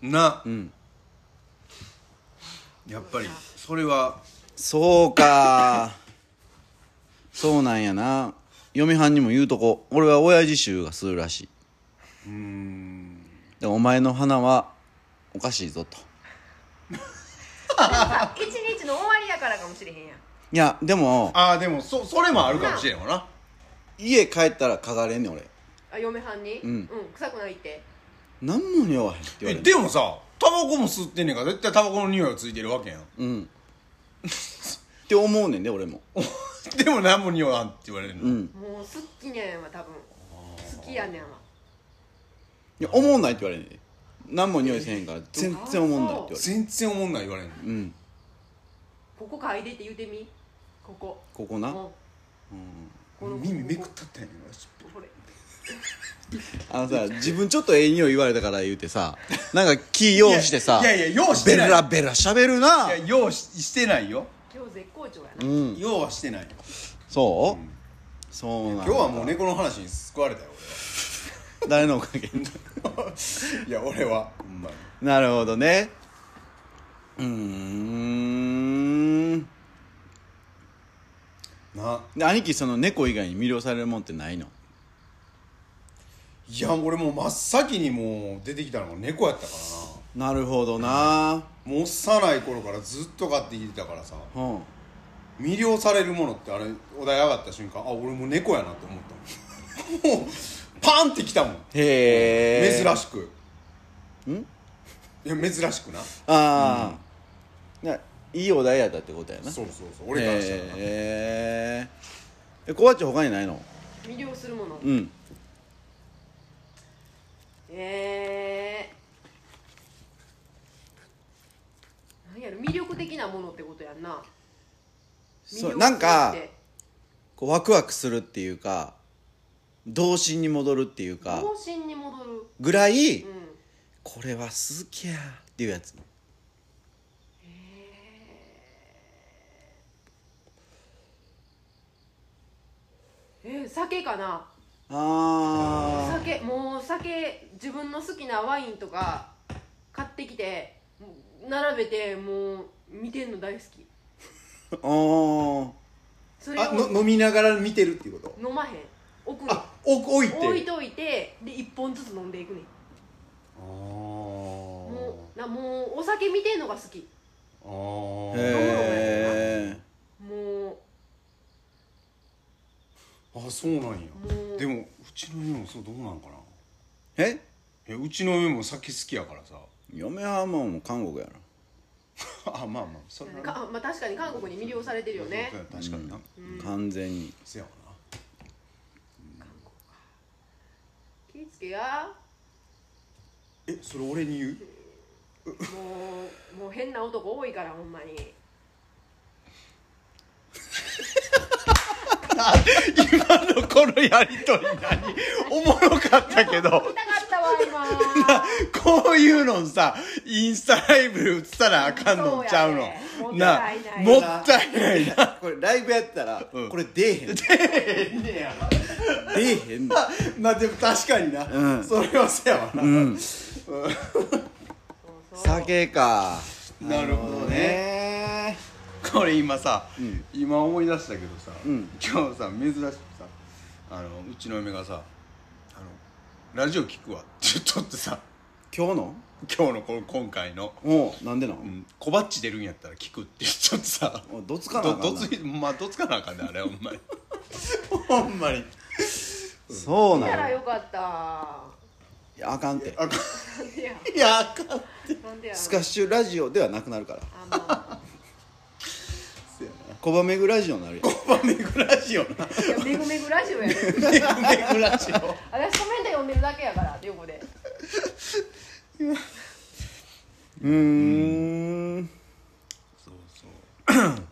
Speaker 2: な
Speaker 1: うん
Speaker 2: やっぱりそれは
Speaker 1: そうかそうなんやな嫁はんにも言うとこ俺は親父臭がするらしい
Speaker 2: うん
Speaker 1: でお前の花はおかしいぞと
Speaker 3: あ一日の終わりやからかもしれへんやん
Speaker 1: いやでも
Speaker 2: ああでもそそれもあるかもしれんわな
Speaker 1: 家帰ったら嗅がれんねん俺
Speaker 3: あ嫁はんに、
Speaker 1: ん
Speaker 3: 臭くないって
Speaker 1: 何も匂わへんって言わ
Speaker 2: え
Speaker 1: れて
Speaker 2: でもさタバコも吸ってんねんから絶対タバコの匂いがついてるわけやん
Speaker 1: うんって思うねんで俺も
Speaker 2: でも何も匂いなんって言われるの、
Speaker 1: うん
Speaker 3: もう好きねんわ多分好きやねんわ
Speaker 1: いや思んないって言われんねんで何も匂いせへんから全然思んないって言われる
Speaker 2: 全然思んない言われんの
Speaker 1: うん
Speaker 3: ここ嗅いでって言うてみここ
Speaker 1: ここな
Speaker 3: うんこの
Speaker 2: 耳めくっ
Speaker 3: こ
Speaker 2: たったんやけ
Speaker 3: ここれ
Speaker 1: あのさ自分ちょっとええ匂い言われたから言うてさなんか気用意してさ
Speaker 2: いやいやいや用意して
Speaker 1: ベ
Speaker 2: ない
Speaker 1: ラベラ喋るな
Speaker 2: どいや用意ししてないよ
Speaker 3: 今日絶好調やな、
Speaker 1: うん
Speaker 2: 用はしてないよ
Speaker 1: そうそうなんだ
Speaker 2: 今日はもう猫の話に救われたよ
Speaker 1: 誰のおかげ
Speaker 2: 俺はいや 俺はほんまに
Speaker 1: なるほどねうーん
Speaker 2: な
Speaker 1: で兄貴その猫以外に魅了されるもんってないの
Speaker 2: いや俺もう真っ先にもう出てきたのが猫やったから
Speaker 1: なるほどな
Speaker 2: なもう幼い頃からずっと飼ってきてたからさ
Speaker 1: うん
Speaker 2: 魅了されるものってあれお題上がった瞬間あ俺もう猫やなって思ったもん もうパンってきたもん
Speaker 1: へえ
Speaker 2: 珍しく
Speaker 1: ん
Speaker 2: いや珍しくな
Speaker 1: ああ、ねいいお題やったってことやな
Speaker 2: そうそうそう俺からしたらな、
Speaker 1: えー、えコバッチ他にないの
Speaker 3: 魅了するもの
Speaker 1: うん
Speaker 3: えー、なんやろ魅力的なものってことやんな
Speaker 1: そう
Speaker 3: 魅力って
Speaker 1: なんかこうワクワクするっていうか童心に戻るっていうか
Speaker 3: 方針に戻る
Speaker 1: ぐらい、
Speaker 3: うん
Speaker 1: これは鈴木やっていうやつ
Speaker 3: えー酒かな
Speaker 1: あ
Speaker 3: 酒もう酒自分の好きなワインとか買ってきて並べてもう見てんの大好き
Speaker 1: ーあー
Speaker 3: それを
Speaker 2: あの飲みながら見てるっていうこと
Speaker 3: 飲まへん奥に
Speaker 2: あお置いて
Speaker 3: 置いといてで1本ずつ飲んでいくねん
Speaker 2: あ
Speaker 3: もうなもうお酒見てんのが好き
Speaker 2: ーあ
Speaker 1: へ
Speaker 2: ー
Speaker 1: え
Speaker 3: もう
Speaker 2: あそうなんや
Speaker 3: もう
Speaker 2: でもうちの嫁もそうどうなんかな
Speaker 1: え
Speaker 2: えうちの嫁も酒好きやからさ
Speaker 1: 嫁はもう韓国やろ
Speaker 2: あまあまあそれはな
Speaker 3: かまあ、確かに韓国に魅了されてるよね
Speaker 2: そうや確かにな、
Speaker 1: 完全に
Speaker 2: せやわな
Speaker 3: 気ぃつけや
Speaker 2: えそれ俺に言う
Speaker 3: も うもう変な男多いからほんまに
Speaker 2: 今の このやりとり何おもろかったけど
Speaker 3: 痛かったわ 今
Speaker 2: こういうのさインスタライブで映ったらあかんのちゃうの
Speaker 3: そうや
Speaker 2: な
Speaker 3: ね
Speaker 2: も
Speaker 3: も
Speaker 2: っ
Speaker 3: った
Speaker 2: いないな
Speaker 1: これライブやったら、
Speaker 2: うん
Speaker 1: これ出えへん出えへんねや
Speaker 2: まあでも確かにな、
Speaker 1: うん
Speaker 2: それはせやわ
Speaker 1: 出え
Speaker 2: な、
Speaker 1: へんうん
Speaker 3: そうそう
Speaker 1: 酒か
Speaker 2: なるほどねこれ今さ、
Speaker 1: ん
Speaker 2: 今思い出したけどさ、
Speaker 1: うん
Speaker 2: 今日さ珍しくさあのうちの嫁がさあの「ラジオ聞くわ」って言っとってさ
Speaker 1: 今日の
Speaker 2: 今日のこの今回の
Speaker 1: おうなんでな
Speaker 2: 「うん、小バッチ出るんやったら聞く」って言っとってさ
Speaker 1: おどつかなあ
Speaker 2: ど
Speaker 1: かんな
Speaker 2: どついまあどつかなあかんねあれほんま に
Speaker 1: ほんまにそう
Speaker 3: だか
Speaker 1: な
Speaker 3: ら
Speaker 1: のい
Speaker 3: よかった
Speaker 1: やあかんて
Speaker 2: あ
Speaker 3: なんでや
Speaker 2: いやあかん
Speaker 3: なんでや
Speaker 1: スカッシュラジオではなくなるから
Speaker 3: あま
Speaker 2: せやな
Speaker 1: コバメグラジオになるよ
Speaker 2: コバメグラジオな
Speaker 3: あいやめぐめぐラジ オやね
Speaker 2: コバメグラジオ
Speaker 3: 私コメント読んでるだけやから横で
Speaker 1: うーん
Speaker 2: そうそうな
Speaker 3: そ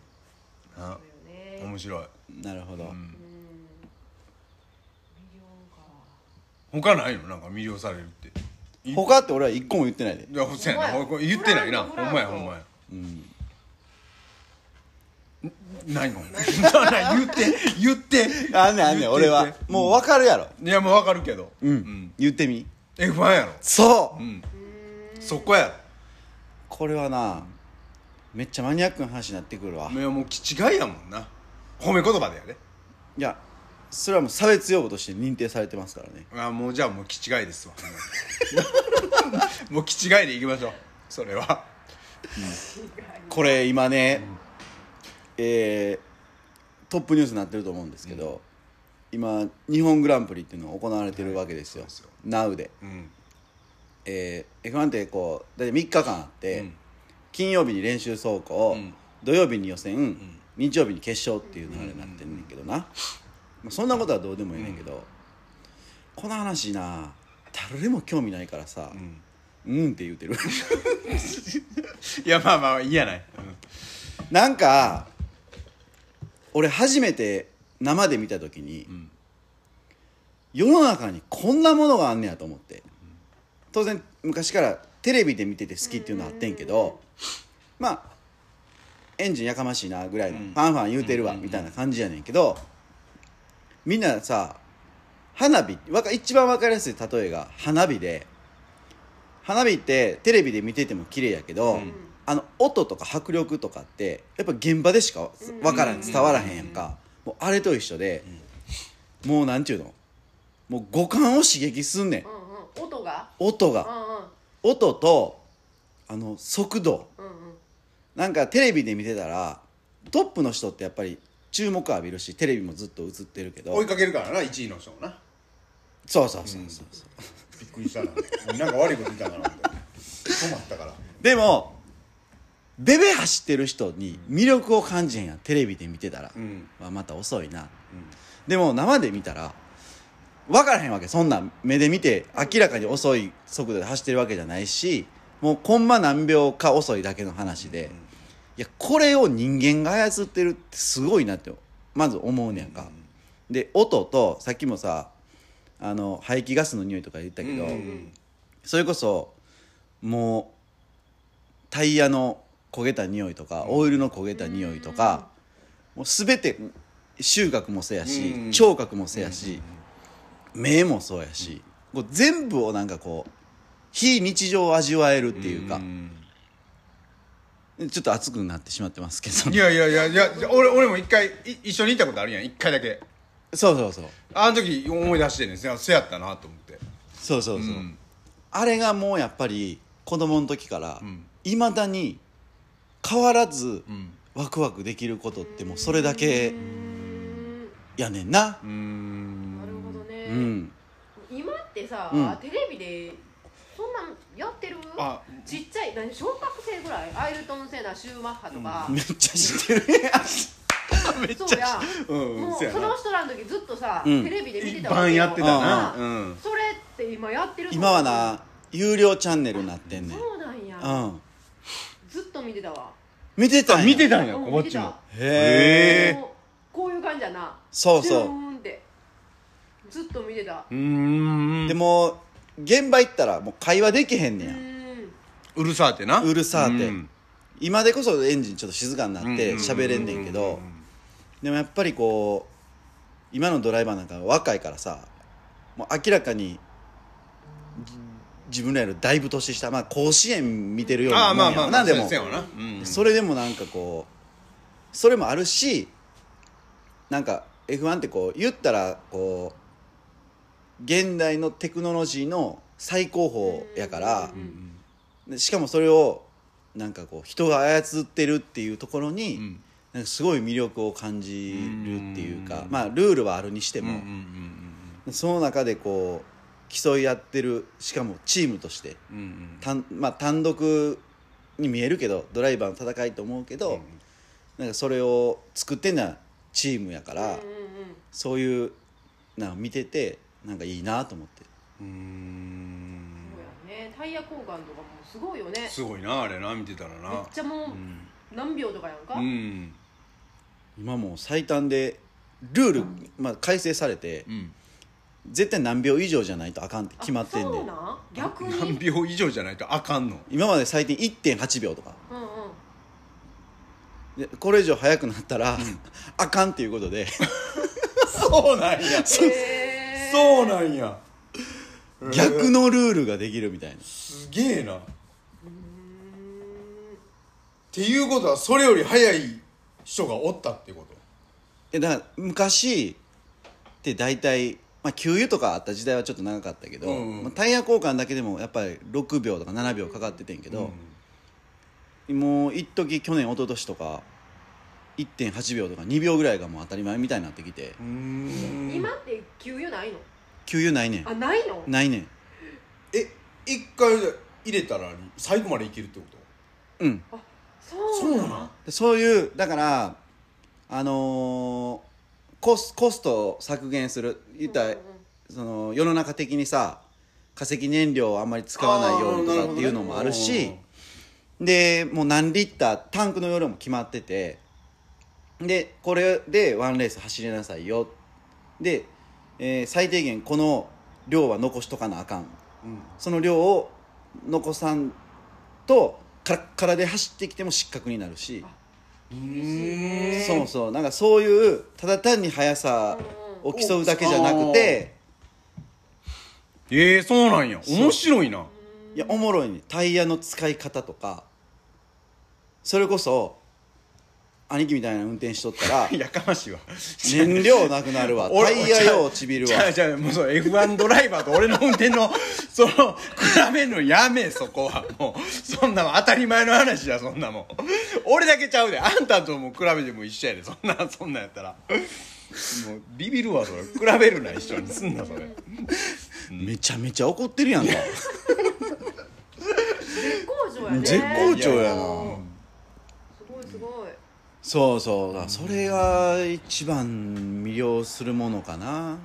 Speaker 3: うよね
Speaker 2: 面白い
Speaker 1: なるほど、
Speaker 3: 魅了
Speaker 2: 他ないのなんか魅了されるってい
Speaker 1: 他って俺は一個も言ってないで
Speaker 2: いやそうやな
Speaker 3: ほんまや
Speaker 2: これ言ってないな
Speaker 3: フ
Speaker 2: ほん
Speaker 3: ランク
Speaker 2: まや
Speaker 3: フ
Speaker 2: ほ
Speaker 3: ランク
Speaker 2: んまや
Speaker 1: うん
Speaker 2: ないのなな言って言って
Speaker 1: あんねんあんねん
Speaker 2: 言って
Speaker 1: 俺は
Speaker 2: 言って
Speaker 1: もう分かるやろ
Speaker 2: いやもうわかるけど
Speaker 1: うん、言ってみ
Speaker 2: F1 やろ
Speaker 1: そう、
Speaker 2: うんそこや
Speaker 1: これはなめっちゃマニアックな話になってくるわ
Speaker 2: ろいやもう気違いやもんな褒め言葉でやで
Speaker 1: いやそれはもう差別用語として認定されてますからね
Speaker 2: あもうじゃあもう気違いですわもう気違いでいきましょうそれは
Speaker 1: これ今ね、えートップニュースになってると思うんですけど、今日本グランプリっていうのが行われてるわけですよ、
Speaker 2: そうですよ
Speaker 1: NOW で、
Speaker 2: うん
Speaker 1: えー、F1 ってこう大体3日間あって、
Speaker 2: うん
Speaker 1: 金曜日に練習走行、
Speaker 2: うん
Speaker 1: 土曜日に予選、日曜日に決勝っていう流れになってるんだけどな、まあ、そんなことはどうでもいいねんけど、この話な誰も興味ないからさ
Speaker 2: うん
Speaker 1: 「うん」って言うてる
Speaker 2: いやまあまあいいやない
Speaker 1: なんか俺初めて生で見た時に、
Speaker 2: ん
Speaker 1: 世の中にこんなものがあんねやと思って当然昔からテレビで見てて好きっていうのはあってんけどまあエンジンやかましいなぐらいのファンファン言うてるわみたいな感じやねんけどみんなさ花火わか一番わかりやすい例えが花火で花火ってテレビで見てても綺麗やけど、
Speaker 2: うん
Speaker 1: あの音とか迫力とかってやっぱ現場でしかわからん
Speaker 3: うん
Speaker 1: 伝わらへんやんかもうあれと一緒で、もうなんていうのもう五感を刺激すんねん
Speaker 3: うんうん音が
Speaker 1: 音
Speaker 3: う
Speaker 1: が
Speaker 3: んうん
Speaker 1: 音とあの速度
Speaker 3: うんうん
Speaker 1: なんかテレビで見てたらトップの人ってやっぱり注目浴びるしテレビもずっと映ってるけど
Speaker 2: 追いかけるからな1位の人もな
Speaker 1: そうそうそうそう、
Speaker 2: びっくりしたななんか悪いこと言ったかな思って止まったから
Speaker 1: でもベベ走ってる人に魅力を感じへんやんテレビで見てたら、
Speaker 2: うん
Speaker 1: まあ、また遅いな、でも生で見たら分からへんわけそんなん目で見て明らかに遅い速度で走ってるわけじゃないしもうコンマ何秒か遅いだけの話で、いやこれを人間が操ってるってすごいなってまず思うねやんか、で音とさっきもさあの排気ガスの匂いとか言ったけど、
Speaker 2: うん
Speaker 1: それこそもうタイヤの焦げた匂いとか、オイルの焦げた匂いとか、もう全て収穫もせやし、
Speaker 2: うん
Speaker 1: 聴覚もせやし、目もそうやし、こう全部をなんかこう非日常を味わえるっていうか、ちょっと熱くなってしまってますけど
Speaker 2: いやいやいやいや俺俺も一回い一緒に行ったことあるやん一回だけ
Speaker 1: そうそうそう
Speaker 2: あの時思い出してんねんせやせやったなと思って
Speaker 1: そうそうそう、
Speaker 2: ん
Speaker 1: あれがもうやっぱり子供の時から
Speaker 2: ん
Speaker 1: いま、未だに変わらず
Speaker 2: ん
Speaker 1: ワクワクできることってもうそれだけやねんな
Speaker 2: うーん
Speaker 3: なるほどね、
Speaker 1: うん、
Speaker 3: 今ってさ、
Speaker 1: うん
Speaker 3: テレビでそんなんやってる
Speaker 2: あ
Speaker 3: ちっちゃい何小学生ぐらいアイルトン・セナシューマッハとか、
Speaker 1: めっちゃ知ってる やんめっちゃ知
Speaker 3: そうや
Speaker 2: うん
Speaker 3: もう
Speaker 2: せや
Speaker 3: そ
Speaker 2: な
Speaker 3: の人らの時ずっとさ、
Speaker 1: うん
Speaker 3: テレビで見て
Speaker 2: 一
Speaker 3: たわけ
Speaker 2: 番
Speaker 3: よ
Speaker 2: やってたな
Speaker 3: う
Speaker 2: うんん
Speaker 3: それって今やってる
Speaker 1: 今はな有料チャンネルになってんねん
Speaker 3: そうなんや、
Speaker 1: うん
Speaker 3: ずっと見てたわ
Speaker 1: 見てたんや
Speaker 2: 見てたんや
Speaker 3: うん
Speaker 2: こっちも
Speaker 1: へえ
Speaker 2: へ
Speaker 3: もうこういう感じやな
Speaker 1: そう
Speaker 3: ジュ
Speaker 1: そ
Speaker 3: ーンってずっと見てた
Speaker 2: うーん
Speaker 1: うでも現場行ったらもう会話できへんね
Speaker 3: う
Speaker 1: や、
Speaker 3: ーん
Speaker 2: うるさーってな
Speaker 1: うるさーって
Speaker 2: うん
Speaker 1: 今でこそエンジンちょっと静かになって喋れんねんけど、でもやっぱりこう今のドライバーなんか若いからさもう明らかにじ自分らよりだいぶ年下、まあ、甲子園見てるよう
Speaker 2: あ
Speaker 1: なも
Speaker 2: あまあ
Speaker 1: んや
Speaker 2: ま
Speaker 1: わ
Speaker 2: あま
Speaker 1: な
Speaker 2: あ
Speaker 1: で
Speaker 2: そう
Speaker 1: も
Speaker 2: やわなうん
Speaker 1: それでもなんかこうそれもあるしなんか F1 ってこう言ったらこう現代のテクノロジーの最高峰やから
Speaker 3: うん
Speaker 1: でしかもそれをなんかこう人が操ってるっていうところに、
Speaker 2: うん
Speaker 1: なんかすごい魅力を感じるっていうか
Speaker 2: うん
Speaker 1: まあルールはあるにして
Speaker 2: うんうん
Speaker 1: も、その中でこう競い合ってるしかもチームとして
Speaker 2: うんうんうん
Speaker 1: 単,、まあ、単独に見えるけどドライバーの戦いと思うけど、なんかそれを作ってんのはチームやから、
Speaker 3: うんうん
Speaker 1: そういうなんか見ててなんかいいなと思って
Speaker 2: うーん
Speaker 3: そうやねタイヤ交換とかもすごいよねめっ
Speaker 2: すごいなあれな見てたらな
Speaker 3: ちゃもう何秒とかやんか、
Speaker 2: うん
Speaker 1: 今もう最短でルール、まあ、改正されて
Speaker 2: うん
Speaker 1: 絶対何秒以上じゃないとあかんって決まってん
Speaker 3: あ
Speaker 1: ね
Speaker 3: そうんなん逆に
Speaker 2: 何秒以上じゃないとあかんの
Speaker 1: 今まで最低1.8秒とか。
Speaker 3: うんうん
Speaker 1: でこれ以上早くなったら、 あかんっていうことで
Speaker 2: そうなんや
Speaker 3: へー
Speaker 2: そうなんや
Speaker 1: 逆のルールができるみたいな
Speaker 2: すげえなっていうことはそれより早い人がおったってこと
Speaker 1: えだから昔って大体、まあ、給油とかあった時代はちょっと長かったけど、
Speaker 2: うんうん
Speaker 1: まあ、タイヤ交換だけでもやっぱり6秒とか7秒かかっててんけど、もう一時去年一昨年とか1.8秒とか2秒ぐらいがもう当たり前みたいになってきて
Speaker 2: うーん
Speaker 3: 今って給油ないの
Speaker 1: 給油ないね
Speaker 3: あ
Speaker 1: ん
Speaker 3: ないの
Speaker 1: ないねん
Speaker 2: え一回入れたら最後までいけるってこ
Speaker 1: うん
Speaker 3: あそ
Speaker 2: と
Speaker 3: うなん
Speaker 2: ん
Speaker 1: でそういうだからあのーコスコストを削減する言ったら、
Speaker 3: うんうん
Speaker 1: その世の中的にさ化石燃料をあんまり使わないようにとかっていうのもあるしでもう何リッタータンクの容量も決まっててでこれでワンレース走りなさいよで、えー最低限この量は残しとかなあかんその量を残さんとカラッカラで走ってきても失格になるし
Speaker 2: うーん
Speaker 1: そうそうなんかそういうただ単に速さを競うだけじゃなくて
Speaker 2: ええそうなんや面白いない
Speaker 1: やおもろいねタイヤの使い方とかそれこそ兄貴みたいな運転しとったら
Speaker 2: やかま しいわ
Speaker 1: 燃料なくなるわタイヤようちびるわ
Speaker 2: じゃあじゃあもうそう F1 ドライバーと俺の運転の その比べるのやめそこはもうそんなもん当たり前の話じゃそんなもん俺だけちゃうであんたとも比べても一緒やでそんなそんなんやったらもうビビるわそれ比べるな一緒にすんなそれ
Speaker 1: めちゃめちゃ怒ってる やんか
Speaker 3: 絶好調やね
Speaker 1: 絶好調やな
Speaker 2: うん
Speaker 1: そうそう、それが一番魅了するものかな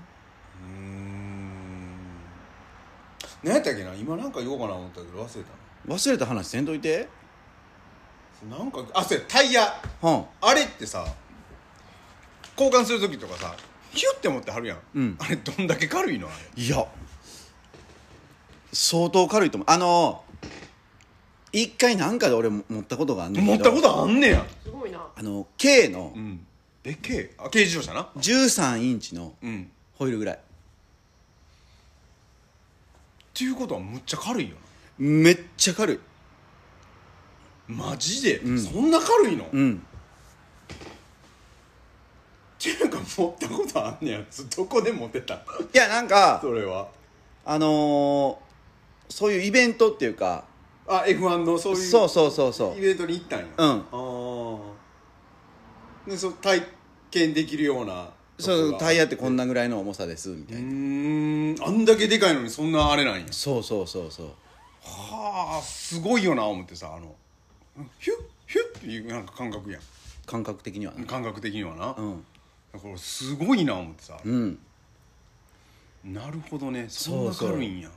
Speaker 2: 何やったっけな今なんか言おうかな思ったけど忘れ
Speaker 1: 忘れた話せんといて
Speaker 2: たななんかあそうやタイヤ
Speaker 1: うん
Speaker 2: あれってさ交換する時とかさヒュッて持ってはるやん、
Speaker 1: うん
Speaker 2: あれどんだけ軽いのあれ
Speaker 1: いや相当軽いと思うあの一回なんかで俺も持ったことがあんねんけ
Speaker 2: 持
Speaker 1: ど
Speaker 2: ったことあんねや
Speaker 3: すごいな
Speaker 1: あの K の
Speaker 2: うんでっけえあ軽自動車な
Speaker 1: 13インチの
Speaker 2: うん
Speaker 1: ホイールぐらい
Speaker 2: っていうことはむっちゃ軽いよ
Speaker 1: めっちゃ軽い
Speaker 2: なマジで、
Speaker 1: ん
Speaker 2: そんな軽いの、
Speaker 1: う
Speaker 2: っ
Speaker 1: ん
Speaker 2: ていうか持ったことあんねやつどこで持ってた
Speaker 1: いやなんか
Speaker 2: それは
Speaker 1: あのーそういうイベントっていうか
Speaker 2: あ F1 のそういう
Speaker 1: そうそうそうそう
Speaker 2: イベントに行ったんや
Speaker 1: うん
Speaker 2: ああでそう体験できるような
Speaker 1: そうタイ
Speaker 2: ヤ
Speaker 1: ヤってこんなぐらいの重さですみた
Speaker 2: う
Speaker 1: いな、
Speaker 2: ーんあんだけでかいのにそんなあれなんや
Speaker 1: そうそうそうそう
Speaker 2: はあすごいよな思ってさあのヒュッヒュッっていうなんか感覚やん
Speaker 1: 感覚的にはね
Speaker 2: 感覚的にはな、
Speaker 1: うん
Speaker 2: これすごいな思ってさ、
Speaker 1: うん
Speaker 2: なるほどねそん
Speaker 1: そ
Speaker 2: な
Speaker 1: うそう
Speaker 2: 軽いんや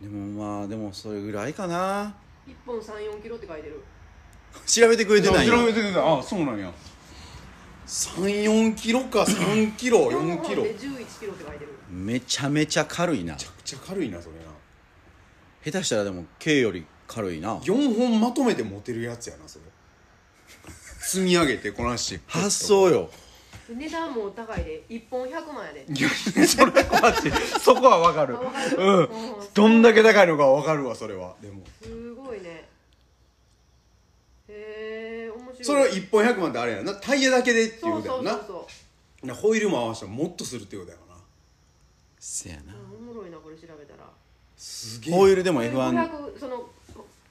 Speaker 1: でもまあでもそれぐらいかな
Speaker 3: 一本三四キロって書いてる
Speaker 1: 調べてくれてない
Speaker 2: 調
Speaker 1: よ
Speaker 2: べてくださいあそうなんや34キロか3キ ロ4キロ
Speaker 3: で
Speaker 2: めち
Speaker 3: 十一キロって書いてる
Speaker 1: めちゃめちゃ軽いな
Speaker 2: ゃくちゃ軽いなそれな
Speaker 1: 下手したらでも K より軽いな
Speaker 2: 4本まとめて持てるやつやなそれ積み上げてこなして
Speaker 1: 発想よ
Speaker 3: で値段も高いで一本百万やで
Speaker 2: いやそれはマジそこはわかる
Speaker 3: あわかる
Speaker 2: うん
Speaker 3: うん
Speaker 2: どんだけ高いのかわかるわそれはでも
Speaker 3: すごいねへえ面白い
Speaker 2: それは1本100万ってあれやなタイヤだけでってい
Speaker 3: そうう
Speaker 2: だ
Speaker 3: そ
Speaker 2: よ
Speaker 3: うそ
Speaker 2: な
Speaker 3: うそ
Speaker 2: なホイールも合わせたらもっとするってことやろな
Speaker 1: せやな
Speaker 3: ううんおもろいなこれ調べたら
Speaker 2: すげえ
Speaker 1: ホイールでも
Speaker 3: これ
Speaker 1: F1 あ
Speaker 3: 500その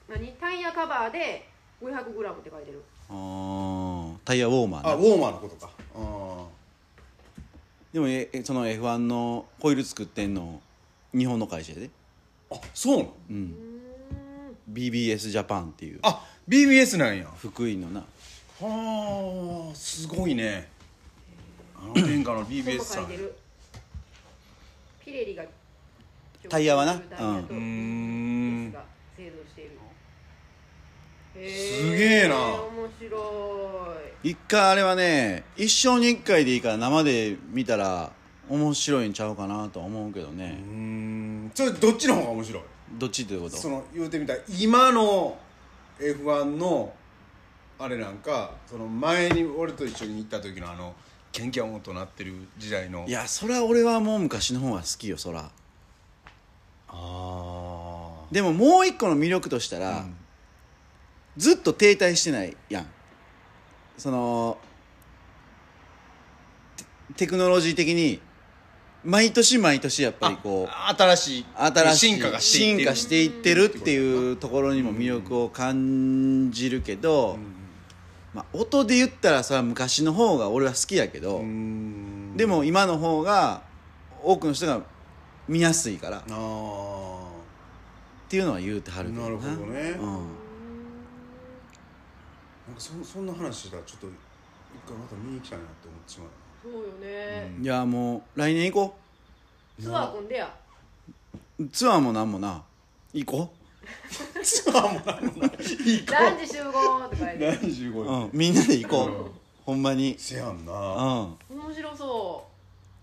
Speaker 3: 何タイヤカバーで 500g って書いてる
Speaker 1: ータイヤウォーマ
Speaker 2: あ
Speaker 1: ー
Speaker 2: ウ
Speaker 1: な
Speaker 2: ォーマーのことかあ
Speaker 1: でもええその F1 のホイール作ってんの日本の会社やで
Speaker 2: ーあそうなの
Speaker 3: うーん
Speaker 1: BBS ジャパンっていう
Speaker 2: あ BBS なんや
Speaker 1: 福井のな
Speaker 2: はあすごいねあの天下の BBS
Speaker 3: そ
Speaker 2: さ
Speaker 3: う書いて
Speaker 2: ん
Speaker 3: るピレリが
Speaker 1: タイヤはな
Speaker 3: タイヤと
Speaker 1: うん
Speaker 2: うーん
Speaker 3: BBS が製造している
Speaker 2: すげえな
Speaker 3: 面白
Speaker 1: 一回あれはね一生に一回でいいから生で見たら面白いんちゃうかなとは思うけど
Speaker 2: うー
Speaker 1: ね、
Speaker 2: んそれどっちの方が面白い
Speaker 1: どっちっていうこと
Speaker 2: その言うてみたら今の F1 のあれなんかその前に俺と一緒に行った時のあのキャンキャン音となってる時代の
Speaker 1: いやそりゃ俺はもう昔の方が好きよそら
Speaker 2: あ
Speaker 1: でももう一個の魅力としたら、
Speaker 2: うん
Speaker 1: ずっと停滞してないやんそのテテクノロジー的に毎年毎年やっぱりこう
Speaker 2: あ新しい
Speaker 1: 新しい
Speaker 2: 進化がしていってる
Speaker 1: 進化していってるっていうところにも魅力を感じるけど、まあ、音で言ったらそれは昔の方が俺は好きやけど、
Speaker 2: うん
Speaker 1: でも今の方が多くの人が見やすいからっ
Speaker 2: ああ
Speaker 1: ていうのは言うてはるけど
Speaker 2: なるほどね
Speaker 1: うん
Speaker 2: なんかそそんな話したらちょっと一回また見に行きたいなって思ってしまう
Speaker 3: いそうよね、
Speaker 1: いやもう来年行こ
Speaker 3: ツアー組んでや
Speaker 1: うツアーもなんもな行こ
Speaker 2: ツアーもないのな行
Speaker 3: 何時集合って書いてる
Speaker 2: 何十
Speaker 1: う、
Speaker 2: 五
Speaker 1: う
Speaker 2: よ
Speaker 1: ん、みんなで行こう、
Speaker 2: うん
Speaker 1: ほんまに
Speaker 2: せやんな
Speaker 1: うん
Speaker 2: あ
Speaker 1: お
Speaker 3: 面白そ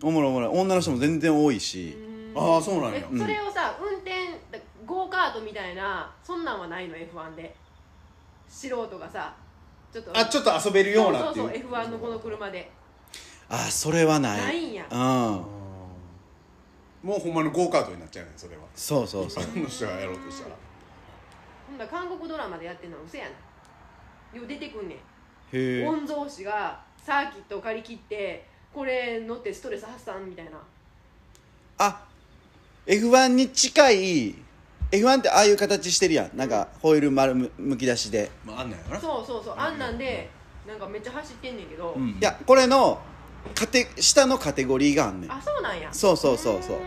Speaker 1: もろおもろい女の人も全然多いう
Speaker 3: う
Speaker 1: し、
Speaker 3: ーん
Speaker 2: あそうなん
Speaker 3: え
Speaker 2: や
Speaker 1: ん
Speaker 3: それをさ運転だゴーカートみたいなそんなんはないの F1 で素人がさちょっと
Speaker 2: あちょっと遊べるようなってい
Speaker 3: そうそうそう F1 のこの車で
Speaker 1: あそれはない
Speaker 3: ないんや
Speaker 1: うん
Speaker 2: もうほんまのゴーカートになっちゃうねんそれは
Speaker 1: そうそうそう
Speaker 2: あの人がやろうとしたら
Speaker 3: ほんだら韓国ドラマでやってんの嘘やなよう出てくんね
Speaker 1: へ
Speaker 3: ん
Speaker 1: え
Speaker 3: 御曹司がサーキットを借り切ってこれ乗ってストレス発散みたいな
Speaker 1: あ F1 に近い F1 ってああいう形してるやんなんかホイール丸むむき出しで、
Speaker 2: まああんなんやろな
Speaker 3: そうそうそうあんなんでなんかめっちゃ走ってんねんけど、
Speaker 2: うん
Speaker 1: いやこれのカテ下のカテゴリーがあんねん
Speaker 3: あそうなんや
Speaker 1: そうそうそうそう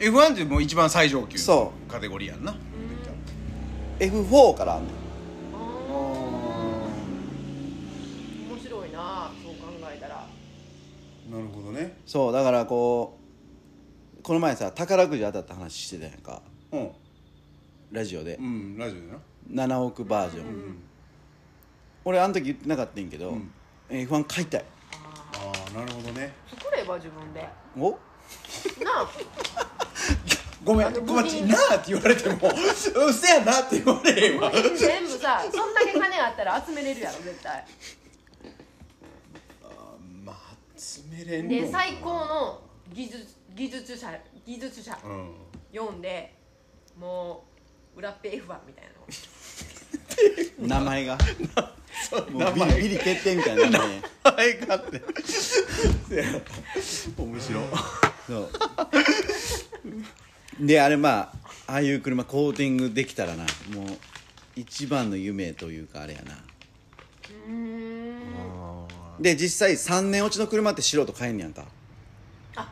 Speaker 3: ーん
Speaker 2: F1 ってもう一番最上級の
Speaker 1: そ
Speaker 2: カテゴリーやんな
Speaker 1: F4 からあんねん
Speaker 3: あー面白いなわれたら
Speaker 2: なるほどね
Speaker 1: そうだからこうこの前さ宝くじ当たった話してたやんか
Speaker 2: うん
Speaker 1: ラジオで
Speaker 2: うんラジオでな
Speaker 1: 7億バージョン、俺あの時言ってなかったんやけど、えー F1 買いたい
Speaker 2: ああなるほどね
Speaker 3: 作れば自分でな
Speaker 1: お
Speaker 3: あ
Speaker 2: ごめん小町なあって言われても うっせやなって言われへんわ
Speaker 3: 全部さそんだけ金あったら集めれるやろ絶対
Speaker 2: まあ集めれんの
Speaker 3: で最高の技術技術者技術者
Speaker 2: うん
Speaker 3: 読んでもう裏っぺ F1 みたいな
Speaker 1: 名
Speaker 3: の
Speaker 1: 前がもう
Speaker 2: 名
Speaker 1: ビ
Speaker 2: 前
Speaker 1: リビリ決定みたいな名前
Speaker 2: 前がって面白い
Speaker 1: そうであれまあああいう車コーティングできたらなもう一番の夢というかあれやな
Speaker 3: うーん
Speaker 1: で実際3年落ちの車って素人買えんねやんか
Speaker 3: あ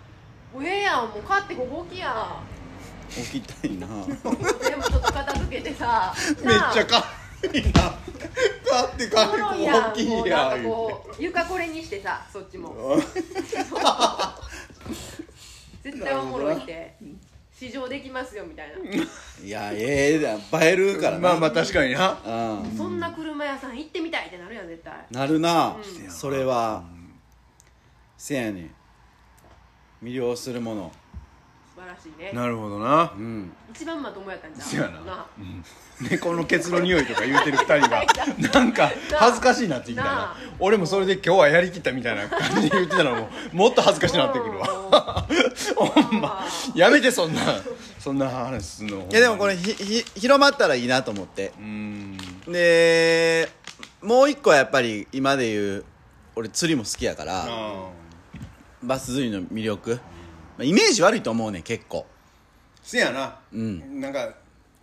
Speaker 3: おええやんもう買ってごぼきや
Speaker 1: 起きたい な
Speaker 3: 全部ちょっと片付けてさ
Speaker 2: めっちゃ
Speaker 3: な
Speaker 2: かわいいなだって
Speaker 3: あ
Speaker 2: か
Speaker 3: おも
Speaker 2: わ
Speaker 3: ろ
Speaker 2: い
Speaker 3: い
Speaker 2: い
Speaker 3: や
Speaker 2: 大
Speaker 3: ん
Speaker 2: き
Speaker 3: もう
Speaker 2: い
Speaker 3: な
Speaker 2: や
Speaker 3: ん
Speaker 2: ん
Speaker 3: か
Speaker 2: 言う
Speaker 3: こう床これにしてさそ っちも
Speaker 2: て
Speaker 3: 絶対おもろいって試乗できますよみたいな
Speaker 1: いやええだ映えるからな
Speaker 2: まあまあ確かにな
Speaker 1: うん
Speaker 3: そんな車屋さん行ってみたいってなるやん絶対
Speaker 1: なるな、
Speaker 3: うん
Speaker 1: それは、せやねん魅了するもの
Speaker 3: 素晴らしいね
Speaker 2: なるほどな
Speaker 1: うん
Speaker 3: 一番まともやったんじゃん
Speaker 2: せやな猫のケツの匂いとか言うてる2人が なんか
Speaker 3: なあ
Speaker 2: 恥ずかしいなってきた
Speaker 3: な
Speaker 2: な
Speaker 3: あ
Speaker 2: 俺もそれで今日はやりきったみたいな感じで言ってたらもうもっと恥ずかしくなってくるわほんまやめてそんなそんな話すんの
Speaker 1: いやでもこれひひ広まったらいいなと思って
Speaker 2: うーん
Speaker 1: でもう一個はやっぱり今で言う俺釣りも好きやから
Speaker 2: あ
Speaker 1: バス釣りの魅力、まあ、イメージ悪いと思うねん結構
Speaker 2: せやな、
Speaker 1: ん
Speaker 2: なんか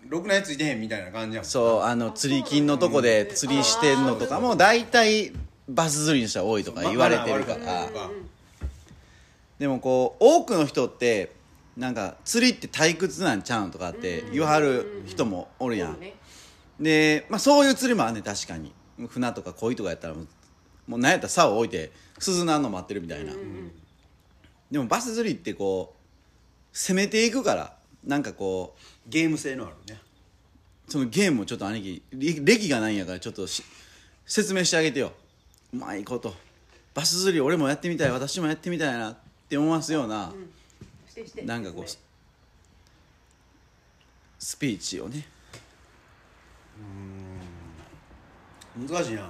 Speaker 2: ろくなやついてへんみたいな感じやもん
Speaker 1: そうあの釣り金のとこで釣りしてんのとかも大体バス釣りの人は多いとか言われてるか
Speaker 2: まマナー
Speaker 1: ら
Speaker 2: 悪いとか
Speaker 1: でもこう多くの人ってなんか釣りって退屈なんちゃうんとかって言わはる人もおるやんで、まあ、そういう釣りもあんねん確かに船とか鯉とかやったらもうもう何やったら竿を置いて鈴なんの待ってるみたいな、でもバス釣りってこう攻めていくからなんかこ
Speaker 2: ゲーム性のあるね
Speaker 1: うそのゲームをちょっと兄貴り歴がないんやからちょっとし説明してあげてようまいことバス釣り俺もやってみたい私もやってみたいなって思わすような、
Speaker 3: してして
Speaker 1: なんかこうススピーチをね
Speaker 2: 難しいな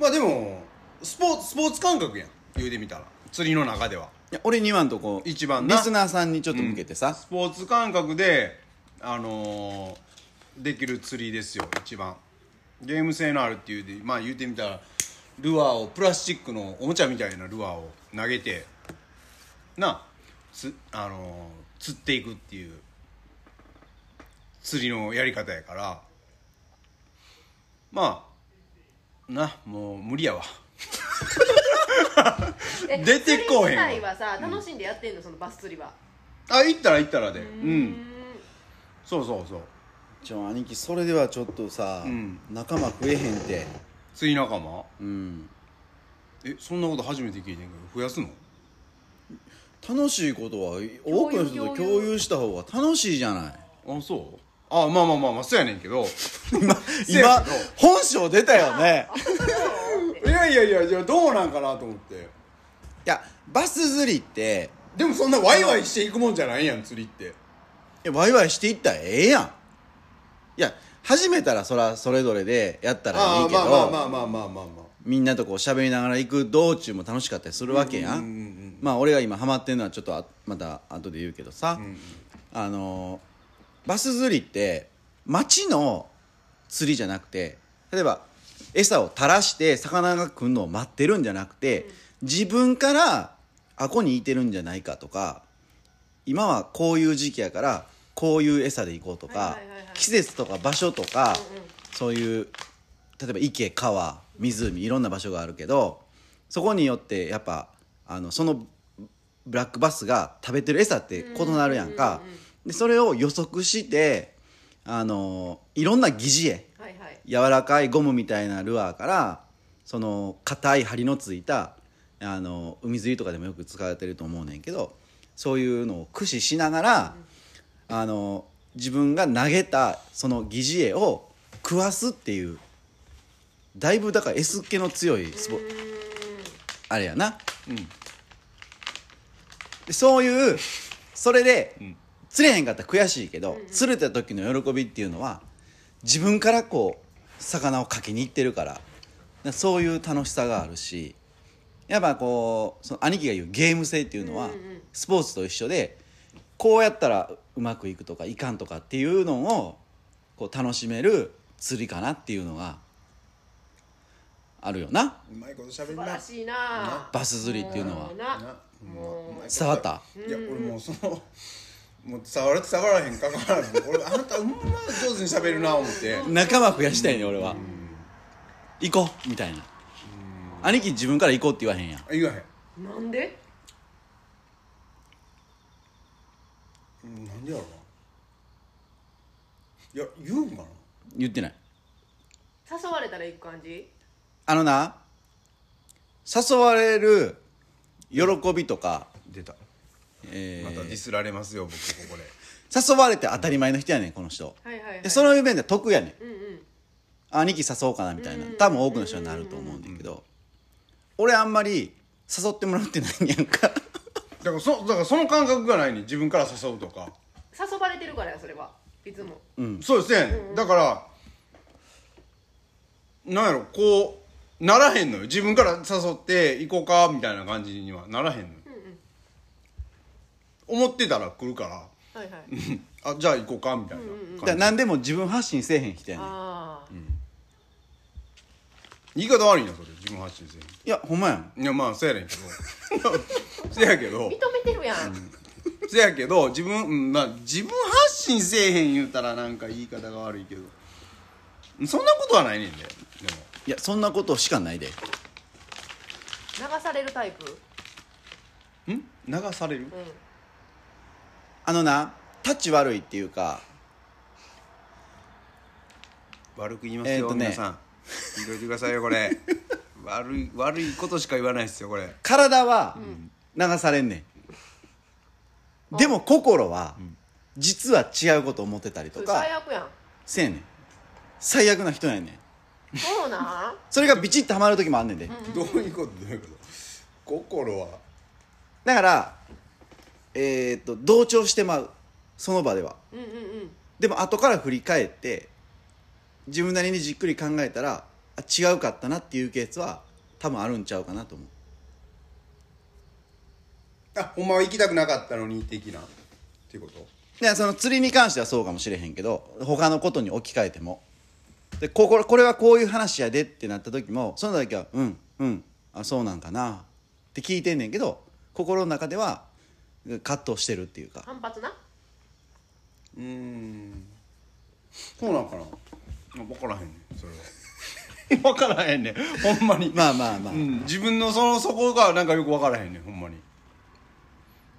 Speaker 2: まあでもスポーツスポーツ感覚やん言うてみたら釣りの中ではい
Speaker 1: や俺にはんとこう
Speaker 2: 一番
Speaker 1: リ
Speaker 2: な
Speaker 1: スナーさんにちょっと向けてさ、
Speaker 2: スポーツ感覚であのーできる釣りですよ一番ゲーム性のあるっていうでまあ言うてみたらルアーをプラスチックのおもちゃみたいなルアーを投げてなつあのー釣っていくっていう釣りのやり方やからまあなもう無理やわ出てこうへんわ
Speaker 3: 釣り自体はさ楽しんでやってんのそのバス釣りは
Speaker 2: あ行ったら行ったらでう
Speaker 3: うん
Speaker 2: そうそうそう
Speaker 1: ちょ兄貴それではちょっとさ、
Speaker 2: うん
Speaker 1: 仲間増えへんて
Speaker 2: 釣り仲間
Speaker 1: うん
Speaker 2: えそんなこと初めて聞いてんけど増やすの
Speaker 1: 楽しいことは多くの人と共有した方が楽しいじゃない
Speaker 2: あそうあまあまあまあまあそうやねんけど
Speaker 1: 今
Speaker 2: せや
Speaker 1: 今
Speaker 2: けど
Speaker 1: 本性出たよね
Speaker 2: いやいやいやじゃあどうなんかなと思って
Speaker 1: いやバス釣りって
Speaker 2: でもそんなワイワイしていくもんじゃないやん釣りって
Speaker 1: いやワイワイしていったらええやんいや始めたらそらそれぞれでやったらいいけど
Speaker 2: あーまあまあまあまあまあまあま
Speaker 1: みんなとこう喋りながら行く道中も楽しかったりするわけやん,、
Speaker 2: うんうんうんうん
Speaker 1: まあ俺が今ハマってるのはちょっとあまた後で言うけどさ、
Speaker 2: ん
Speaker 1: あのーバス釣りって町の釣りじゃなくて例えば餌を垂らして魚が来るのを待ってるんじゃなくて、自分からあこにいてるんじゃないかとか今はこういう時期やからこういう餌で行こうとか、
Speaker 3: はいはいはいはい
Speaker 1: 季節とか場所とか、そういう例えば池川湖いろんな場所があるけどそこによってやっぱあのそのブラックバスが食べてる餌って異なるやんか、でそれを予測してあのいろんな疑似餌
Speaker 3: はいはい
Speaker 1: 柔らかいゴムみたいなルアーからその硬い針のついたあの海釣りとかでもよく使われてると思うねんけどそういうのを駆使しながら、あの自分が投げたその疑似餌を食わすっていうだいぶだから S っ気の強いスポあれやな、でそういうそれで、釣れへんかったら悔しいけど、釣れた時の喜びっていうのは自分からこう魚をかけに行ってるからだからそういう楽しさがあるしやっぱこうその兄貴が言うゲーム性っていうのは、
Speaker 3: うんうん
Speaker 1: スポーツと一緒でこうやったらうまくいくとかいかんとかっていうのをこう楽しめる釣りかなっていうのがあるよな
Speaker 2: うまいこと喋り
Speaker 3: 素
Speaker 2: な
Speaker 3: 晴らしいな
Speaker 1: バス釣りっていうのは
Speaker 3: もな
Speaker 2: なもううまいこと
Speaker 1: 伝わった
Speaker 2: いや俺もうそのもう伝わる伝わらへんかかわらず俺あなたうまい上手に喋るな思って
Speaker 1: 仲間増やしたいね俺は行こうみたいな兄貴自分から行こうって言わへんやん
Speaker 2: 言わへん
Speaker 3: なんで
Speaker 2: うんなんでやろないや言うんかな
Speaker 1: 言ってない
Speaker 3: 誘われたら行く感じ
Speaker 1: あのな誘われる喜びとか、
Speaker 2: 出た
Speaker 1: えー
Speaker 2: またディスられますよ僕ここで
Speaker 1: 誘われて当たり前の人やねんこの人
Speaker 3: はいはいはい
Speaker 1: でその面で得やねん
Speaker 3: うんうん
Speaker 1: 兄貴誘おうかなみたいな多分多くの人になると思うんだけど俺あんまり誘ってもらってないんやん か
Speaker 2: だからそだからその感覚がないねん自分から誘うとか
Speaker 3: 誘われてるからやそれはいつも
Speaker 2: そうですね、だからなんやろこうならへんのよ自分から誘って行こうかみたいな感じにはならへんのよ、思ってたら来るから
Speaker 3: はいはい
Speaker 2: うんあじゃあ行こうかみたいな
Speaker 1: だから
Speaker 2: 感じ、
Speaker 1: 何でも自分発信せえへん人やねん
Speaker 3: ああ
Speaker 2: 言い方悪いなそれ自分発信せえ
Speaker 1: いやほんまやん
Speaker 2: へんいやまあそうやねんけど せやけど
Speaker 3: 認めてるやん
Speaker 2: せやけど自分、うん、まあ自分発信せえへん言うたらなんか言い方が悪いけどそんなことはないねんででも
Speaker 1: いやそんなことしかないで
Speaker 3: 流されるタイプ
Speaker 2: ん流される
Speaker 3: うん
Speaker 1: あのなタッチ悪いっていうか
Speaker 2: 悪く言います
Speaker 1: え
Speaker 2: よ、
Speaker 1: ーとね
Speaker 2: 皆さん聞いといてくださいよこれ 悪い悪いことしか言わないですよこれ
Speaker 1: 体は流されんねん、でも心は実は違うこと思ってたり
Speaker 3: そ
Speaker 1: と
Speaker 3: れ
Speaker 1: か
Speaker 3: 最悪やん
Speaker 1: せやねん最悪な人やねん
Speaker 3: そうなん
Speaker 1: それがビチッとはまる時もあんねんで、
Speaker 2: どういうことどういうこと心は
Speaker 1: だからえっと同調してまうその場では
Speaker 3: うんうんうん
Speaker 1: でも後から振り返って自分なりにじっくり考えたらあ違うかったなっていうケースは多分あるんちゃうかなと思う
Speaker 2: あほんまは行きたくなかったのに的なっていうこと
Speaker 1: でその釣りに関してはそうかもしれへんけど他のことに置き換えてもでこここれはこういう話やでってなった時もその時は「うんうんあそうなんかな」って聞いてんねんけど心の中ではうん葛藤してるっていうか
Speaker 3: 反発な
Speaker 2: うーんそうなんかな分からへんねんそれは 分からへんねんほんまに
Speaker 1: まあまあまあ、だか
Speaker 2: うん、自分のそのそこがなんかよく分からへんねんほんまに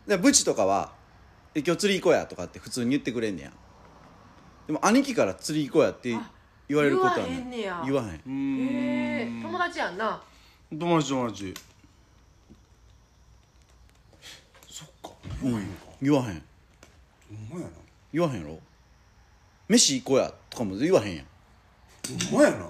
Speaker 1: らブチとかは「え今日釣り行こうや」とかって普通に言ってくれんねやでも兄貴から釣り行こうやって言われることはない
Speaker 3: 言わへんねや
Speaker 1: 言わへん
Speaker 2: う
Speaker 3: へ
Speaker 2: ん
Speaker 3: え友達やんな
Speaker 2: 友達友達そっか言わへんか
Speaker 1: 言わへん
Speaker 2: ほんまやな
Speaker 1: 言わへんやろ飯行こうやとかも言わへんやん
Speaker 2: ほんまやな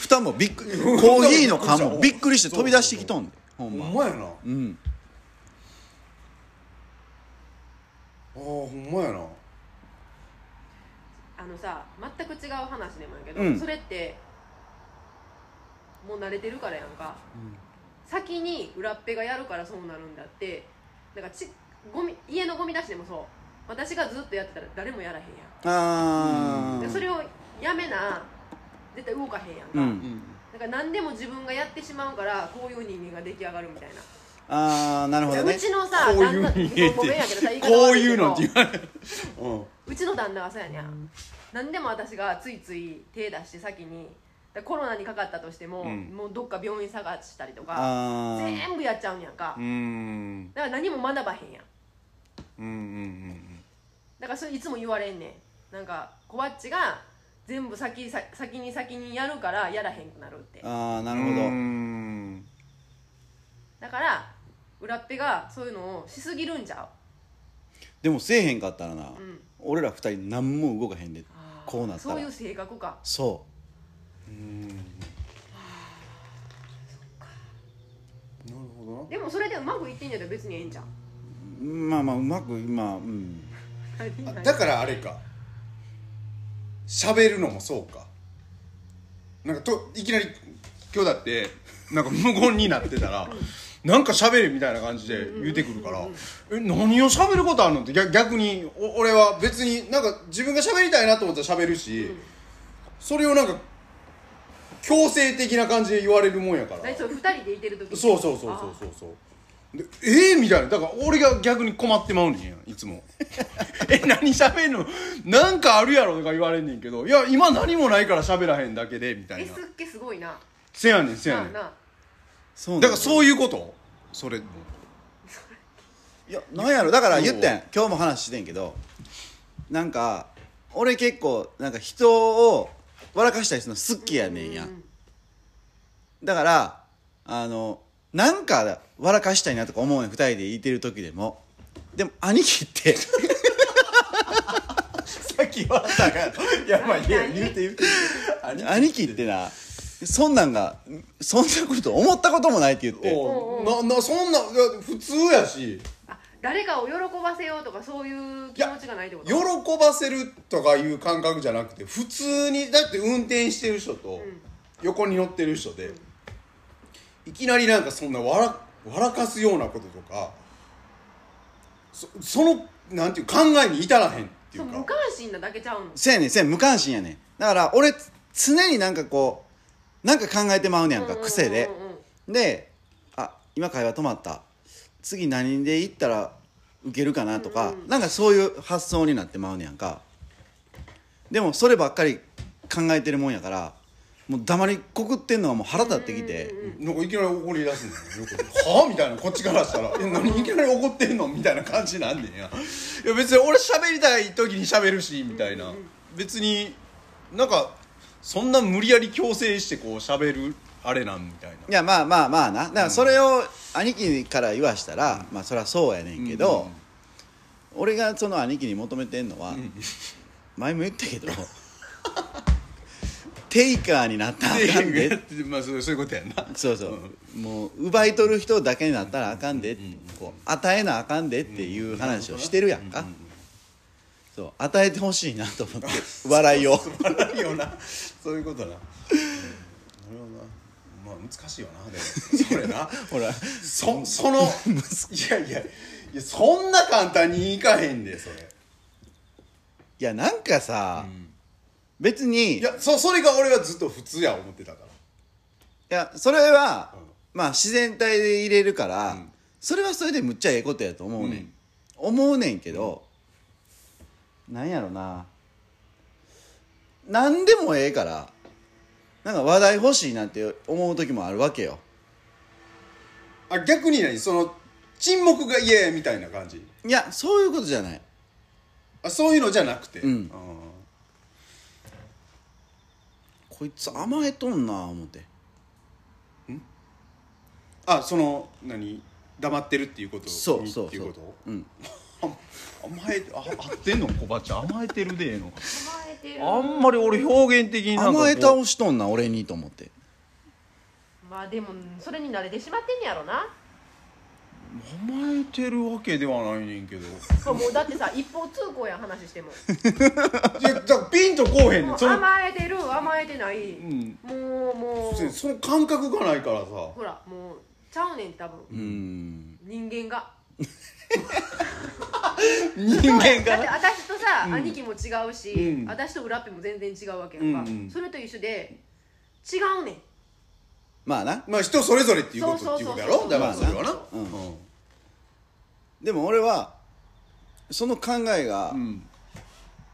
Speaker 1: 蓋もびっくりコーヒーの缶もびっくりして飛び出してきとんでほ
Speaker 2: ほ
Speaker 1: ん
Speaker 2: ん
Speaker 1: ま
Speaker 2: まやなあ
Speaker 1: うん
Speaker 2: あほんまやな
Speaker 3: あのさ全く違う話でもやけど、
Speaker 1: うん
Speaker 3: それってもう慣れてるからやんか、先に裏っぺがやるからそうなるんだってなんかちゴミ家のゴミ出しでもそう私がずっとやってたら誰もやらへんや
Speaker 1: あ
Speaker 3: ん、でそ
Speaker 1: ー
Speaker 3: れをやめな絶対動かへんやん
Speaker 1: う
Speaker 3: か、
Speaker 2: うんん
Speaker 3: だから何でも自分がやってしまうからこういう人間が出来上がるみたいな
Speaker 1: あーなるほど
Speaker 3: う
Speaker 1: ね
Speaker 3: ちのさ
Speaker 2: こういう
Speaker 3: 旦那
Speaker 2: 人間って
Speaker 3: ごめんやけどさ言い方
Speaker 2: こう
Speaker 3: 悪
Speaker 2: い
Speaker 3: け
Speaker 2: う
Speaker 3: ど
Speaker 2: のって言われるうん
Speaker 3: うちの旦那はそうやねん何でも私がついつい手出して先にだからコロナにかかったとしても、
Speaker 2: ん
Speaker 3: もうどっか病院探したりとか
Speaker 1: あー
Speaker 3: 全部やっちゃうんやんか、
Speaker 2: うーん
Speaker 3: だから何も学ばへんやん
Speaker 2: うんうんうん
Speaker 3: だからそれいつも言われんねんなんかこわっちが全部先さ先に先にやるからやらへんくなるって
Speaker 1: ああなる
Speaker 2: う
Speaker 1: ほど
Speaker 2: ん
Speaker 3: だから裏っぺがそういうのをしすぎるんじゃう
Speaker 1: でもせえへんかったらな、
Speaker 3: ん
Speaker 1: 俺ら二人何も動かへんで
Speaker 3: あー
Speaker 1: こうなったら
Speaker 3: そういう性格か
Speaker 1: そ
Speaker 2: なるほどな
Speaker 3: でもそれでうまくいってんじゃったら別にええんじゃん
Speaker 1: うまあまあうまくまあうん
Speaker 3: 何
Speaker 2: あ
Speaker 3: 何
Speaker 2: だからあれか喋るのもそうかなんかといきなり今日だってなんか無言になってたらなんか喋れみたいな感じで言うてくるから「え何を喋ることあるの?」って逆逆にお俺は別になんか自分が喋りたいなと思ったら喋るし、それをなんか強制的な感じで言われるもんやから
Speaker 3: 何それ二人でいてる時
Speaker 2: そうそうそうそうそうそうでえー、みたいなだから俺が逆に困ってまうねんやいつも え何喋んのなんかあるやろとか言われんねんけどいや今何もないから喋らへんだけでみた
Speaker 3: え
Speaker 2: いな
Speaker 3: すっげすごいな
Speaker 2: せやねんせや
Speaker 3: なあ
Speaker 2: ねんだ
Speaker 3: な
Speaker 2: か
Speaker 3: あ
Speaker 1: そうなん
Speaker 2: らそういうことそれも
Speaker 1: いやなんやろだから言ってん今日も話してんけどなんか俺結構なんか人を笑かしたりするの好きやねんや、
Speaker 3: うん
Speaker 1: だからあのなんか笑かしたいなとか思うねん2人でいてる時でもでも兄貴って
Speaker 2: さっき言われたからいやまあいや言うて言うて
Speaker 1: 兄貴ってなそんなんがそんなこと思ったこともないって言って
Speaker 2: おうななそんないや普通やし
Speaker 3: あ誰かを喜ばせようとかそういう気持ちがないってこと
Speaker 2: 喜ばせるとかいう感覚じゃなくて普通にだって運転してる人と横に乗ってる人でいきなりなんかそんな笑笑かすようなこととかそそのなんていう考えに至らへんってい
Speaker 3: そうう無
Speaker 2: か
Speaker 3: 関心なだけちゃうの
Speaker 1: せやねんせやねん無関心やねんだから俺常になんかこうなんか考えてまうねやんか癖で。
Speaker 3: うんうんうんうん
Speaker 1: であ今会話止まった次何で行ったら受けるかなとか、
Speaker 3: うんうん
Speaker 1: なんかそういう発想になってまうねやんかでもそればっかり考えてるもんやからもう黙りこくってんのはもう腹立ってきて
Speaker 2: なんかいきなり怒り出すんだよ横ではあみたいなこっちからしたら「え何いきなり怒ってんの?」みたいな感じなんねんやいや別に俺喋りたい時に喋るしみたいな別になんかそんな無理やり強制してこう喋るあれなんみたいない
Speaker 1: やまあまあまあなだからそれを兄貴から言わしたら、まあそりゃそうやねんけど、俺がその兄貴に求めてんのは、前も言ったけ どテイカーになったらあかんでって
Speaker 2: でまあそうそういうことやんな
Speaker 1: そうそう、もう奪い取る人だけになったらあかんでって、こう与えなあかんでっていう話をしてるやんか、そう与えてほしいなと思って 笑いを
Speaker 2: 笑いよなそういうことな、うんなるほどなまあ難しいよなでもそれな
Speaker 1: ほら
Speaker 2: そそのいやいやいやそんな簡単にいかへんでそれ
Speaker 1: いやなんかさ、別に
Speaker 2: い
Speaker 1: いや
Speaker 2: やそそれが俺はずっと普通や思ってたから
Speaker 1: それは、
Speaker 2: うん
Speaker 1: まあ自然体で入れるから、それはそれでむっちゃええことやと思うねん、
Speaker 2: うん
Speaker 1: 思うねんけど、なんやろな何でもええからなんか話題欲しいなって思う時もあるわけよ
Speaker 2: あ逆に何その沈黙が嫌やみたいな感じ
Speaker 1: いやそういうことじゃない
Speaker 2: あそういうのじゃなくて、
Speaker 1: うん
Speaker 2: あ
Speaker 1: こいつ甘えとんな思って
Speaker 2: ーあその何黙ってるっていうことに
Speaker 1: そうそうそう
Speaker 2: っていうこと
Speaker 1: うん
Speaker 2: 甘えあ合ってんのコバちゃん甘えてるでええの
Speaker 3: 甘えてる
Speaker 2: あんまり俺表現的になんかこう
Speaker 1: 甘え倒しとんな俺にと思って
Speaker 3: まあでもそれに慣れてしまってんねやろな
Speaker 2: 甘えてるわけではないねんけど
Speaker 3: そうもうだって さ一方通行やん話して
Speaker 2: い
Speaker 3: も
Speaker 2: やだからピンとこうへんね
Speaker 3: も
Speaker 2: ん
Speaker 3: う
Speaker 2: その,、
Speaker 3: 甘えてる甘えてない、
Speaker 2: うん、
Speaker 3: もうもう
Speaker 2: その感覚がないからさ
Speaker 3: ほらもうちゃうねん多分、
Speaker 1: うん
Speaker 3: 人間が
Speaker 2: 人間
Speaker 3: だっ
Speaker 2: が
Speaker 3: て
Speaker 2: な
Speaker 3: 私とさ、兄貴も違うし、
Speaker 2: うん
Speaker 3: 私と裏っぺも全然違うわけやんか、
Speaker 2: うんうん
Speaker 3: それと一緒で違うねん
Speaker 1: まあな
Speaker 2: まあ人それぞれっていうこ
Speaker 3: そ
Speaker 2: と
Speaker 3: う
Speaker 2: っていう
Speaker 3: そうそう
Speaker 2: ことやろだからそれはな、
Speaker 1: うんでも俺はその考えが、
Speaker 2: ん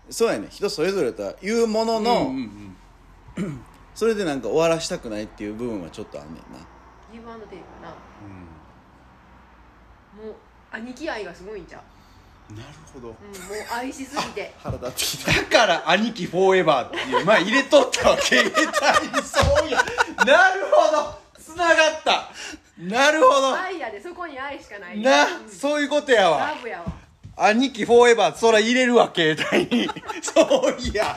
Speaker 1: そうやね人それぞれとは言うものの、
Speaker 2: うんうんうん
Speaker 1: それでなんか終わらしたくないっていう部分はちょっとあんねんな
Speaker 3: ギブアンドテイクかなもう兄貴愛がすごいんちゃう
Speaker 2: なるほど
Speaker 3: うん、もう愛しすぎて
Speaker 4: 腹立ってきた
Speaker 2: だから「兄貴フォーエバー」っていうまあ入れとったわけ体そうやなるほどつながったなるほど
Speaker 3: 愛やでそこに愛しかない
Speaker 2: な
Speaker 3: うん
Speaker 2: そういうことやわ
Speaker 3: ラブやわ
Speaker 2: 兄貴フォーエバーそら入れるわ携帯に そういや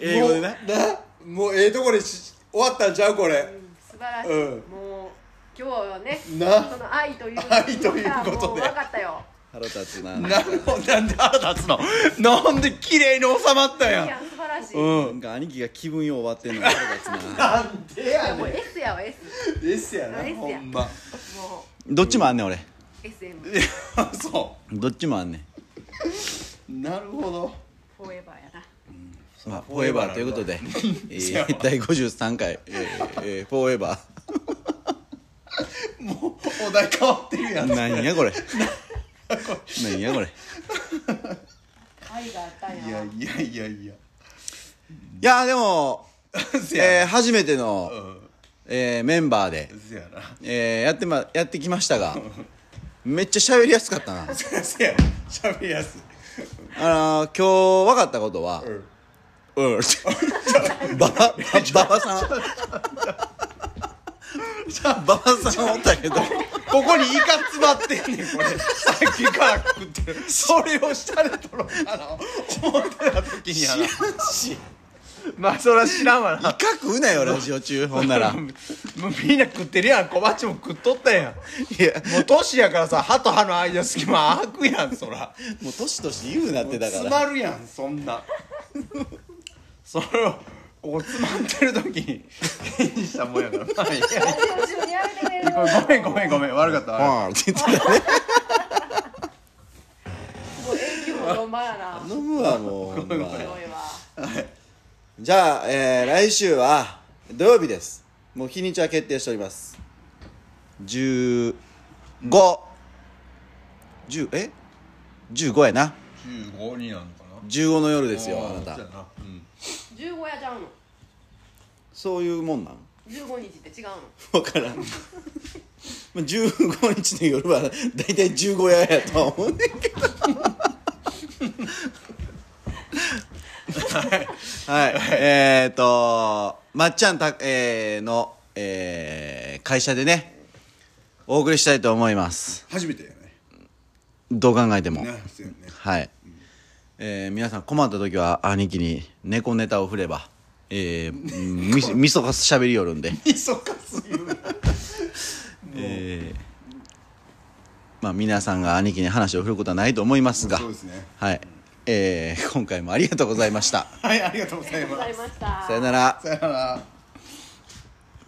Speaker 1: 英語でね
Speaker 2: もうなもうええとこでし終わったんちゃうこれ
Speaker 3: うん素晴らしい、
Speaker 2: うん
Speaker 3: もう今日はね
Speaker 2: な
Speaker 3: その愛という
Speaker 2: 愛ということで
Speaker 3: 分かったよ
Speaker 1: 腹立つな
Speaker 2: なるほどなんで腹立つのなんで綺麗に収まった
Speaker 3: い
Speaker 2: やん
Speaker 3: や素晴らしい、
Speaker 1: な
Speaker 3: い
Speaker 1: んか兄貴が気分よう終わってんのが腹立つな
Speaker 2: なんで
Speaker 3: や
Speaker 2: や
Speaker 3: もう
Speaker 2: ね
Speaker 3: S やわ S
Speaker 2: んですやな
Speaker 3: ですや
Speaker 2: ほんま
Speaker 3: も
Speaker 1: どっちもあんねん俺
Speaker 3: う SM
Speaker 2: そ
Speaker 1: どっちもあんねん
Speaker 2: うなるほど
Speaker 3: フォーエバーやな
Speaker 1: まあ、
Speaker 2: フ
Speaker 1: フォ
Speaker 2: ォー
Speaker 1: ー
Speaker 2: エ
Speaker 1: エ
Speaker 2: バー
Speaker 1: バ
Speaker 2: な
Speaker 1: ー
Speaker 2: んだ
Speaker 1: という ことで、え
Speaker 2: せやわ
Speaker 1: ー、第53回、えーえーフォーエバ
Speaker 2: もうお題変わってるや
Speaker 1: ー。
Speaker 2: ん
Speaker 1: 何やこれ。何やこれ。い
Speaker 3: 愛があったん
Speaker 2: い
Speaker 3: や
Speaker 2: や
Speaker 3: わ
Speaker 2: いやいやいや
Speaker 1: やーでも、
Speaker 2: せ
Speaker 1: えー
Speaker 2: や
Speaker 1: 初めての、
Speaker 2: なうん
Speaker 1: えーメンバーで、
Speaker 2: せやな
Speaker 1: えーやってま、やってきましたが、めっちゃ喋りやすかったな。
Speaker 2: せやしゃべりやすい
Speaker 1: あのー今日分かったことは、
Speaker 2: うん
Speaker 1: うん。ばば、ばばさん。ばばさんおったけど、
Speaker 2: ここにイカ詰まってんねんこれさっきから食ってるそれを下で取ろうかな思ってた時にやなまあそれは知らんわ
Speaker 1: 威嚇うなよ、ラジオ中、ほんなら。
Speaker 2: もうみんな食ってるやん小鉢も食っとったやんいやもう年やからさ歯と歯の間隙間開くやんそら
Speaker 1: もう、年とし言うなってだから
Speaker 2: 詰。まるやんそんなそれをここ詰まってる時に 変にしたもんやからまあいいや
Speaker 3: ラジオ中にやめてくれる
Speaker 2: ごめんごめんごめん悪かった
Speaker 1: うん
Speaker 2: 悪かった
Speaker 1: って言ってたね。
Speaker 3: もう演技もどんばやな
Speaker 1: 飲むわもうほんま
Speaker 3: すごいわ
Speaker 1: じゃあ、えー来週は土曜日ですもう日にちは決定しております1510え15やな
Speaker 2: 15になるのかな
Speaker 1: 15の夜ですよあなた
Speaker 2: そうやなうん
Speaker 3: 15やちゃうの
Speaker 1: そういうもんなん
Speaker 3: 15日って違う
Speaker 1: 分
Speaker 3: の
Speaker 1: からんまあ15日の夜は大体15夜やとは思うねんけどはい、えっ、ー、とまっちゃんた、えーの、えー会社でねお送りしたいと思います
Speaker 2: 初めてやね
Speaker 1: どう考えても、
Speaker 2: ねそうや ね
Speaker 1: はい、えー皆さん困った時は兄貴に猫ネタを振ればえー、み そみそかすしゃべりよるんで
Speaker 2: 忙かすぎる
Speaker 1: えーまあ皆さんが兄貴に話を振ることはないと思いますが
Speaker 2: そうですね
Speaker 1: はい、えー今回もありがとうございました
Speaker 2: はいありがとうご
Speaker 3: あ
Speaker 2: ざ
Speaker 3: り
Speaker 2: い
Speaker 3: がとう
Speaker 2: ま
Speaker 3: ござい
Speaker 2: す
Speaker 3: ました
Speaker 1: さよなら
Speaker 2: さよなら